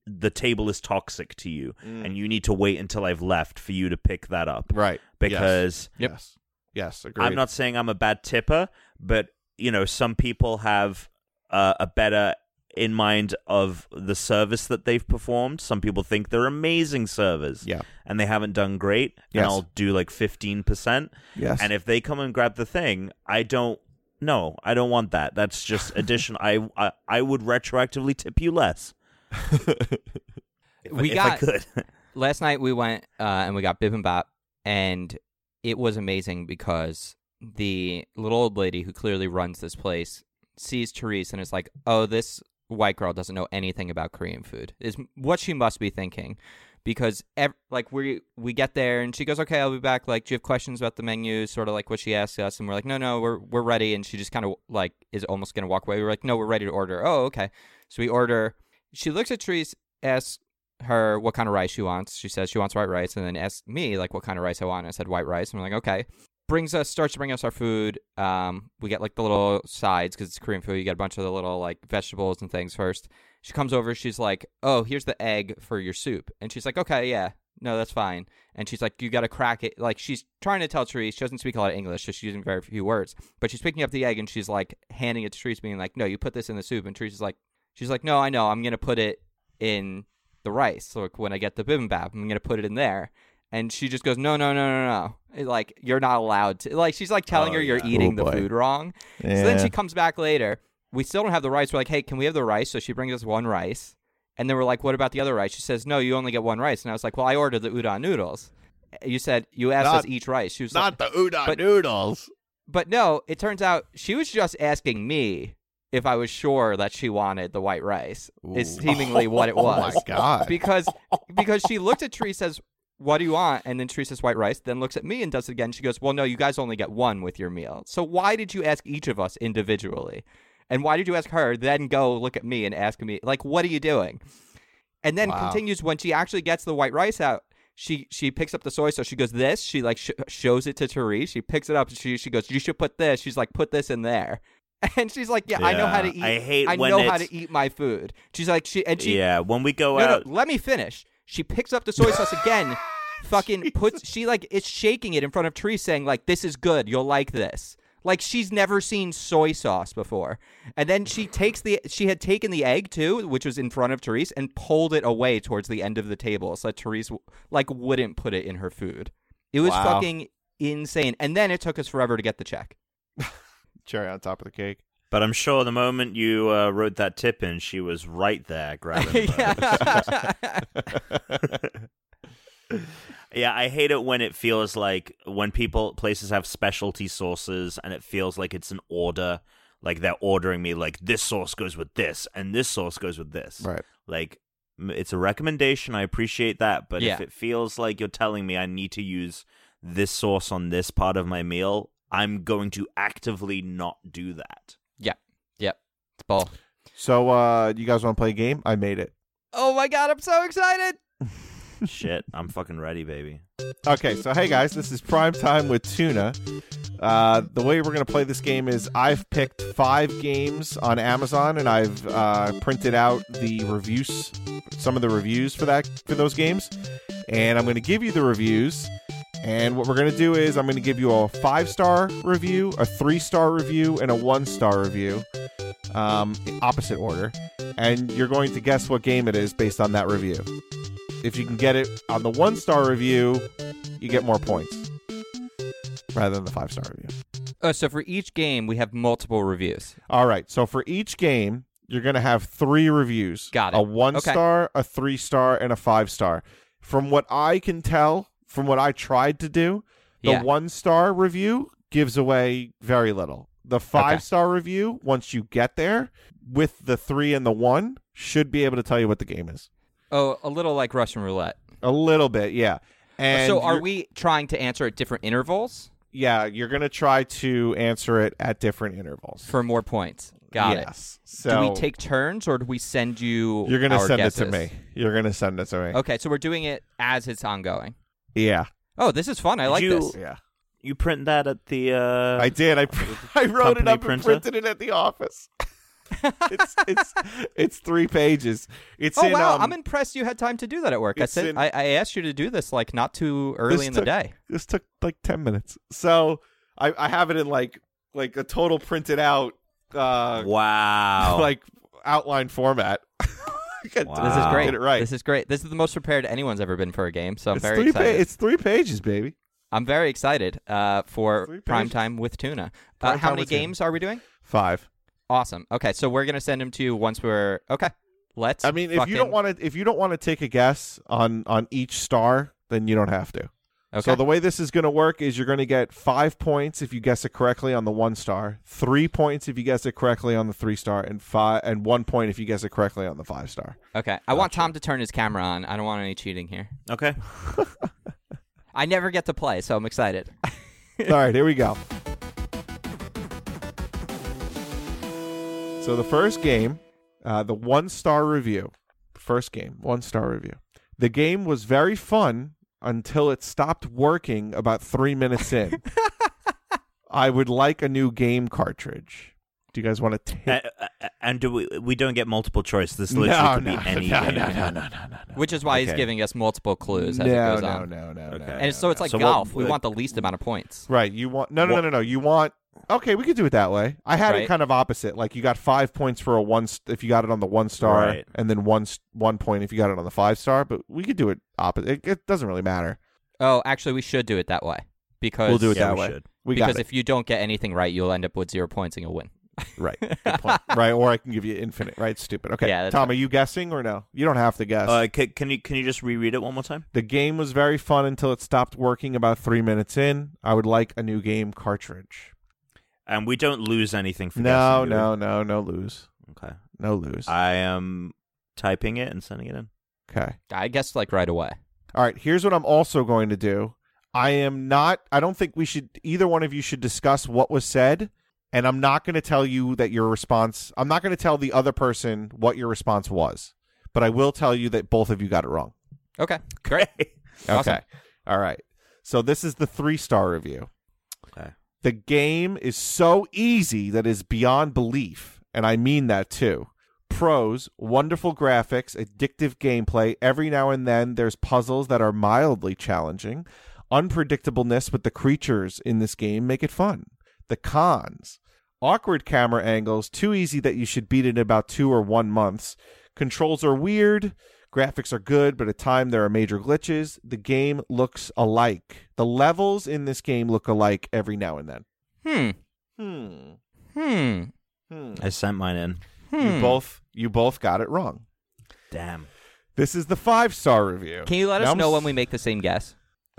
Speaker 3: the table is toxic to you and you need to wait until i've left for you to pick that up
Speaker 2: right?
Speaker 3: because
Speaker 1: Yep.
Speaker 2: yes, yes, agree.
Speaker 3: I'm not saying I'm a bad tipper, but you know, some people have uh, a better in mind of the service that they've performed. Some people think they're amazing servers,
Speaker 2: Yeah.
Speaker 3: and they haven't done great.
Speaker 2: Yes.
Speaker 3: And I'll do like fifteen percent.
Speaker 2: Yes,
Speaker 3: And if they come and grab the thing, I don't. No, I don't want that. That's just addition. I, I I would retroactively tip you less. If,
Speaker 1: We
Speaker 3: if I
Speaker 1: got-
Speaker 3: could.
Speaker 1: last night we went uh, and we got bibimbap, and it was amazing because the little old lady who clearly runs this place sees Therese and is like, "Oh, this white girl doesn't know anything about Korean food." Is what she must be thinking, because ev- like we we get there and she goes, "Okay, I'll be back." Like, do you have questions about the menu? Sort of like what she asked us, and we're like, "No, no, we're we're ready." And she just kind of like is almost gonna walk away. We're like, "No, we're ready to order." Oh, okay. So we order. She looks at Therese, asks her what kind of rice she wants. She says she wants white rice, and then asked me like what kind of rice I want. I said white rice, and I'm like, okay. Brings us starts to bring us our food. Um, we get like the little sides because it's Korean food. You get a bunch of the little like vegetables and things first. She comes over. She's like, oh, here's the egg for your soup, and she's like, okay, yeah, no, that's fine. And she's like, you got to crack it. Like she's trying to tell Therese. She doesn't speak a lot of English, so she's using very few words. But she's picking up the egg and she's like handing it to Therese, being like, no, you put this in the soup, and Therese is like, she's like, no, I know, I'm gonna put it in the rice. Like when I get the bibimbap, I'm gonna put it in there. And she just goes, no, no, no, no, no. It, like you're not allowed to. Like she's like telling
Speaker 3: Oh,
Speaker 1: her you're
Speaker 3: yeah.
Speaker 1: eating
Speaker 2: Oh,
Speaker 1: the
Speaker 2: boy.
Speaker 1: food wrong. So then she comes back later. We still don't have the rice. We're like, hey, can we have the rice? So she brings us one rice. And then we're like, what about the other rice? She says, no, you only get one rice. And I was like, well, I ordered the udon noodles. You said you asked us
Speaker 2: Not-
Speaker 1: each rice. She was like,
Speaker 2: not the udon
Speaker 1: but-
Speaker 2: noodles.
Speaker 1: but no, it turns out she was just asking me if I was sure that she wanted the white rice. Is
Speaker 2: Ooh.
Speaker 1: seemingly what it was.
Speaker 2: Oh my god!
Speaker 1: Because because she looked at Tree says, "What do you want?" And then Tree says, "White rice." Then looks at me and does it again. She goes, "Well, no, you guys only get one with your meal. So why did you ask each of us individually? And why did you ask her then go look at me and ask me like, what are you doing?" And then
Speaker 2: Wow.
Speaker 1: continues when she actually gets the white rice out. she she picks up the soy sauce. She goes this. She like sh- shows it to Therese. She picks it up. She she goes. You should put this. She's like put this in there. And she's like, yeah, I know how to
Speaker 3: Yeah,
Speaker 1: eat.
Speaker 3: I hate
Speaker 1: I
Speaker 3: when
Speaker 1: know how
Speaker 3: it's-
Speaker 1: to eat my food. She's like she and she
Speaker 3: yeah, when we go
Speaker 1: no,
Speaker 3: out,
Speaker 1: no, let me finish. She picks up the soy sauce again, fucking puts she like is shaking it in front of Therese saying, like, this is good, you'll like this. Like she's never seen soy sauce before. And then she takes the she had taken the egg too, which was in front of Therese, and pulled it away towards the end of the table so that Therese like wouldn't put it in her food. It was
Speaker 2: Wow.
Speaker 1: fucking insane. And then it took us forever to get the check.
Speaker 2: Cherry on top of the cake.
Speaker 3: but I'm sure the moment you uh, wrote that tip in, she was right there grabbing. yeah. yeah, I hate it when it feels like when people places have specialty sauces and it feels like it's an order, like they're ordering me like this sauce goes with this and this sauce goes with this.
Speaker 2: Right.
Speaker 3: Like m- it's a recommendation, I appreciate that, but if
Speaker 1: Yeah.
Speaker 3: it feels like you're telling me I need to use this sauce on this part of my meal, I'm going to actively not do that.
Speaker 1: It's ball.
Speaker 2: So uh you guys want to play a game? I made it.
Speaker 1: Oh my god, I'm so excited.
Speaker 3: Shit, I'm fucking ready, baby.
Speaker 2: Okay, so hey guys, this is Prime Time with Tuna. Uh, the way we're going to play this game is I've picked five games on Amazon, and I've uh, printed out the reviews, some of the reviews for that for those games, and I'm going to give you the reviews. And what we're going to do is I'm going to give you a five star review, a three star review, and a one star review, um, in opposite order, and you're going to guess what game it is based on that review. If you can get it on the one star review, you get more points rather than the five star review.
Speaker 1: Uh, so for each game we have multiple reviews.
Speaker 2: All right. So for each game, you're going to have three reviews.
Speaker 1: Got it.
Speaker 2: A one
Speaker 1: Okay.
Speaker 2: star, a three star, and a five star. From what I can tell, from what I tried to do, the
Speaker 1: Yeah.
Speaker 2: one star review gives away very little. The five
Speaker 1: Okay.
Speaker 2: star review, once you get there with the three and the one, should be able to tell you what the game is.
Speaker 1: Oh, a little like Russian roulette.
Speaker 2: A little bit, yeah. And
Speaker 1: so are
Speaker 2: you're-
Speaker 1: we trying to answer at different intervals
Speaker 2: Yeah, you're going to try to answer it at different intervals.
Speaker 1: for more points? Got it.
Speaker 2: yes. So
Speaker 1: do we take turns or do we send you
Speaker 2: You're gonna
Speaker 1: our
Speaker 2: send it
Speaker 1: guesses?
Speaker 2: to me. You're gonna send it to me.
Speaker 1: Okay, so we're doing it as it's ongoing.
Speaker 2: Yeah,
Speaker 1: Oh, this is fun. I like
Speaker 3: You-
Speaker 1: this.
Speaker 2: yeah.
Speaker 3: You print that at the uh
Speaker 2: I did. I I wrote it
Speaker 3: company
Speaker 2: up and
Speaker 3: printer?
Speaker 2: printed it at the office. it's it's it's three pages. It's
Speaker 1: Oh
Speaker 2: in.
Speaker 1: wow,
Speaker 2: um,
Speaker 1: I'm impressed you had time to do that at work. I
Speaker 2: it's
Speaker 1: said
Speaker 2: in-
Speaker 1: I, I asked you to do this like not too early
Speaker 2: This
Speaker 1: in the
Speaker 2: took-
Speaker 1: day.
Speaker 2: This took like ten minutes. So I I have it in like like a total printed out uh
Speaker 3: Wow.
Speaker 2: like outline format. Get-
Speaker 3: Wow.
Speaker 1: This is great.
Speaker 2: Get it right.
Speaker 1: This is great. This is the most prepared anyone's ever been for a game. So I'm
Speaker 2: it's
Speaker 1: very
Speaker 2: three pa-
Speaker 1: excited.
Speaker 2: it's three pages, baby.
Speaker 1: I'm very excited uh, for
Speaker 2: Three
Speaker 1: prime
Speaker 2: pages.
Speaker 1: time with tuna. Uh,
Speaker 2: Prime
Speaker 1: how
Speaker 2: Time
Speaker 1: many
Speaker 2: with Tuna.
Speaker 1: games are we doing?
Speaker 2: Five.
Speaker 1: Awesome. Okay, so we're gonna send him to you once we're okay. Let's.
Speaker 2: I mean, if you don't
Speaker 1: fucking-
Speaker 2: want to, if you don't want to take a guess on on each star, then you don't have to.
Speaker 1: okay.
Speaker 2: So the way this is going to work is you're going to get five points if you guess it correctly on the one star, three points if you guess it correctly on the three star, and five and one point if you guess it correctly on the five star.
Speaker 1: okay, I want Tom to turn his camera on. I don't want any cheating here.
Speaker 3: okay.
Speaker 1: I never get to play, so I'm excited.
Speaker 2: All right, here we go. So the first game, uh, the one star review. First game, one star review. The game was very fun until it stopped working about three minutes in. I would like a new game cartridge. Do you guys want to take?
Speaker 3: Uh, uh, uh, and do we we don't get multiple choice. This literally could be any game.
Speaker 2: no, no, no.
Speaker 1: Which is why he's
Speaker 3: Okay.
Speaker 1: giving us multiple clues as
Speaker 2: no,
Speaker 1: it goes
Speaker 2: no,
Speaker 1: on.
Speaker 2: no, no,
Speaker 3: Okay.
Speaker 2: no,
Speaker 1: And it's, so it's like
Speaker 3: So what-
Speaker 1: golf. we
Speaker 3: uh,
Speaker 1: want the least amount of points.
Speaker 2: right. You want no, no, no,
Speaker 3: What-
Speaker 2: no, no. You want okay. We could do it that way. I had it
Speaker 1: Right.
Speaker 2: kind of opposite. Like you got five points for a one st- if you got it on the one star,
Speaker 3: Right.
Speaker 2: and then one st- one point if you got it on the five star. But we could do it opposite. It, it doesn't really matter.
Speaker 1: Oh, actually, we should do it that way because
Speaker 2: We'll do it
Speaker 3: Uh, Yeah,
Speaker 2: that
Speaker 3: we
Speaker 2: way.
Speaker 3: should.
Speaker 2: We
Speaker 1: because
Speaker 2: got it
Speaker 1: if you don't get anything right, you'll end up with zero points and you'll win.
Speaker 2: right. Good point. right, or I can give you infinite. Right, stupid. Okay,
Speaker 1: Yeah, that's
Speaker 2: Tom, are you guessing or no? You don't have to guess.
Speaker 3: Uh, can, can you can you just reread it one more time?
Speaker 2: the game was very fun until it stopped working about three minutes in. I would like a new game cartridge.
Speaker 3: And we don't lose anything for
Speaker 2: No,
Speaker 3: guessing, do we?
Speaker 2: no, no, no. Lose.
Speaker 3: Okay.
Speaker 2: No lose.
Speaker 3: I am typing it and sending it in.
Speaker 2: okay.
Speaker 1: I guess like right away.
Speaker 2: All right. Here's what I'm also going to do. I am not. I don't think we should. Either one of you should discuss what was said, and I'm not going to tell you that your response. I'm not going to tell the other person what your response was, but I will tell you that both of you got it wrong.
Speaker 1: Okay, great.
Speaker 2: Okay.
Speaker 1: Awesome.
Speaker 2: All right. So this is the three star review.
Speaker 3: Okay.
Speaker 2: The game is so easy that is beyond belief, and I mean that too. Pros, wonderful graphics, addictive gameplay. Every now and then there's puzzles that are mildly challenging. Unpredictableness with the creatures in this game make it fun. The cons, awkward camera angles, too easy that you should beat it in about 2 or 1 months. Controls are weird. Graphics are good, but at time there are major glitches. The game looks alike. The levels in this game look alike every now and then.
Speaker 1: Hmm.
Speaker 2: Hmm.
Speaker 1: Hmm.
Speaker 2: Hmm.
Speaker 3: I sent mine in.
Speaker 2: You
Speaker 1: Hmm.
Speaker 2: both you both got it wrong.
Speaker 3: Damn.
Speaker 2: This is the five star review.
Speaker 1: Can you let
Speaker 2: Now
Speaker 1: us
Speaker 2: I'm
Speaker 1: know
Speaker 2: s-
Speaker 1: when we make the same guess? Is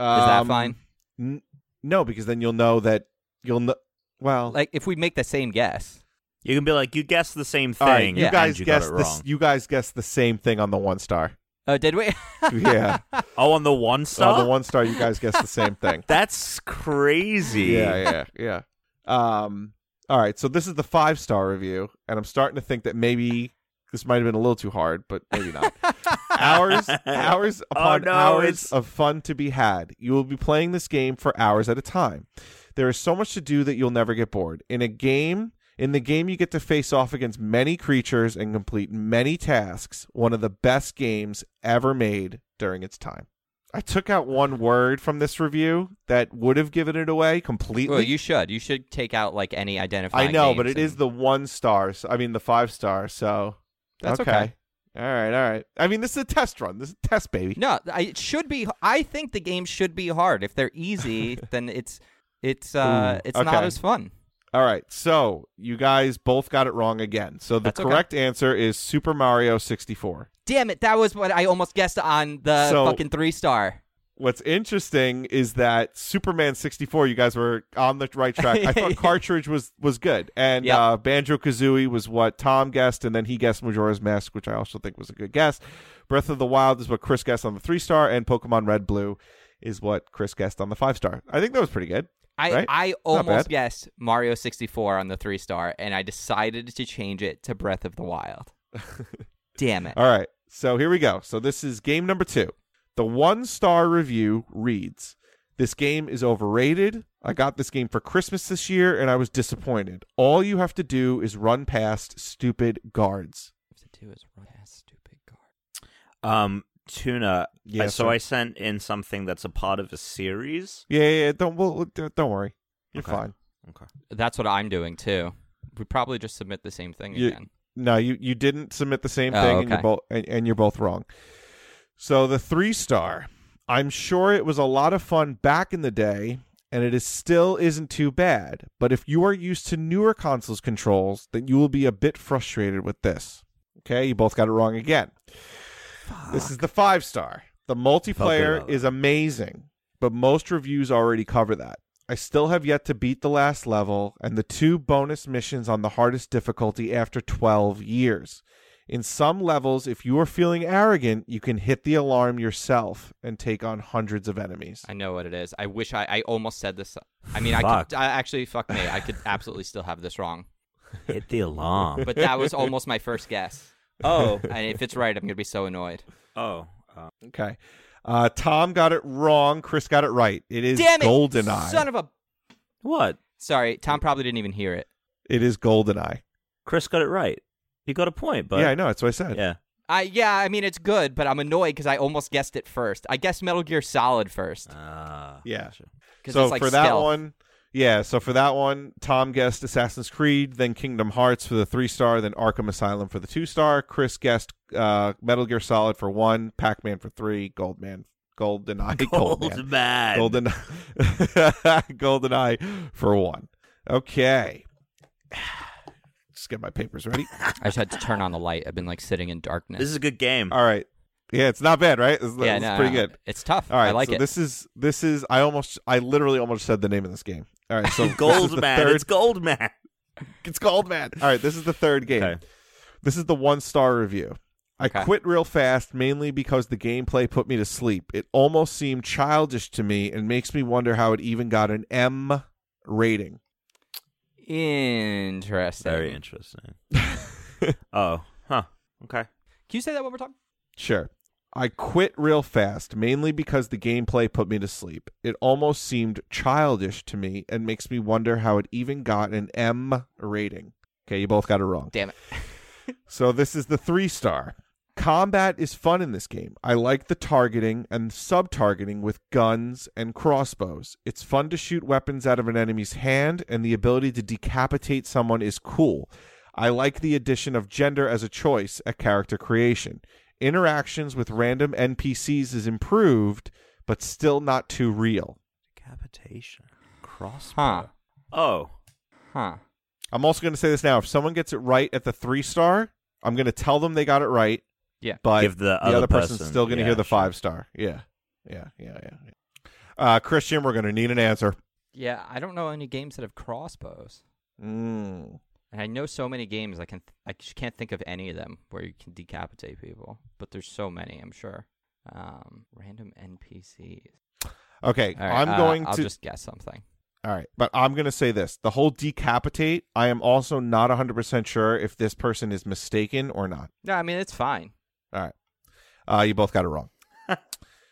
Speaker 1: that
Speaker 2: Um,
Speaker 1: fine?
Speaker 2: N- no, because then you'll know that you'll know. Well,
Speaker 1: Like if we make the same guess.
Speaker 3: You can be like, you guessed the same thing.
Speaker 2: all right, you
Speaker 1: yeah,
Speaker 3: and
Speaker 2: guys
Speaker 3: you
Speaker 2: guessed
Speaker 3: got it
Speaker 2: this.
Speaker 3: wrong.
Speaker 2: You guys guessed the same thing on the one star.
Speaker 1: Oh, did we?
Speaker 2: Yeah,
Speaker 3: Oh, on the one star.
Speaker 2: on the one star, you guys guessed the same thing.
Speaker 3: That's crazy.
Speaker 2: Yeah, yeah, yeah. Um, all right, so this is the five star review, and I'm starting to think that maybe this might have been a little too hard, but maybe not. hours, hours upon
Speaker 3: Oh, no,
Speaker 2: hours
Speaker 3: it's-
Speaker 2: of fun to be had. You will be playing this game for hours at a time. There is so much to do that you'll never get bored. In a game, in the game, you get to face off against many creatures and complete many tasks. One of the best games ever made during its time. I took out one word from this review that would have given it away completely.
Speaker 1: well, you should. You should take out like any identifying.
Speaker 2: I know, but
Speaker 1: names
Speaker 2: it is
Speaker 1: and-
Speaker 2: the one star. So, I mean, the five star. So
Speaker 1: That's okay.
Speaker 2: All right, all right. I mean, this is a test run. This is a test, baby.
Speaker 1: No, I, it should be. I think the game should be hard. If they're easy, then it's it's uh
Speaker 2: Ooh,
Speaker 1: it's
Speaker 2: okay.
Speaker 1: not as fun.
Speaker 2: All right, so you guys both got it wrong again. So the
Speaker 1: That's okay.
Speaker 2: correct answer is Super Mario 64.
Speaker 1: Damn it! That was what I almost guessed on the
Speaker 2: So-
Speaker 1: fucking three star.
Speaker 2: What's interesting is that Superman 64, you guys were on the right track. I thought Cartridge was was good, and
Speaker 1: Yep.
Speaker 2: uh, Banjo Kazooie was what Tom guessed, and then he guessed Majora's Mask, which I also think was a good guess. Breath of the Wild is what Chris guessed on the three star, and Pokemon Red Blue is what Chris guessed on the five star. I think that was pretty good.
Speaker 1: I
Speaker 2: Right?
Speaker 1: I
Speaker 2: bad.
Speaker 1: almost guessed Mario sixty four on the three star, and I decided to change it to Breath of the Wild. Damn it!
Speaker 2: All right. So here we go. So this is game number two. The one star review reads This game is overrated. I got this game for Christmas this year and I was disappointed. All you have to do is run past stupid guards.
Speaker 1: The two is wrong. That stupid guard.
Speaker 3: Um, Tuna.
Speaker 2: Yeah,
Speaker 3: uh, so
Speaker 2: sir.
Speaker 3: I sent in something that's a part of a series.
Speaker 2: Yeah, yeah, yeah, don't well, don't don't worry. You're
Speaker 3: Okay.
Speaker 2: fine.
Speaker 3: Okay.
Speaker 1: That's what I'm doing too. We probably just submit the same thing
Speaker 2: You-
Speaker 1: again.
Speaker 2: No, you you didn't submit the same
Speaker 1: Oh,
Speaker 2: thing, and you're
Speaker 1: okay.
Speaker 2: both and, and you're both wrong. So the three star, I'm sure it was a lot of fun back in the day, and it is still isn't too bad. But if you are used to newer consoles controls, then you will be a bit frustrated with this. Okay, you both got it wrong again. This is the five star. The multiplayer
Speaker 3: about
Speaker 2: is amazing, but most reviews already cover that. I still have yet to beat the last level and the two bonus missions on the hardest difficulty after 12 years. In some levels, if you are feeling arrogant, you can hit the alarm yourself and take on hundreds of enemies.
Speaker 1: I know what it is. I wish I, I almost said this. I mean, I
Speaker 3: Fuck.
Speaker 1: could I actually fuck me. I could absolutely still have this wrong,
Speaker 3: Hit the alarm.
Speaker 1: but that was almost my first guess.
Speaker 3: oh.
Speaker 1: And if it's right, I'm gonna be so annoyed.
Speaker 3: Oh. Uh,
Speaker 2: Okay. Uh, Tom got it wrong. Chris got it right. It is
Speaker 1: Damn it,
Speaker 2: Goldeneye.
Speaker 1: son of a.
Speaker 3: what?
Speaker 1: Sorry, Tom probably didn't even hear it.
Speaker 2: it is Goldeneye.
Speaker 3: Chris got it right. He got a point, but
Speaker 2: yeah, I know. That's what I said.
Speaker 3: yeah.
Speaker 1: I yeah, I mean it's good, but I'm annoyed because I almost guessed it first. I guessed Metal Gear Solid first
Speaker 3: Ah,
Speaker 2: Yeah.
Speaker 3: gotcha.
Speaker 1: because
Speaker 2: so
Speaker 1: it's like
Speaker 2: for that
Speaker 1: stealth.
Speaker 2: one yeah so for that one tom guessed assassin's creed then kingdom hearts for the three star then arkham asylum for the two star chris guessed uh, metal gear solid for one pac-man for three goldman goldeneye goldman
Speaker 3: Gold man.
Speaker 2: golden goldeneye for one okay just get my papers ready
Speaker 1: I just had to turn on the light. I've been like sitting in darkness.
Speaker 3: This is a good game.
Speaker 2: all right yeah it's not bad right it's,
Speaker 1: yeah,
Speaker 2: it's
Speaker 1: no,
Speaker 2: pretty
Speaker 1: no,
Speaker 2: good
Speaker 1: It's tough.
Speaker 2: all right
Speaker 1: I like
Speaker 2: so
Speaker 1: it.
Speaker 2: this is this is i almost i literally almost said the name of this game all right so this is the
Speaker 3: Gold man.
Speaker 2: third
Speaker 3: It's gold man.
Speaker 2: It's called man. All right, this is the third game.
Speaker 3: Okay.
Speaker 2: This is the one star review. I
Speaker 1: Okay.
Speaker 2: quit real fast mainly because the gameplay put me to sleep. It almost seemed childish to me and makes me wonder how it even got an M rating.
Speaker 1: Interesting.
Speaker 3: Very interesting. oh, huh. Okay.
Speaker 1: Can you say that one more time?
Speaker 2: Sure. I quit real fast, mainly because the gameplay put me to sleep. It almost seemed childish to me and makes me wonder how it even got an M rating. Okay, you both got it wrong.
Speaker 1: Damn it.
Speaker 2: So this is the three star. Combat is fun in this game. I like the targeting and sub targeting with guns and crossbows. It's fun to shoot weapons out of an enemy's hand, and the ability to decapitate someone is cool. I like the addition of gender as a choice at character creation. Interactions with random NPCs is improved, but still not too real.
Speaker 3: Decapitation. Cross.
Speaker 1: Huh.
Speaker 3: Oh.
Speaker 1: Huh.
Speaker 2: I'm also going to say this now. If someone gets it right at the three star, I'm going to tell them they got it right.
Speaker 1: Yeah.
Speaker 2: But
Speaker 3: Give the
Speaker 2: the
Speaker 3: other
Speaker 2: other person's
Speaker 3: person-
Speaker 2: still going to
Speaker 3: yeah,
Speaker 2: hear the
Speaker 3: sure.
Speaker 2: five star. Yeah. Yeah. Yeah. Yeah. yeah. Uh, Christian, we're going to need an answer.
Speaker 1: Yeah, I don't know any games that have crossbows.
Speaker 2: Mm.
Speaker 1: And I know so many games. I can th- I just can't think of any of them where you can decapitate people. But there's so many, I'm sure. Um, random NPCs.
Speaker 2: Okay.
Speaker 1: All right,
Speaker 2: I'm
Speaker 1: uh,
Speaker 2: going
Speaker 1: I'll
Speaker 2: to.
Speaker 1: just guess something.
Speaker 2: All right. But I'm going to say this the whole decapitate, I am also not 100% sure if this person is mistaken or not.
Speaker 1: No, I mean it's fine.
Speaker 2: All right. Uh, you both got it wrong.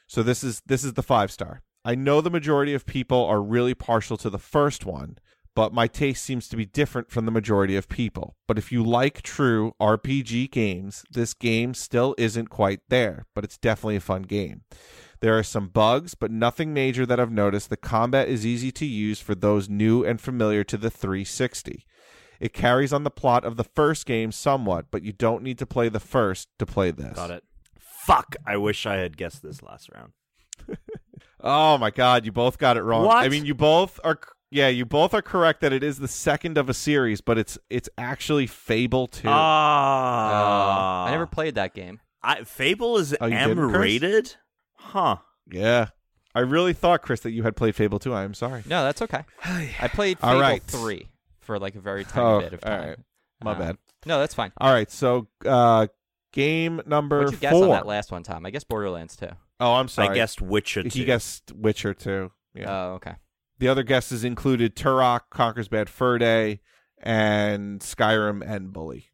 Speaker 2: so this is this is the five star. I know the majority of people are really partial to the first one, but my taste seems to be different from the majority of people. But if you like true RPG games, this game still isn't quite there, but it's definitely a fun game. There are some bugs, but nothing major that I've noticed. The combat is easy to use for those new and familiar to the 360. It carries on the plot of the first game somewhat, but you don't need to play the first to play this.
Speaker 3: Got it. Fuck. I wish I had guessed this last round.
Speaker 2: Oh my god, you both got it wrong.
Speaker 3: What?
Speaker 2: I mean, you both are yeah, you both are correct that it is the second of a series, but it's it's actually Fable 2.
Speaker 3: Ah.
Speaker 1: Uh, I never
Speaker 2: Ah.
Speaker 1: played that game.
Speaker 3: I, Fable is
Speaker 2: Oh, you didn't,
Speaker 3: M
Speaker 2: Chris?
Speaker 3: rated? Huh.
Speaker 2: yeah. I really thought Chris that you had played Fable 2. I am sorry.
Speaker 1: No, that's okay. I played
Speaker 2: All
Speaker 1: Fable
Speaker 2: right.
Speaker 1: three for like a very tiny
Speaker 2: Oh,
Speaker 1: bit of
Speaker 2: all
Speaker 1: time.
Speaker 2: right. My
Speaker 1: Um,
Speaker 2: bad.
Speaker 1: No, that's fine.
Speaker 2: All right, so uh game number
Speaker 1: What'd you guess
Speaker 2: 4.
Speaker 1: on that last one, Tom? I guess Borderlands too.
Speaker 2: oh, I'm sorry.
Speaker 3: I guessed Witcher 2.
Speaker 2: he guessed Witcher 2. Yeah.
Speaker 1: Oh, okay.
Speaker 2: the other guesses included Turok, Conquer's Bad Fur Day, and Skyrim and Bully.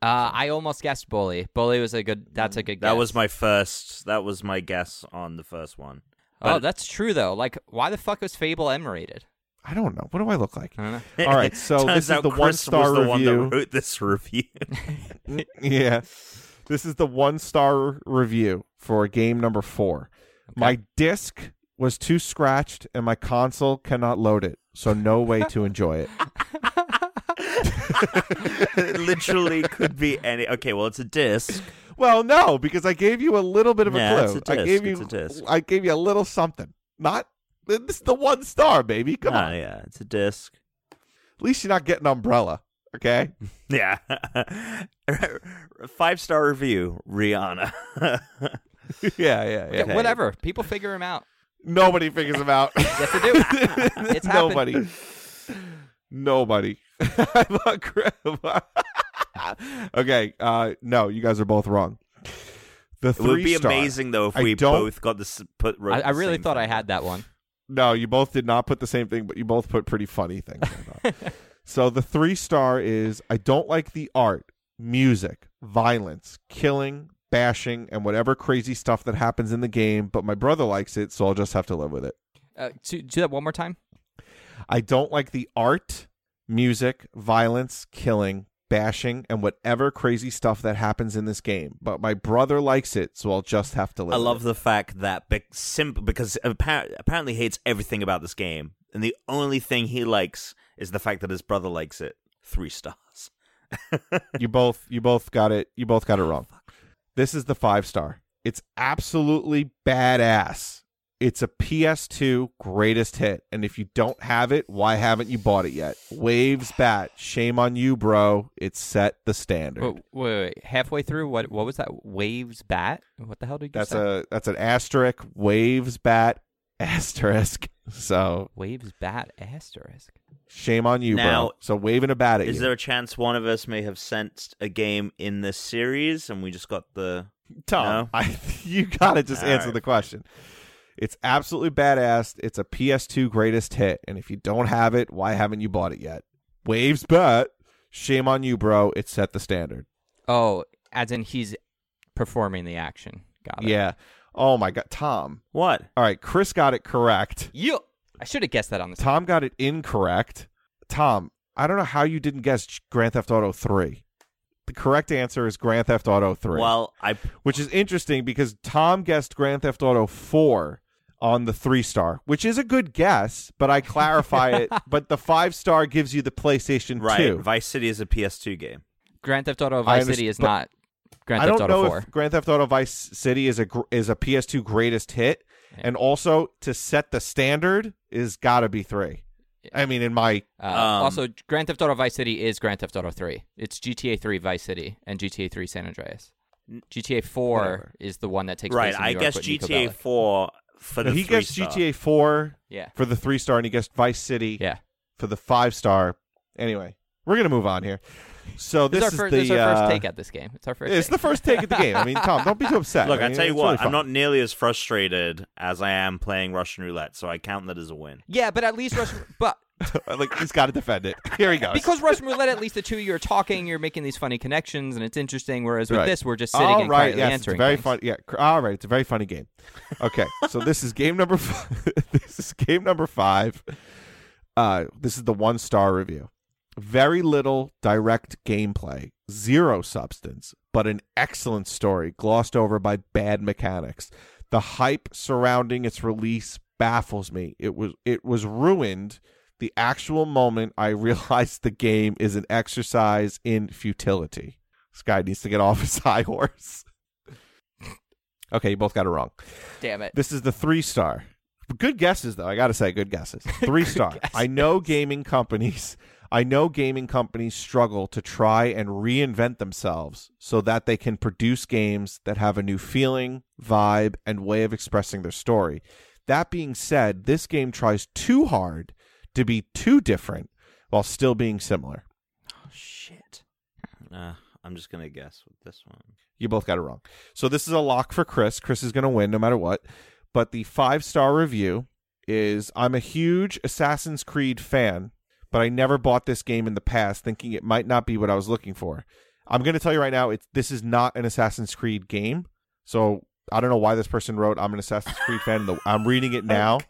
Speaker 1: Uh, I almost guessed Bully. Bully was a good. That's
Speaker 2: Mm.
Speaker 1: a good.
Speaker 3: that
Speaker 1: guess.
Speaker 3: was my first. That was my guess on the first one.
Speaker 1: Oh,
Speaker 3: but-
Speaker 1: that's true though. Like, why the fuck was Fable M rated?
Speaker 2: I don't know. What do I look like?
Speaker 1: I don't know.
Speaker 2: All right, so
Speaker 3: Turns
Speaker 2: this is
Speaker 3: out
Speaker 2: the
Speaker 3: Chris
Speaker 2: one-star
Speaker 3: was the one
Speaker 2: review.
Speaker 3: that wrote this review.
Speaker 2: yeah. This is the one star review for game number four. My disc was too scratched and my console cannot load it. So no way to enjoy it.
Speaker 3: it literally could be any. Okay, well, it's a disc.
Speaker 2: Well, no, because I gave you a little bit of a
Speaker 3: Nah,
Speaker 2: clue.
Speaker 3: it's a
Speaker 2: I
Speaker 3: disc,
Speaker 2: gave you
Speaker 3: it's a disc.
Speaker 2: I gave you a little something. Not this is the one star, baby. Come
Speaker 3: Ah,
Speaker 2: on.
Speaker 3: yeah, it's a disc.
Speaker 2: At least you're not getting umbrella. Okay.
Speaker 3: Yeah. Five star review, Rihanna.
Speaker 2: yeah, yeah, yeah.
Speaker 1: Yeah, whatever. People figure him out.
Speaker 2: Nobody figures them out.
Speaker 1: Yes, they do. It's happened.
Speaker 2: nobody. Nobody. I love Grandma. okay, uh, no, you guys are both wrong. The
Speaker 3: it
Speaker 2: three
Speaker 3: would be
Speaker 2: star.
Speaker 3: amazing though if
Speaker 2: I
Speaker 3: we
Speaker 2: don't-
Speaker 3: both got this. Put wrote
Speaker 1: I, I
Speaker 3: the
Speaker 1: really
Speaker 3: same
Speaker 1: thought I
Speaker 3: thing.
Speaker 1: had that one.
Speaker 2: No, you both did not put the same thing, but you both put pretty funny things. I thought. so the three star is I don't like the art, music, violence, killing, bashing, and whatever crazy stuff that happens in the game. But my brother likes it, so I'll just have to live with it.
Speaker 1: Uh, do, do that one more time.
Speaker 2: I don't like the art, music, violence, killing, bashing, and whatever crazy stuff that happens in this game. But my brother likes it, so I'll just have to live.
Speaker 3: I
Speaker 2: with
Speaker 3: love
Speaker 2: it.
Speaker 3: the fact that be- simp- because appar- apparently hates everything about this game, and the only thing he likes is the fact that his brother likes it. Three stars.
Speaker 2: you both you both got it. You both got it wrong. This is the five star. It's absolutely badass. It's a PS2 greatest hit, and if you don't have it, why haven't you bought it yet? Waves bat, shame on you, bro. It set the standard.
Speaker 1: Wait, wait, wait. Halfway through, what what was that? Waves bat. What the hell did you
Speaker 2: That's
Speaker 1: say?
Speaker 2: a that's an asterisk waves bat asterisk. So
Speaker 1: Waves bat asterisk.
Speaker 2: shame on you,
Speaker 3: Now-
Speaker 2: bro. So waving a bat at
Speaker 3: Is
Speaker 2: you.
Speaker 3: there a chance one of us may have sensed a game in this series, and we just got the?
Speaker 2: Tom,
Speaker 3: No?
Speaker 2: I, you gotta just
Speaker 3: All
Speaker 2: answer
Speaker 3: right.
Speaker 2: the question. It's absolutely badass. It's a PS2 greatest hit, and if you don't have it, why haven't you bought it yet? Waves bat. Shame on you, bro. It set the standard.
Speaker 1: Oh, as in he's performing the action. Got it.
Speaker 2: Yeah. Oh my God, Tom.
Speaker 3: What?
Speaker 2: All right, Chris got it correct.
Speaker 1: You. I should have guessed that on the
Speaker 2: Tom got it incorrect. Tom, I don't know how you didn't guess Grand Theft Auto 3. The correct answer is Grand Theft Auto 3.
Speaker 3: Well, I
Speaker 2: which is interesting because Tom guessed Grand Theft Auto 4 on the 3 star, which is a good guess, but I clarify it, but the 5 star gives you the PlayStation
Speaker 3: right.
Speaker 2: 2.
Speaker 3: Vice City is a PS2 game.
Speaker 1: Grand Theft Auto Vice
Speaker 2: underst-
Speaker 1: City is
Speaker 2: but-
Speaker 1: not Grand
Speaker 2: I
Speaker 1: Theft
Speaker 2: don't
Speaker 1: Auto
Speaker 2: know
Speaker 1: 4.
Speaker 2: if Grand Theft Auto Vice City is a gr- is a PS2 greatest hit and also to set the standard is got to be 3. I mean in my
Speaker 1: Uh,
Speaker 3: Um,
Speaker 1: also, Grand Theft Auto Vice City is Grand Theft Auto 3. It's GTA 3 Vice City and GTA 3 San Andreas. GTA 4
Speaker 2: Whatever.
Speaker 1: is the one that takes
Speaker 3: Right.
Speaker 1: place in New
Speaker 3: I
Speaker 1: York
Speaker 3: guess
Speaker 1: with Nico
Speaker 3: GTA
Speaker 1: Bellic.
Speaker 3: 4 for the
Speaker 2: he
Speaker 3: three
Speaker 2: guessed
Speaker 3: star.
Speaker 2: GTA 4
Speaker 1: Yeah.
Speaker 2: for the 3 star and he guessed Vice City
Speaker 1: Yeah.
Speaker 2: for the 5 star. Anyway, we're going to move on here. So
Speaker 1: This,
Speaker 2: this,
Speaker 1: is our, fir-
Speaker 2: is the
Speaker 1: this is our
Speaker 2: uh,
Speaker 1: first take at this game. It's our first
Speaker 2: It's
Speaker 1: take.
Speaker 2: the first take of the game. I mean, Tom, don't be too upset.
Speaker 3: Look, I
Speaker 2: mean,
Speaker 3: tell you
Speaker 2: it's
Speaker 3: what,
Speaker 2: really
Speaker 3: I'm
Speaker 2: fun.
Speaker 3: not nearly as frustrated as I am playing Russian roulette, so I count that as a win.
Speaker 1: yeah, but at least Russian. but
Speaker 2: like he's got to defend it. Here he goes.
Speaker 1: because Russian roulette, at least the two of you are talking, you're making these funny connections, and it's interesting. Whereas with
Speaker 2: Right.
Speaker 1: this, we're just sitting
Speaker 2: all
Speaker 1: and
Speaker 2: right,
Speaker 1: quietly
Speaker 2: yes, it's
Speaker 1: answering.
Speaker 2: very
Speaker 1: things.
Speaker 2: fun. Yeah, cr- all right, it's a very funny game. Okay, so this is game number. Five. this is game number five. Uh, this is the one star review. Very little direct gameplay, zero substance, but an excellent story glossed over by bad mechanics. The hype surrounding its release baffles me. It was it was ruined the actual moment I realized the game is an exercise in futility. This guy needs to get off his high horse. okay, you both got it wrong.
Speaker 1: Damn it.
Speaker 2: This is the three star. Good guesses, though. I got to say, good guesses. Three star. I know gaming companies. I know gaming companies struggle to try and reinvent themselves so that they can produce games that have a new feeling, vibe, and way of expressing their story. That being said, this game tries too hard to be too different while still being similar.
Speaker 1: Shit.
Speaker 3: Uh, I'm just gonna guess with this one.
Speaker 2: You both got it wrong. So this is a lock for Chris. Chris is going to win no matter what. But the five star review is I'm a huge Assassin's Creed fan, but I never bought this game in the past thinking it might not be what I was looking for. I'm going to tell you right now, it's, this is not an Assassin's Creed game. So I don't know why this person wrote I'm an Assassin's Creed fan. The- I'm reading it now.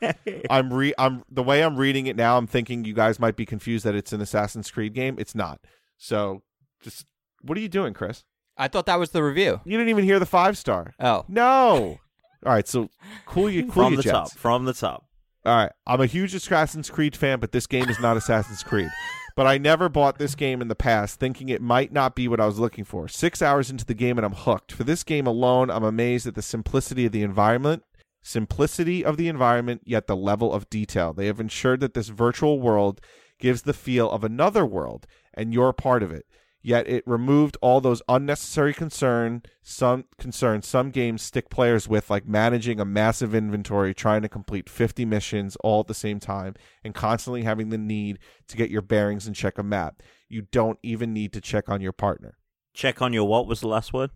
Speaker 2: I'm re I'm the way I'm reading it now, I'm thinking you guys might be confused that it's an Assassin's Creed game. It's not. So just what are you doing, Chris?
Speaker 1: I thought that was the review.
Speaker 2: You didn't even hear the five star.
Speaker 1: Oh,
Speaker 2: No. All right, so cool you cool
Speaker 3: From
Speaker 2: you
Speaker 3: the
Speaker 2: jets.
Speaker 3: top. From the top.
Speaker 2: All right, I'm a huge Assassin's Creed fan, but this game is not Assassin's Creed. But I never bought this game in the past, thinking it might not be what I was looking for. Six hours into the game, and I'm hooked. For this game alone, I'm amazed at the simplicity of the environment, simplicity of the environment, yet the level of detail. They have ensured that this virtual world gives the feel of another world, and you're part of it. Yet it removed all those unnecessary concern some concerns some games stick players with, like managing a massive inventory, trying to complete 50 missions all at the same time, and constantly having the need to get your bearings and check a map. You don't even need to check on your partner.
Speaker 3: Check on your what was the last word?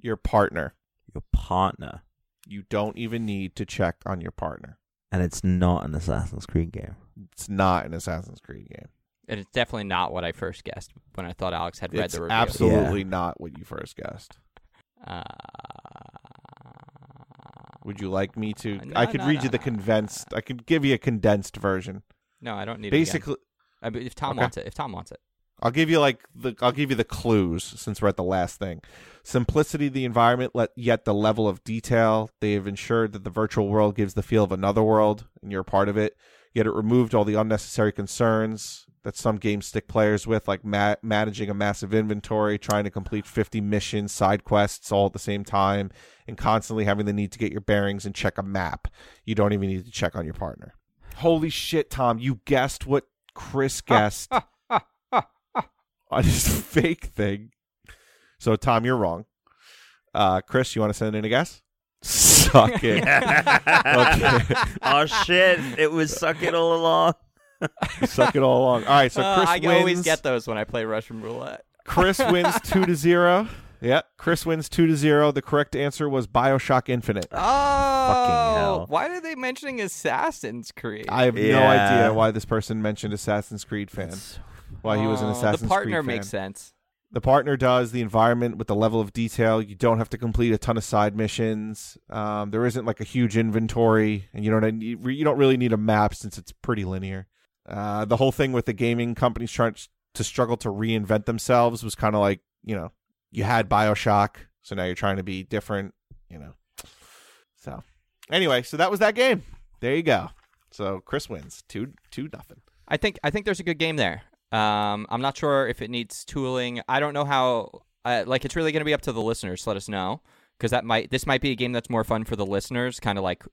Speaker 2: Your partner.
Speaker 3: Your partner.
Speaker 2: You don't even need to check on your partner.
Speaker 3: And it's not an Assassin's Creed game.
Speaker 2: It's not an Assassin's Creed game.
Speaker 1: and it's definitely not what I first guessed when I thought Alex had read
Speaker 2: It's
Speaker 1: the review.
Speaker 2: absolutely not what you first guessed.
Speaker 1: Uh,
Speaker 2: Would you like me to?
Speaker 1: No,
Speaker 2: I could
Speaker 1: no,
Speaker 2: read
Speaker 1: no,
Speaker 2: you the
Speaker 1: no.
Speaker 2: condensed. I could give you a condensed version.
Speaker 1: no, I don't need it.
Speaker 2: Basically,
Speaker 1: Basically, if Tom
Speaker 2: Okay.
Speaker 1: wants it, if Tom wants it,
Speaker 2: I'll give you like the I'll give you the clues since we're at the last thing. Simplicity of the environment, let, yet the level of detail. They have ensured that the virtual world gives the feel of another world, and you're a part of it. Yet it removed all the unnecessary concerns that some games stick players with, like ma- managing a massive inventory, trying to complete 50 missions, side quests all at the same time, and constantly having the need to get your bearings and check a map. You don't even need to check on your partner. Holy shit, Tom! You guessed what Chris guessed on his fake thing. So Tom, you're wrong. Uh, Chris, you want to send in a guess? Suck it. Okay.
Speaker 3: oh shit! It was suck it all along.
Speaker 2: Suck it all along. All right, so
Speaker 1: Uh,
Speaker 2: Chris
Speaker 1: I
Speaker 2: wins.
Speaker 1: always get those when I play Russian roulette.
Speaker 2: Chris wins two to zero. Yeah, Chris wins two to zero. The correct answer was Bioshock Infinite.
Speaker 1: Oh,
Speaker 3: hell.
Speaker 1: why are they mentioning Assassin's Creed?
Speaker 2: I have no
Speaker 3: Yeah.
Speaker 2: idea why this person mentioned Assassin's Creed fan. Why he was an
Speaker 1: Oh,
Speaker 2: Assassin's
Speaker 1: The partner
Speaker 2: Creed fan.
Speaker 1: makes sense.
Speaker 2: The partner does the environment with the level of detail. You don't have to complete a ton of side missions. Um, there isn't like a huge inventory, and you don't need, you don't really need a map since it's pretty linear. Uh, the whole thing with the gaming companies trying to struggle to reinvent themselves was kind of like you know you had Bioshock, so now you're trying to be different. You know, so anyway, so that was that game. There you go. So Chris wins two two nothing.
Speaker 1: I think I think there's a good game there. Um, I'm not sure if it needs tooling. I don't know how. Uh, like, it's really going to be up to the listeners. to Let us know because that might this might be a game that's more fun for the listeners, kind of like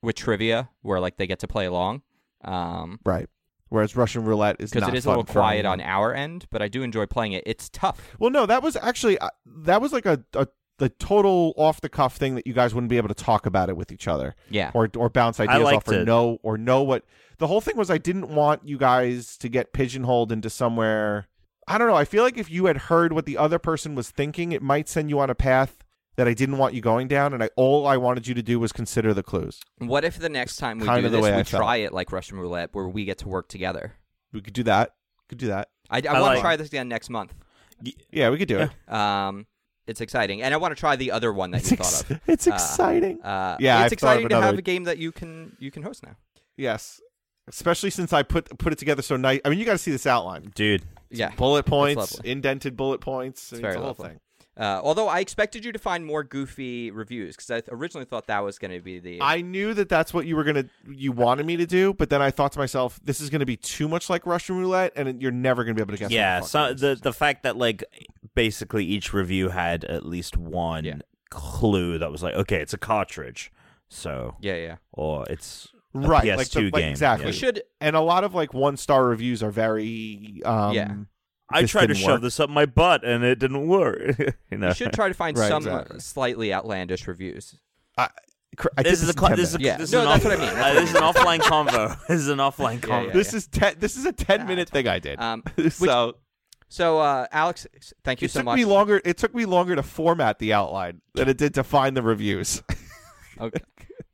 Speaker 1: with trivia, where like they get to play along. Um,
Speaker 2: Right. Whereas Russian roulette is
Speaker 1: because
Speaker 2: not
Speaker 1: it is a
Speaker 2: fun
Speaker 1: little
Speaker 2: for
Speaker 1: quiet
Speaker 2: anyone.
Speaker 1: on our end, but I do enjoy playing it. It's tough.
Speaker 2: Well, no, that was actually uh, that was like a, a the total off the cuff thing that you guys wouldn't be able to talk about it with each other
Speaker 1: Yeah.
Speaker 2: or or bounce ideas off
Speaker 3: liked
Speaker 2: or
Speaker 3: it.
Speaker 2: know or know what the whole thing was. I didn't want you guys to get pigeonholed into somewhere. I don't know. I feel like if you had heard what the other person was thinking, it might send you on a path that I didn't want you going down. And I all I wanted you to do was consider the clues.
Speaker 1: What if the next time we
Speaker 2: Kinda
Speaker 1: do
Speaker 2: the
Speaker 1: this,
Speaker 2: way
Speaker 1: we
Speaker 2: I felt.
Speaker 1: try it like Russian roulette, where we get to work together?
Speaker 2: We could do that. Could do that.
Speaker 1: I, I,
Speaker 3: I
Speaker 1: want to
Speaker 3: like-
Speaker 1: try this again next month.
Speaker 2: Yeah, we could do it.
Speaker 1: Um, it's exciting, and I want to try the other one that
Speaker 2: It's,
Speaker 1: you
Speaker 2: ex-
Speaker 1: thought of.
Speaker 2: it's
Speaker 1: Uh,
Speaker 2: exciting.
Speaker 1: Uh, it's
Speaker 2: Yeah, I've thought of
Speaker 1: exciting to have
Speaker 2: another-
Speaker 1: a game that you can you can host now.
Speaker 2: Yes, especially since I put put it together so nice. I mean, you got to see this outline.
Speaker 3: Dude,
Speaker 1: Yeah.
Speaker 2: bullet points,
Speaker 1: lovely.
Speaker 2: indented bullet points. and It's,
Speaker 1: very
Speaker 2: a whole
Speaker 1: lovely.
Speaker 2: thing.
Speaker 1: Uh, although I expected you to find more goofy reviews because I th- originally thought that was going to be the.
Speaker 2: I knew that that's what you were gonna you wanted me to do, but then I thought to myself, this is gonna be too much like Russian roulette, and it- you're never gonna be able to guess. what
Speaker 3: yeah.
Speaker 2: fuck
Speaker 3: So
Speaker 2: it is.
Speaker 3: the the fact that like basically each review had at least one
Speaker 1: Yeah.
Speaker 3: clue that was like, okay, it's a cartridge, so
Speaker 1: yeah, yeah.
Speaker 3: or it's a
Speaker 2: right,
Speaker 3: PS2
Speaker 2: like, the, like,
Speaker 3: game.
Speaker 2: exactly.
Speaker 1: We should.
Speaker 2: And a lot of like one star reviews are very um,
Speaker 1: Yeah.
Speaker 3: I
Speaker 2: This
Speaker 3: tried to
Speaker 2: didn't
Speaker 3: shove
Speaker 2: work.
Speaker 3: this up my butt and it didn't work. you know,
Speaker 1: We should try to find
Speaker 2: Right,
Speaker 1: some
Speaker 2: exactly.
Speaker 1: slightly outlandish reviews.
Speaker 2: cr- I did
Speaker 3: this is a
Speaker 2: in
Speaker 3: co-
Speaker 2: 10
Speaker 3: this is a,
Speaker 2: minutes.
Speaker 1: Yeah.
Speaker 3: this is
Speaker 1: No,
Speaker 3: an
Speaker 1: that's
Speaker 3: off-
Speaker 1: what I mean. That's
Speaker 3: uh,
Speaker 1: what I
Speaker 3: this is an offline convo. This is an offline
Speaker 1: Yeah,
Speaker 3: convo.
Speaker 1: yeah,
Speaker 2: this is ten. This is a ten
Speaker 1: Yeah,
Speaker 2: minute
Speaker 1: it's
Speaker 2: thing I did.
Speaker 1: Um,
Speaker 2: so
Speaker 1: so, uh, Alex, s- thank you
Speaker 2: it
Speaker 1: so
Speaker 2: took
Speaker 1: much.
Speaker 2: me longer. It took me longer to format the outline than it did to find the reviews.
Speaker 1: Okay.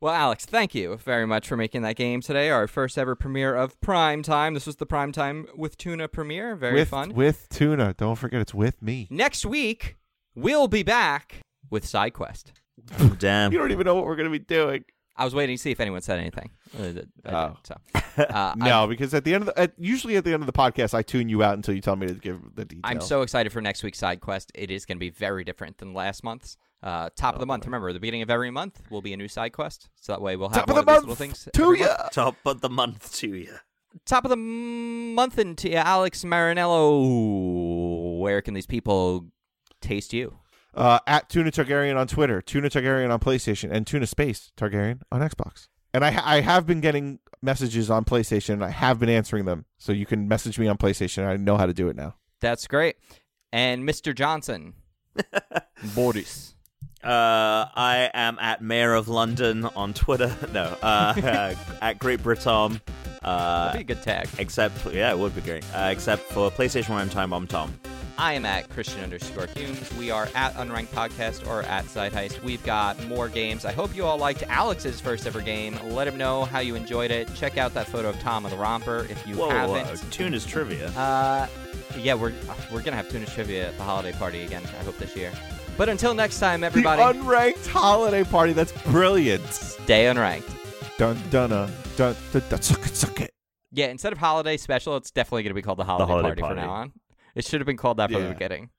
Speaker 1: Well, Alex, thank you very much for making that game today. Our first ever premiere of Prime Time. This was the Prime Time with Tuna premiere. Very
Speaker 2: with
Speaker 1: fun.
Speaker 2: with tuna. Don't forget, it's with me.
Speaker 1: Next week, we'll be back with SideQuest. Quest.
Speaker 3: Damn.
Speaker 2: You don't even know what we're gonna be doing.
Speaker 1: I was waiting to see if anyone said anything. Uh, th- I
Speaker 2: Oh.
Speaker 1: didn't, so. Uh,
Speaker 2: No, because at the end of the, at, usually at the end of the podcast, I tune you out until you tell me to give the details.
Speaker 1: I'm, I'm so excited for next week's side quest. It is going to be very different than last month's. Uh,
Speaker 2: Oh,
Speaker 1: top of the month. Remember, the beginning of every month will be a new side quest. So that way we'll have
Speaker 2: top of
Speaker 1: one
Speaker 2: the
Speaker 1: these
Speaker 2: month
Speaker 1: little things.
Speaker 2: to
Speaker 1: every
Speaker 2: you.
Speaker 1: month.
Speaker 3: Top of the month to you.
Speaker 1: top of the m- month and to Alex Marinello. Where can these people taste you?
Speaker 2: Uh, at Tuna Targaryen on Twitter, Tuna Targaryen on PlayStation, and Tuna Space Targaryen on Xbox. And I ha- I have been getting messages on PlayStation. And I have been answering them, so you can message me on PlayStation. I know how to do it now.
Speaker 1: That's great. And Mr. Johnson, Boris.
Speaker 3: Uh, I am at Mayor of London on Twitter. No, uh, at Great Britom.
Speaker 1: That'd
Speaker 3: Uh,
Speaker 1: be a good tag.
Speaker 3: except, yeah, it would be great. Uh, except for PlayStation, where I'm Time Bomb Tom.
Speaker 1: I am at Christian underscore Humes. We are at Unranked Podcast or at Side Heist. We've got more games. I hope you all liked Alex's first ever game. Let him know how you enjoyed it. Check out that photo of Tom on the romper if you
Speaker 3: Whoa, uh,
Speaker 1: haven't.
Speaker 3: whoa, tune is trivia.
Speaker 1: Uh, yeah, we're we're gonna have tuna trivia at the holiday party again. I hope this year. But until next time, everybody,
Speaker 2: The unranked holiday party. That's brilliant.
Speaker 1: stay unranked.
Speaker 2: Dun dun uh, dun dun. dun suck it, suck it.
Speaker 1: Yeah, instead of holiday special, it's definitely gonna be called the holiday,
Speaker 3: holiday
Speaker 1: party,
Speaker 3: party.
Speaker 1: from now on. It should have been called that from
Speaker 2: Yeah.
Speaker 1: the beginning.